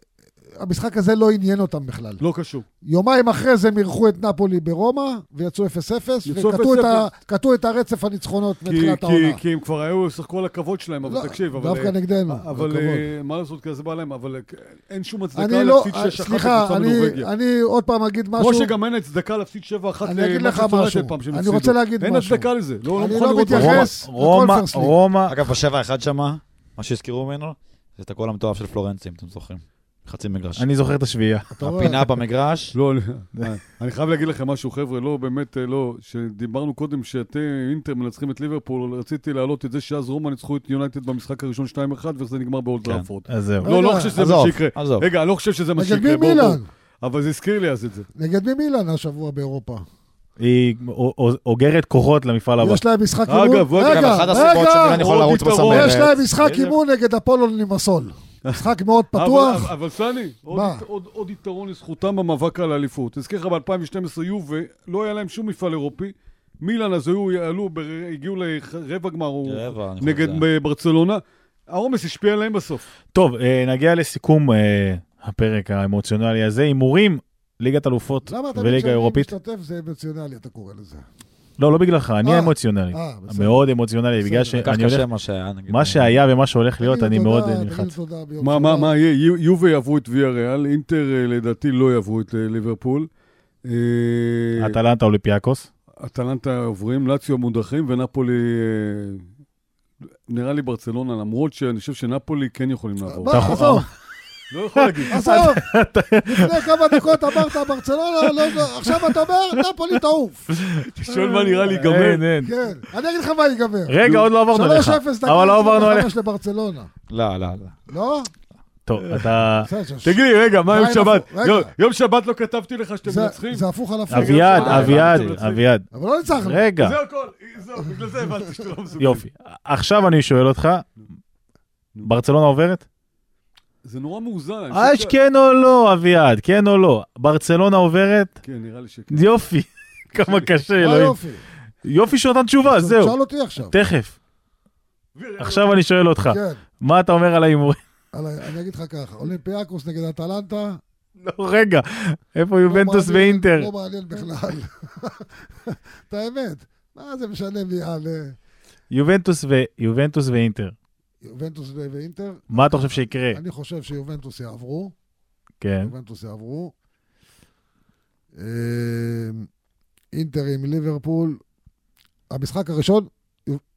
[SPEAKER 4] המשחק הזה לא עניין אותם בכלל.
[SPEAKER 3] לא קשור.
[SPEAKER 4] יומיים אחרי זה הם אירחו את נפולי ברומא, ויצאו 0-0,
[SPEAKER 3] יצאו
[SPEAKER 4] וקטעו
[SPEAKER 3] 0-0.
[SPEAKER 4] את ה- קטעו את הרצף הניצחונות
[SPEAKER 3] כי-
[SPEAKER 4] מתחילת
[SPEAKER 3] כי-
[SPEAKER 4] העונה.
[SPEAKER 3] כי הם כבר היו, שחקו על הכבוד שלהם,
[SPEAKER 4] לא,
[SPEAKER 3] אבל תקשיב, אבל...
[SPEAKER 4] דווקא
[SPEAKER 3] אה,
[SPEAKER 4] נגדנו,
[SPEAKER 3] אבל
[SPEAKER 4] בכבוד.
[SPEAKER 3] אה, מה לעשות, כזה בא להם, אבל אה, אין שום הצדקה
[SPEAKER 4] אני לא,
[SPEAKER 3] להפסיד 6-1
[SPEAKER 4] סליחה,
[SPEAKER 3] לקבוצה
[SPEAKER 4] אני-
[SPEAKER 3] מנורבגיה.
[SPEAKER 4] אני עוד פעם אגיד משהו.
[SPEAKER 3] כמו שגם אין הצדקה להפסיד 7-1
[SPEAKER 4] אני אגיד לך
[SPEAKER 3] למאצ'סטר
[SPEAKER 4] משהו.
[SPEAKER 3] יונייטד פעם שהם
[SPEAKER 4] אני
[SPEAKER 3] הפסידו.
[SPEAKER 4] רוצה להגיד
[SPEAKER 3] אין
[SPEAKER 4] משהו.
[SPEAKER 3] הצדקה לזה. לא
[SPEAKER 4] אני
[SPEAKER 3] מוכן
[SPEAKER 4] לא
[SPEAKER 3] לראות את זה.
[SPEAKER 4] מתייחס.
[SPEAKER 2] רומא- רומא,
[SPEAKER 4] מתייחס לקונפרנס ליג.
[SPEAKER 2] רומא,
[SPEAKER 5] אגב, בשבע אחד שמה, מה שהזכירו ממנו, זה את הגול המתואר של פלורנסי, אם אתם זוכרים. חצי מגרש.
[SPEAKER 2] אני זוכר את השביעייה.
[SPEAKER 4] אתה רואה?
[SPEAKER 5] הפינה במגרש,
[SPEAKER 3] לא, אני- אני חייב להגיד לכם משהו, חבר'ה, לא, באמת, אה, לא, שדיברנו קודם שאתם, אינטר, מנצחים את ליברפול, רציתי להעלות את זה שאז רומא ניצחו את יונייטד במשחק הראשון 2-1, וזה נגמר באולד
[SPEAKER 5] כן.
[SPEAKER 3] ראפורד.
[SPEAKER 2] אז זהו.
[SPEAKER 4] רגע.
[SPEAKER 3] לא, לא חושב שזה מה
[SPEAKER 5] עזוב,
[SPEAKER 3] שיקרה.
[SPEAKER 5] עזוב.
[SPEAKER 3] רגע, אני לא חושב שזה מה
[SPEAKER 4] נגד
[SPEAKER 3] שיקרה.
[SPEAKER 4] מי
[SPEAKER 3] בוא, בוא.
[SPEAKER 4] מילאן?
[SPEAKER 3] אבל זה הזכיר לי אז את זה.
[SPEAKER 4] נגד מי מילאן השבוע באירופה?
[SPEAKER 2] היא א- א- אוגרת כוחות למפעל הבא.
[SPEAKER 4] יש להם משחק
[SPEAKER 3] אגב,
[SPEAKER 4] אימון.
[SPEAKER 3] בוא נגיד,
[SPEAKER 5] אגב, אחת הסיבות שמילן יכול
[SPEAKER 3] עוד
[SPEAKER 5] לרוץ
[SPEAKER 3] יתרון.
[SPEAKER 5] בצמרת.
[SPEAKER 4] יש להם משחק
[SPEAKER 3] בדיוק.
[SPEAKER 4] אימון נגד אפולון לימסול. משחק מאוד
[SPEAKER 3] אבל,
[SPEAKER 4] פתוח.
[SPEAKER 3] אבל סני, עוד,
[SPEAKER 4] מה?
[SPEAKER 3] ית- עוד, עוד יתרון לזכותם במאבק על האליפות. הזכיר לך ב-2012 יובה, לא היה להם שום מפעל אירופי. מילאן אז היו, עלו, בר- הגיעו לרבע גמר הוא-
[SPEAKER 5] רבע, אני חושב
[SPEAKER 3] נגד
[SPEAKER 5] שזה
[SPEAKER 3] ברצלונה. העומס השפיע עליהם בסוף.
[SPEAKER 2] טוב, אה, נגיע לסיכום אה, הפרק האמוציונלי הזה. הימורים, ליגת אלופות
[SPEAKER 4] למה אתה
[SPEAKER 2] וליגה אירופית.
[SPEAKER 4] משתתף זה אמוציונלי, אתה קורא לזה.
[SPEAKER 2] לא, לא בגללך, אני
[SPEAKER 4] אה,
[SPEAKER 2] האמוציונלי.
[SPEAKER 4] אה, בסדר.
[SPEAKER 2] מאוד אמוציונלי,
[SPEAKER 4] בסדר.
[SPEAKER 2] בגלל
[SPEAKER 5] כל כך
[SPEAKER 2] שאני הולך...
[SPEAKER 5] קשה מה שהיה, נגיד.
[SPEAKER 2] מה שהיה ומה שהולך להיות,
[SPEAKER 4] תגיד
[SPEAKER 2] אני
[SPEAKER 4] תודה,
[SPEAKER 2] מאוד אה,
[SPEAKER 4] תגיד
[SPEAKER 2] נלחץ.
[SPEAKER 4] תודה ביום
[SPEAKER 3] מה,
[SPEAKER 4] שבת.
[SPEAKER 2] אוקיי.
[SPEAKER 3] מה, מה יהיה? יו- יובה יעברו את ויה ריאל, אינטר אה, לדעתי לא יעברו את אה, ליברפול. אה,
[SPEAKER 2] אטלנטה אולימפיאקוס.
[SPEAKER 3] אטלנטה עוברים, לאציו מודחים ונפולי... אה, נראה לי ברצלונה, למרות שאני חושב שנפולי כן יכולים לעבור.
[SPEAKER 4] מה, עזוב,
[SPEAKER 3] לא יכול להגיד.
[SPEAKER 4] עזוב. לפני כמה דקות אמרת ברצלונה, לא, לא, עכשיו אתה אומר, נפולי תעוף.
[SPEAKER 3] אתה שואל מה נראה לי
[SPEAKER 2] אין,
[SPEAKER 3] ייגמר?
[SPEAKER 2] אין.
[SPEAKER 4] כן, אני אגיד לך מה ייגמר.
[SPEAKER 2] רגע, עוד לא עברנו עליך.
[SPEAKER 4] 3-0
[SPEAKER 2] אבל לא עברנו עליך.
[SPEAKER 4] 25 לברצלונה.
[SPEAKER 5] לא, לא, לא.
[SPEAKER 4] לא?
[SPEAKER 2] טוב, אתה...
[SPEAKER 4] בסדר, ש-
[SPEAKER 3] תגיד לי, רגע, מה יום
[SPEAKER 4] די,
[SPEAKER 3] שבת?
[SPEAKER 4] רגע.
[SPEAKER 3] יום-
[SPEAKER 2] אה.
[SPEAKER 3] יום שבת לא כתבתי לך שאתם
[SPEAKER 4] זה-
[SPEAKER 3] מנצחים?
[SPEAKER 4] זה הפוך על הפוך.
[SPEAKER 2] אביעד,
[SPEAKER 3] אה,
[SPEAKER 2] אביעד,
[SPEAKER 3] אה, אה,
[SPEAKER 2] אביעד.
[SPEAKER 4] אבל לא ניצחנו.
[SPEAKER 2] רגע,
[SPEAKER 3] זה הכל, זהו, בגלל זה הבנתי שאתם לא מסוגלים.
[SPEAKER 2] יופי. עכשיו אני שואל אותך, ברצלונה עוברת?
[SPEAKER 3] זה נורא מאוזן. אני חושב
[SPEAKER 2] אש
[SPEAKER 3] ש-
[SPEAKER 2] כן או לא, אביעד, כן או לא. ברצלונה עוברת?
[SPEAKER 3] כן, נראה לי שכן.
[SPEAKER 2] יופי. כמה קשה,
[SPEAKER 4] מה
[SPEAKER 2] אלוהים.
[SPEAKER 4] אה, יופי?
[SPEAKER 2] יופי שהוא נתן תשובה, זהו.
[SPEAKER 4] שאל אותי עכשיו.
[SPEAKER 2] תכף.
[SPEAKER 3] ויאריאל-
[SPEAKER 2] עכשיו אני שואל אותך,
[SPEAKER 4] כן.
[SPEAKER 2] מה אתה אומר על ההימורים?
[SPEAKER 4] על ה- אני אגיד לך ככה, אולימפיאקוס נגד אטלנטה.
[SPEAKER 2] לא, רגע, איפה
[SPEAKER 4] לא
[SPEAKER 2] יובנטוס
[SPEAKER 4] מעניין,
[SPEAKER 2] ואינטר?
[SPEAKER 4] לא מעניין בכלל. את האמת. מה זה משנה מי יעלה?
[SPEAKER 2] יובנטוס ו- יובנטוס ואינטר.
[SPEAKER 4] יובנטוס ו- ואינטר.
[SPEAKER 2] מה אתה חושב שיקרה?
[SPEAKER 4] אני חושב שיובנטוס יעברו.
[SPEAKER 2] כן.
[SPEAKER 4] יובנטוס יעברו. אה, אינטר עם ליברפול. המשחק הראשון,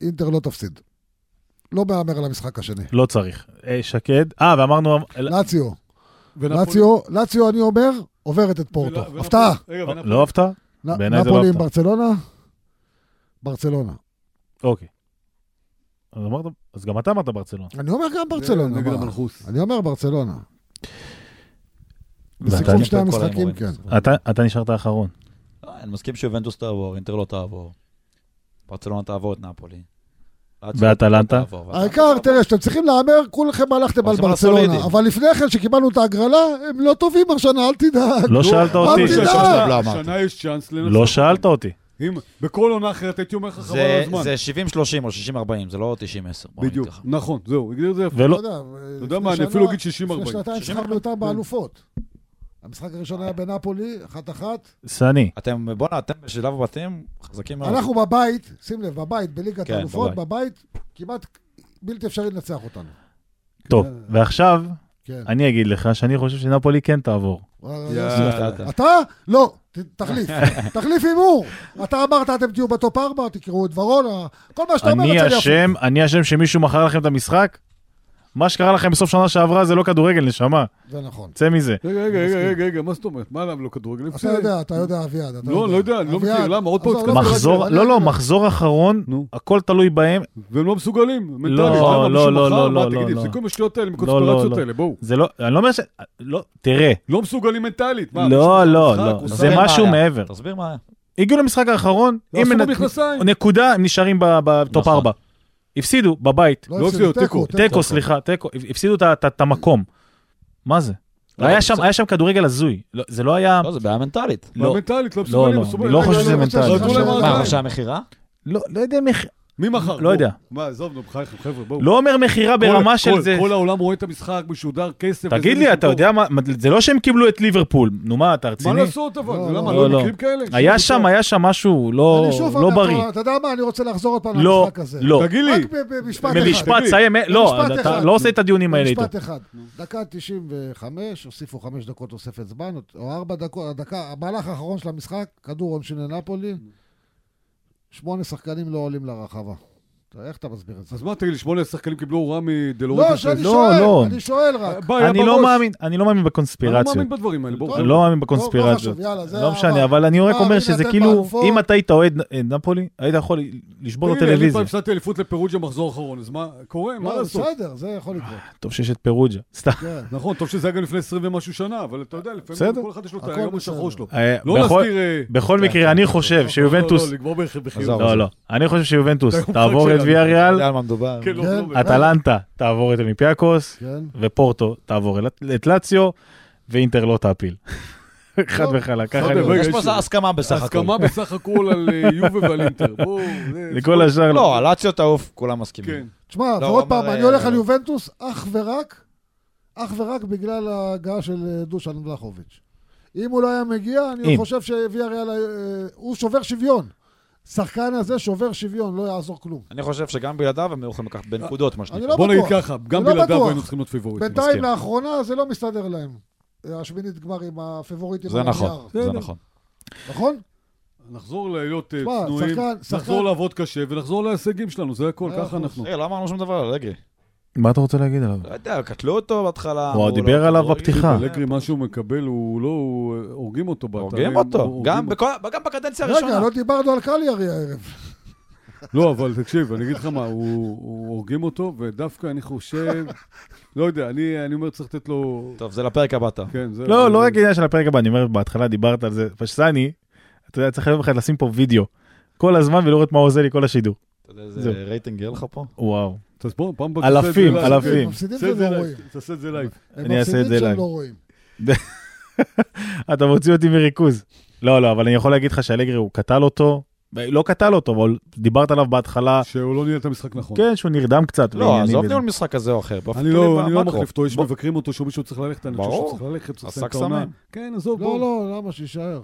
[SPEAKER 4] אינטר לא תפסיד. לא מהמר על המשחק השני.
[SPEAKER 2] לא צריך. אה, שקד, אה, ואמרנו...
[SPEAKER 4] לא, לאציו.
[SPEAKER 3] ונפולי-
[SPEAKER 4] לאציו, לאציו, אני אומר, עוברת את פורטו.
[SPEAKER 3] ונפולי-
[SPEAKER 4] הפתעה.
[SPEAKER 3] רגע, ונפולי-
[SPEAKER 2] לא הפתעה?
[SPEAKER 4] נ-
[SPEAKER 2] בעיניי זה לא
[SPEAKER 4] נפולי עם
[SPEAKER 2] הפתעה.
[SPEAKER 4] ברצלונה? ברצלונה.
[SPEAKER 2] אוקיי. אז אמרת, אז גם אתה אמרת ברצלונה.
[SPEAKER 4] אני אומר גם ברצלונה.
[SPEAKER 3] נגד
[SPEAKER 4] מה?
[SPEAKER 3] המנחוס.
[SPEAKER 4] אני אומר ברצלונה.
[SPEAKER 2] ואתה-
[SPEAKER 4] בסיכום שני
[SPEAKER 5] כל
[SPEAKER 4] המשחקים,
[SPEAKER 5] ההימורים.
[SPEAKER 4] כן.
[SPEAKER 2] אתה- אתה נשארת האחרון.
[SPEAKER 5] לא, אני מסכים שיובנטוס תעבור, אינטר לא תעבור. ברצלונה תעבור את נפולי.
[SPEAKER 2] ואטלנטה?
[SPEAKER 5] תעבור, ואטלנטה
[SPEAKER 4] העיקר,
[SPEAKER 5] תעבור.
[SPEAKER 4] תראה, שאתם צריכים להמר, כולכם הלכתם על
[SPEAKER 5] אבל זה מה
[SPEAKER 4] ברצלונה.
[SPEAKER 5] הסולידי.
[SPEAKER 4] אבל לפני כן, שקיבלנו את ההגרלה, הם לא טובים השנה, אל תדאג.
[SPEAKER 2] לא שאלת אותי.
[SPEAKER 4] אל
[SPEAKER 3] השנה-
[SPEAKER 4] תדאג.
[SPEAKER 5] לא אמרתי.
[SPEAKER 3] השנה יש צ'אנס לנצח.
[SPEAKER 2] לא שאלת אותי.
[SPEAKER 3] אם- בכל עונה אחרת הייתי אומר לך חבל על
[SPEAKER 5] זה-
[SPEAKER 3] הזמן.
[SPEAKER 5] זה 70-30 או 60-40, זה לא 90-10. בוא נגיד
[SPEAKER 3] בדיוק,
[SPEAKER 5] ככה.
[SPEAKER 3] נכון, זהו, הגדיר את זה יפה.
[SPEAKER 4] לא
[SPEAKER 2] ולא,
[SPEAKER 4] יודע,
[SPEAKER 3] אתה יודע
[SPEAKER 4] לפני
[SPEAKER 3] מה, אני
[SPEAKER 4] שנה-
[SPEAKER 3] אפילו אגיד
[SPEAKER 4] לפני
[SPEAKER 3] 60-40.
[SPEAKER 4] שנתיים שחררנו אותם באלופות. המשחק
[SPEAKER 3] אה.
[SPEAKER 4] הראשון היה בנפולי, אחת-אחת.
[SPEAKER 2] סני,
[SPEAKER 5] אתם, בואנה, אתם בשלב הבתים חזקים
[SPEAKER 3] אה.
[SPEAKER 5] מאוד. לא,
[SPEAKER 4] אנחנו בבית, שים לב, בבית, בליגת
[SPEAKER 5] כן,
[SPEAKER 4] האלופות,
[SPEAKER 5] בבית.
[SPEAKER 4] בבית, כמעט בלתי אפשרי לנצח אותנו.
[SPEAKER 2] טוב, ועכשיו
[SPEAKER 4] כן.
[SPEAKER 2] אני אגיד לך שאני חושב שנפולי כן תעבור.
[SPEAKER 5] יאללה.
[SPEAKER 4] אתה? לא, ת- תחליף. תחליף הימור. אתה אמרת, אתם תהיו בטופ ארבע, תקראו את ורון, ה- כל מה שאתה אומר
[SPEAKER 2] אני
[SPEAKER 4] אצל יפה.
[SPEAKER 2] אשם, אני אשם שמישהו מכר לכם את המשחק? מה שקרה לכם בסוף שנה שעברה זה לא כדורגל, נשמה.
[SPEAKER 4] זה נכון.
[SPEAKER 2] צא מזה.
[SPEAKER 3] רגע, רגע, רגע, רגע, רגע, מה זאת אומרת? מה עליו לא כדורגל?
[SPEAKER 4] אתה
[SPEAKER 3] הפסיד.
[SPEAKER 4] יודע, אתה יודע, אביעד. אתה
[SPEAKER 3] לא, לא יודע, אני לא מכיר,
[SPEAKER 4] אביעד,
[SPEAKER 3] למה? עוד פעם
[SPEAKER 4] עזוב,
[SPEAKER 3] התקדמנו.
[SPEAKER 4] לא
[SPEAKER 2] מחזור,
[SPEAKER 4] מכיר,
[SPEAKER 2] לא,
[SPEAKER 4] אני-
[SPEAKER 2] לא, מחזור אחרון,
[SPEAKER 3] נו.
[SPEAKER 2] הכל תלוי בהם.
[SPEAKER 3] והם לא מסוגלים, מנטלית.
[SPEAKER 2] לא,
[SPEAKER 3] למה,
[SPEAKER 2] לא,
[SPEAKER 3] מישהו
[SPEAKER 2] לא,
[SPEAKER 3] מכר?
[SPEAKER 2] לא,
[SPEAKER 3] מה,
[SPEAKER 2] לא,
[SPEAKER 3] תגידי,
[SPEAKER 2] לא.
[SPEAKER 3] תפסיקו עם השטויות האלה,
[SPEAKER 2] לא,
[SPEAKER 3] עם
[SPEAKER 2] לא,
[SPEAKER 3] הקונספירציות
[SPEAKER 2] לא.
[SPEAKER 3] האלה, בואו.
[SPEAKER 2] זה לא, אני לא אומר ש... לא, תראה.
[SPEAKER 3] לא מסוגלים מנטלית. מה,
[SPEAKER 2] לא,
[SPEAKER 3] משחק,
[SPEAKER 2] לא,
[SPEAKER 3] משחק,
[SPEAKER 2] לא. זה
[SPEAKER 3] הוא שחק.
[SPEAKER 5] תסביר מה
[SPEAKER 2] משהו
[SPEAKER 5] היה.
[SPEAKER 2] מעבר.
[SPEAKER 5] תסביר מה היה.
[SPEAKER 2] הגיעו למשחק האחרון,
[SPEAKER 3] לא
[SPEAKER 2] אם
[SPEAKER 3] עשו
[SPEAKER 2] מנ-
[SPEAKER 3] לו מכנסיים.
[SPEAKER 2] נקודה, הם נשארים ב- בטופ
[SPEAKER 5] נכון.
[SPEAKER 2] 4. הפסידו, בבית.
[SPEAKER 4] לא
[SPEAKER 3] לא
[SPEAKER 4] הפסידו,
[SPEAKER 3] הפסידו, תיקו.
[SPEAKER 2] תיקו, סליחה, תיקו. הפסידו את ה- את ה- את המקום. מה זה?
[SPEAKER 5] לא,
[SPEAKER 2] היה
[SPEAKER 5] זה
[SPEAKER 2] שם-
[SPEAKER 5] בסדר.
[SPEAKER 2] היה שם כדורגל הזוי. לא, זה לא היה...
[SPEAKER 5] לא, זה בעיה מנטלית.
[SPEAKER 3] מה,
[SPEAKER 2] לא.
[SPEAKER 3] מנטלית, לא
[SPEAKER 2] לא,
[SPEAKER 3] מסוגלים.
[SPEAKER 2] לא,
[SPEAKER 3] מסוגלים.
[SPEAKER 2] אני לא
[SPEAKER 3] רגע,
[SPEAKER 2] חושב שזה
[SPEAKER 3] רגע,
[SPEAKER 2] מנטלי.
[SPEAKER 3] רגע, רגע,
[SPEAKER 4] מה,
[SPEAKER 3] רגע,
[SPEAKER 5] מה,
[SPEAKER 4] עדיין.
[SPEAKER 5] עכשיו המכירה?
[SPEAKER 2] לא, לא יודע מח...
[SPEAKER 3] מי מכר?
[SPEAKER 2] לא יודע.
[SPEAKER 3] בואו. מה, עזוב, נו, בחייכם, חבר'ה, בואו.
[SPEAKER 2] לא אומר מכירה
[SPEAKER 3] כל-
[SPEAKER 2] ברמה של
[SPEAKER 3] כל-
[SPEAKER 2] זה.
[SPEAKER 3] כל העולם רואה את המשחק, משודר כסף.
[SPEAKER 2] תגיד
[SPEAKER 3] וזה
[SPEAKER 2] לי, אתה
[SPEAKER 3] משודר.
[SPEAKER 2] יודע מה, מה- זה לא שהם קיבלו את ליברפול. נו מה, אתה
[SPEAKER 3] מה
[SPEAKER 2] רציני?
[SPEAKER 3] לעשות אבל?
[SPEAKER 4] לא,
[SPEAKER 3] זה למה,
[SPEAKER 4] לא,
[SPEAKER 3] לא
[SPEAKER 2] לא.
[SPEAKER 3] מקרים כאלה?
[SPEAKER 2] היה שם, היה שם משהו לא
[SPEAKER 4] אני שוב
[SPEAKER 2] לא
[SPEAKER 4] אומר,
[SPEAKER 2] בריא.
[SPEAKER 4] אתה יודע מה, אני רוצה לחזור עוד פעם
[SPEAKER 2] לא,
[SPEAKER 4] למשחק הזה.
[SPEAKER 2] לא.
[SPEAKER 3] תגיד לי,
[SPEAKER 4] רק ב- במשפט אחד.
[SPEAKER 2] במשפט,
[SPEAKER 3] תגיד.
[SPEAKER 2] סיים, לא,
[SPEAKER 4] במשפט
[SPEAKER 2] אתה
[SPEAKER 4] אחד.
[SPEAKER 2] לא עושה את הדיונים האלה איתו.
[SPEAKER 4] משפט אחד. דקה 95, הוסיפו 5 דקות תוספת זמן, או 4 דקות, הדקה, המהלך האחרון של המשחק, כדור עונשין לנפולי, שמונה שחקנים לא עולים לרחבה. אתה- איך אתה מסביר את זה?
[SPEAKER 3] אז מה, תגיד לי, שמונה שחקנים קיבלו הוראה מדלורידה?
[SPEAKER 4] לא, שאני
[SPEAKER 2] לא,
[SPEAKER 4] שואל,
[SPEAKER 2] לא.
[SPEAKER 4] אני שואל
[SPEAKER 3] אה,
[SPEAKER 4] רק.
[SPEAKER 2] אני לא מאמין, אני לא מאמין
[SPEAKER 3] אני לא
[SPEAKER 2] בקונספירציות.
[SPEAKER 3] מאמין בדברים האלה, בואו.
[SPEAKER 2] אני לא מאמין
[SPEAKER 4] לא
[SPEAKER 2] בקונספירציות.
[SPEAKER 4] חשוב, יאללה, זה
[SPEAKER 2] לא משנה,
[SPEAKER 4] עבר.
[SPEAKER 2] אבל אני רק
[SPEAKER 4] מה,
[SPEAKER 2] אומר
[SPEAKER 4] מי
[SPEAKER 2] שזה
[SPEAKER 4] נתן
[SPEAKER 2] כאילו,
[SPEAKER 4] באלפור?
[SPEAKER 2] אם אתה היית אוהד אה, נפולי, היית יכול לשבור את
[SPEAKER 3] תגיד לי, אני
[SPEAKER 2] הטלוויזיה.
[SPEAKER 3] פעם הפסדתי אליפות לפרוג'ה מחזור אחרון, אז מה קורה? מה
[SPEAKER 4] לא,
[SPEAKER 3] לעשות?
[SPEAKER 4] בסדר, זה יכול לקרות.
[SPEAKER 2] טוב שיש את פירוג'ה. סתם.
[SPEAKER 4] כן.
[SPEAKER 3] נכון, טוב שזה היה גם לפני 20 ומשהו שנה, אבל אתה יודע, לפעמים
[SPEAKER 2] בסדר.
[SPEAKER 3] כל אחד יש לו את
[SPEAKER 4] הכל
[SPEAKER 3] היום
[SPEAKER 4] בסדר.
[SPEAKER 3] השחור שלו.
[SPEAKER 2] אה,
[SPEAKER 3] לא
[SPEAKER 2] בכל-
[SPEAKER 3] להזכיר... אה,
[SPEAKER 2] בכל מקרה, אני חושב
[SPEAKER 3] לא,
[SPEAKER 2] שיובנטוס...
[SPEAKER 3] לא, לגמור בח- בחיוב.
[SPEAKER 5] עזוב.
[SPEAKER 2] לא, לא. אני חושב שיובנטוס
[SPEAKER 3] אתה
[SPEAKER 2] תעבור
[SPEAKER 3] מפחד
[SPEAKER 2] את
[SPEAKER 3] שלנו.
[SPEAKER 2] ויה
[SPEAKER 5] אתה
[SPEAKER 2] ריאל,
[SPEAKER 5] יודע על מה מדובר.
[SPEAKER 3] כן, לא,
[SPEAKER 4] כן.
[SPEAKER 3] לא, לא.
[SPEAKER 2] אטלנטה תעבור את אולימפיאקוס,
[SPEAKER 4] כן.
[SPEAKER 2] ופורטו תעבור אל- את לאציו, ואינטר לא תעפיל. חד
[SPEAKER 4] טוב,
[SPEAKER 2] וחלק, ככה
[SPEAKER 3] בסדר,
[SPEAKER 2] אני...
[SPEAKER 3] רגע,
[SPEAKER 5] אה, יש
[SPEAKER 3] יש
[SPEAKER 5] פה
[SPEAKER 3] לי-
[SPEAKER 5] הסכמה בסך הכל.
[SPEAKER 3] הסכמה בסך הכל על אה, יובה ועל אינטר. בואו... זה-
[SPEAKER 2] לכל השאר
[SPEAKER 5] לא, הלציו תעוף, כולם מסכימים.
[SPEAKER 3] כן.
[SPEAKER 4] תשמע,
[SPEAKER 5] לא,
[SPEAKER 4] ועוד
[SPEAKER 5] אמר,
[SPEAKER 4] פעם, אני
[SPEAKER 5] אה,
[SPEAKER 4] הולך
[SPEAKER 5] לא.
[SPEAKER 4] על יובנטוס אך ורק, אך ורק בגלל ההגעה של אה, דושן מלאכוביץ'. אם הוא לא היה מגיע, אני
[SPEAKER 2] אם.
[SPEAKER 4] חושב שהביא הרי על... ה- אה, הוא שובר שוויון. שחקן הזה שובר שוויון, לא יעזור כלום.
[SPEAKER 5] אני חושב שגם בלעדיו הם היו יכולים לקחת בנקודות, מה
[SPEAKER 4] אני
[SPEAKER 5] שנקרא.
[SPEAKER 4] לא
[SPEAKER 3] בוא נגיד
[SPEAKER 4] בטוח.
[SPEAKER 3] ככה, גם
[SPEAKER 4] לא
[SPEAKER 3] בלעדיו
[SPEAKER 4] בטוח.
[SPEAKER 3] היינו צריכים להיות פיבוריטים.
[SPEAKER 4] בינתיים
[SPEAKER 5] מסכים.
[SPEAKER 4] לאחרונה זה לא מסתדר להם. אה, השמינית גמר עם הפיבוריטים.
[SPEAKER 5] זה
[SPEAKER 4] על
[SPEAKER 5] נכון,
[SPEAKER 4] הנייר.
[SPEAKER 5] זה
[SPEAKER 3] בסדר.
[SPEAKER 5] נכון.
[SPEAKER 4] נכון?
[SPEAKER 3] נחזור להיות אה,
[SPEAKER 4] תשמע,
[SPEAKER 3] צנועים,
[SPEAKER 4] שחקן- שחקן-
[SPEAKER 3] נחזור לעבוד קשה ונחזור להישגים שלנו, זה הכל,
[SPEAKER 4] מאה
[SPEAKER 3] ככה
[SPEAKER 4] אחוז.
[SPEAKER 3] אנחנו.
[SPEAKER 5] תראה, לא אמרנו שום דבר על אלגרי.
[SPEAKER 2] מה אתה רוצה להגיד עליו?
[SPEAKER 5] לא יודע, קטלו אותו בהתחלה.
[SPEAKER 2] הוא
[SPEAKER 5] אמרו לו, לא
[SPEAKER 2] דיבר עליו
[SPEAKER 5] כדורגל.
[SPEAKER 2] בפתיחה.
[SPEAKER 3] אלגרי, מה שהוא מקבל, הוא לא, הוא- הורגים אותו
[SPEAKER 5] הורגים אותו,
[SPEAKER 3] הורגים
[SPEAKER 5] גם
[SPEAKER 3] אותו.
[SPEAKER 5] בכל- גם בקדנציה
[SPEAKER 4] רגע,
[SPEAKER 5] הראשונה.
[SPEAKER 4] לא דיברנו על קליארי הערב.
[SPEAKER 3] לא, אבל תקשיב, אני אגיד לך מה, הוא הוא- הורגים אותו, ודווקא אני חושב, לא יודע, אני אני אומר, צריך לתת לו...
[SPEAKER 5] טוב, זה לפרק הבא אתה.
[SPEAKER 3] כן, זה...
[SPEAKER 2] לא, לא רק עניין של הפרק הבא, אני אומר, בהתחלה דיברת על זה, פשסני, אתה יודע, צריך יום אחד לשים פה וידאו, כל הזמן ולראות מה עושה לי כל השידור.
[SPEAKER 5] אתה יודע איזה
[SPEAKER 2] זהו.
[SPEAKER 5] רייטינג יהיה לך פה?
[SPEAKER 2] וואו.
[SPEAKER 3] אז בוא, פעם הבאה
[SPEAKER 2] אלפים,
[SPEAKER 3] תעשה את זה לייב.
[SPEAKER 2] אלפים.
[SPEAKER 4] הם מפסידים
[SPEAKER 3] תעשה את זה
[SPEAKER 4] והם
[SPEAKER 3] לייב,
[SPEAKER 4] לא רואים.
[SPEAKER 3] תעשה את זה לייב.
[SPEAKER 4] הם
[SPEAKER 2] אני אעשה את
[SPEAKER 4] מפסידים
[SPEAKER 2] זה
[SPEAKER 4] שהם
[SPEAKER 2] לייב.
[SPEAKER 4] לא רואים.
[SPEAKER 2] אתה מוציא אותי מריכוז. לא, לא, אבל אני יכול להגיד לך שאלגרי, הוא קטל אותו, לא קטל אותו, אבל דיברת עליו בהתחלה,
[SPEAKER 3] שהוא לא ניהל את המשחק נכון.
[SPEAKER 2] כן, שהוא נרדם קצת.
[SPEAKER 5] לא,
[SPEAKER 2] ועניינים
[SPEAKER 5] עזוב
[SPEAKER 2] וזה.
[SPEAKER 5] ניהול משחק כזה או אחר. באופן
[SPEAKER 3] אני
[SPEAKER 5] כללי
[SPEAKER 3] לא, אני לא
[SPEAKER 5] במקרו.
[SPEAKER 3] מחליף אותו, יש
[SPEAKER 5] בוא,
[SPEAKER 3] מבקרים אותו שמישהו צריך ללכת, אני חושב
[SPEAKER 5] ברור.
[SPEAKER 3] שהוא צריך ללכת, צריך לסיים
[SPEAKER 5] עסק
[SPEAKER 3] את העונה.
[SPEAKER 5] סמן.
[SPEAKER 3] כן, עזוב,
[SPEAKER 4] לא,
[SPEAKER 3] בוא. כן.
[SPEAKER 4] לא, למה שיישאר?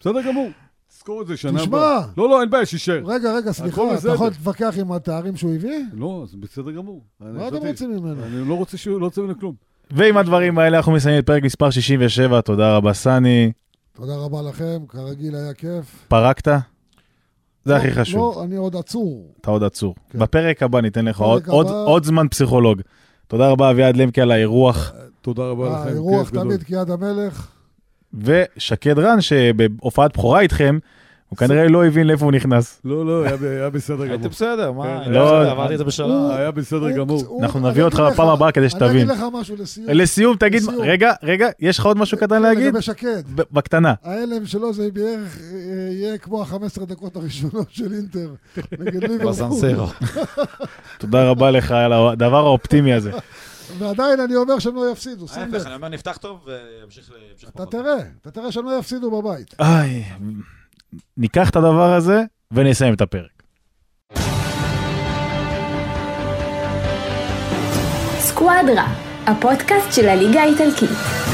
[SPEAKER 3] בסדר גמור. זכור את זה, שנה
[SPEAKER 4] תשמע.
[SPEAKER 3] הבאה. לא, לא, אין בעיה, שישאר.
[SPEAKER 4] רגע, רגע,
[SPEAKER 3] הכל
[SPEAKER 4] סליחה, אתה
[SPEAKER 3] בסדר.
[SPEAKER 4] יכול להתווכח עם התארים שהוא הביא?
[SPEAKER 3] לא, אז בסדר גמור.
[SPEAKER 4] מה אתם רוצים ממנו?
[SPEAKER 3] אני לא רוצה שהוא, לא רוצה ממנו כלום.
[SPEAKER 2] ועם הדברים האלה אנחנו מסיימים את פרק מספר 67, תודה רבה סני,
[SPEAKER 4] תודה רבה לכם, כרגיל היה כיף.
[SPEAKER 2] פרקת? זה
[SPEAKER 4] לא,
[SPEAKER 2] הכי חשוב,
[SPEAKER 4] לא, אני עוד עצור.
[SPEAKER 2] אתה עוד עצור.
[SPEAKER 4] כן.
[SPEAKER 2] בפרק הבא ניתן לך
[SPEAKER 4] בפרק
[SPEAKER 2] עוד- עוד-
[SPEAKER 4] הבא-
[SPEAKER 2] עוד זמן פסיכולוג. תודה רבה אביעד למקי על האירוח.
[SPEAKER 3] תודה רבה לכם.
[SPEAKER 4] האירוח
[SPEAKER 3] כיף גדול.
[SPEAKER 4] תמיד כיד המלך.
[SPEAKER 2] ושקד רן, שבהופעת בכורה איתכם, הוא כנראה לא הבין לאיפה הוא נכנס.
[SPEAKER 3] לא, לא, היה ב- היה בסדר
[SPEAKER 5] הייתם
[SPEAKER 3] גמור.
[SPEAKER 5] בסדר, מה?
[SPEAKER 3] כן.
[SPEAKER 5] לא,
[SPEAKER 2] לא,
[SPEAKER 5] בסדר, אמרתי את זה בשלום.
[SPEAKER 3] היה בסדר
[SPEAKER 4] הוא-
[SPEAKER 3] גמור.
[SPEAKER 4] הוא-
[SPEAKER 2] אנחנו
[SPEAKER 4] אני
[SPEAKER 2] נביא אותך
[SPEAKER 4] אגיד לך-
[SPEAKER 2] בפעם הבאה כדי שתבין.
[SPEAKER 4] אני אגיד לך משהו לסיום.
[SPEAKER 2] לסיום, תגיד,
[SPEAKER 4] לסיום. לא
[SPEAKER 2] רגע, רגע, יש לך עוד משהו קטן להגיד?
[SPEAKER 4] לגבי שקד.
[SPEAKER 2] ב- בקטנה.
[SPEAKER 4] ההלם שלו זה בערך אה, יהיה כמו ה-15 דקות הראשונות של אינטר נגד ליברפול.
[SPEAKER 5] בסנסרו.
[SPEAKER 2] תודה רבה לך על הדבר האופטימי הזה.
[SPEAKER 4] ועדיין אני אומר שהם לא יפסידו, שים לב.
[SPEAKER 5] ההפך, אני אומר נפתח טוב וימשיך ימשיך
[SPEAKER 4] אתה
[SPEAKER 5] פחות.
[SPEAKER 4] תראה, אתה תראה שהם לא יפסידו בבית.
[SPEAKER 2] איי, ניקח את הדבר הזה ונסיים את הפרק.
[SPEAKER 1] סקואדרה, הפודקאסט של הליגה האיטלקית.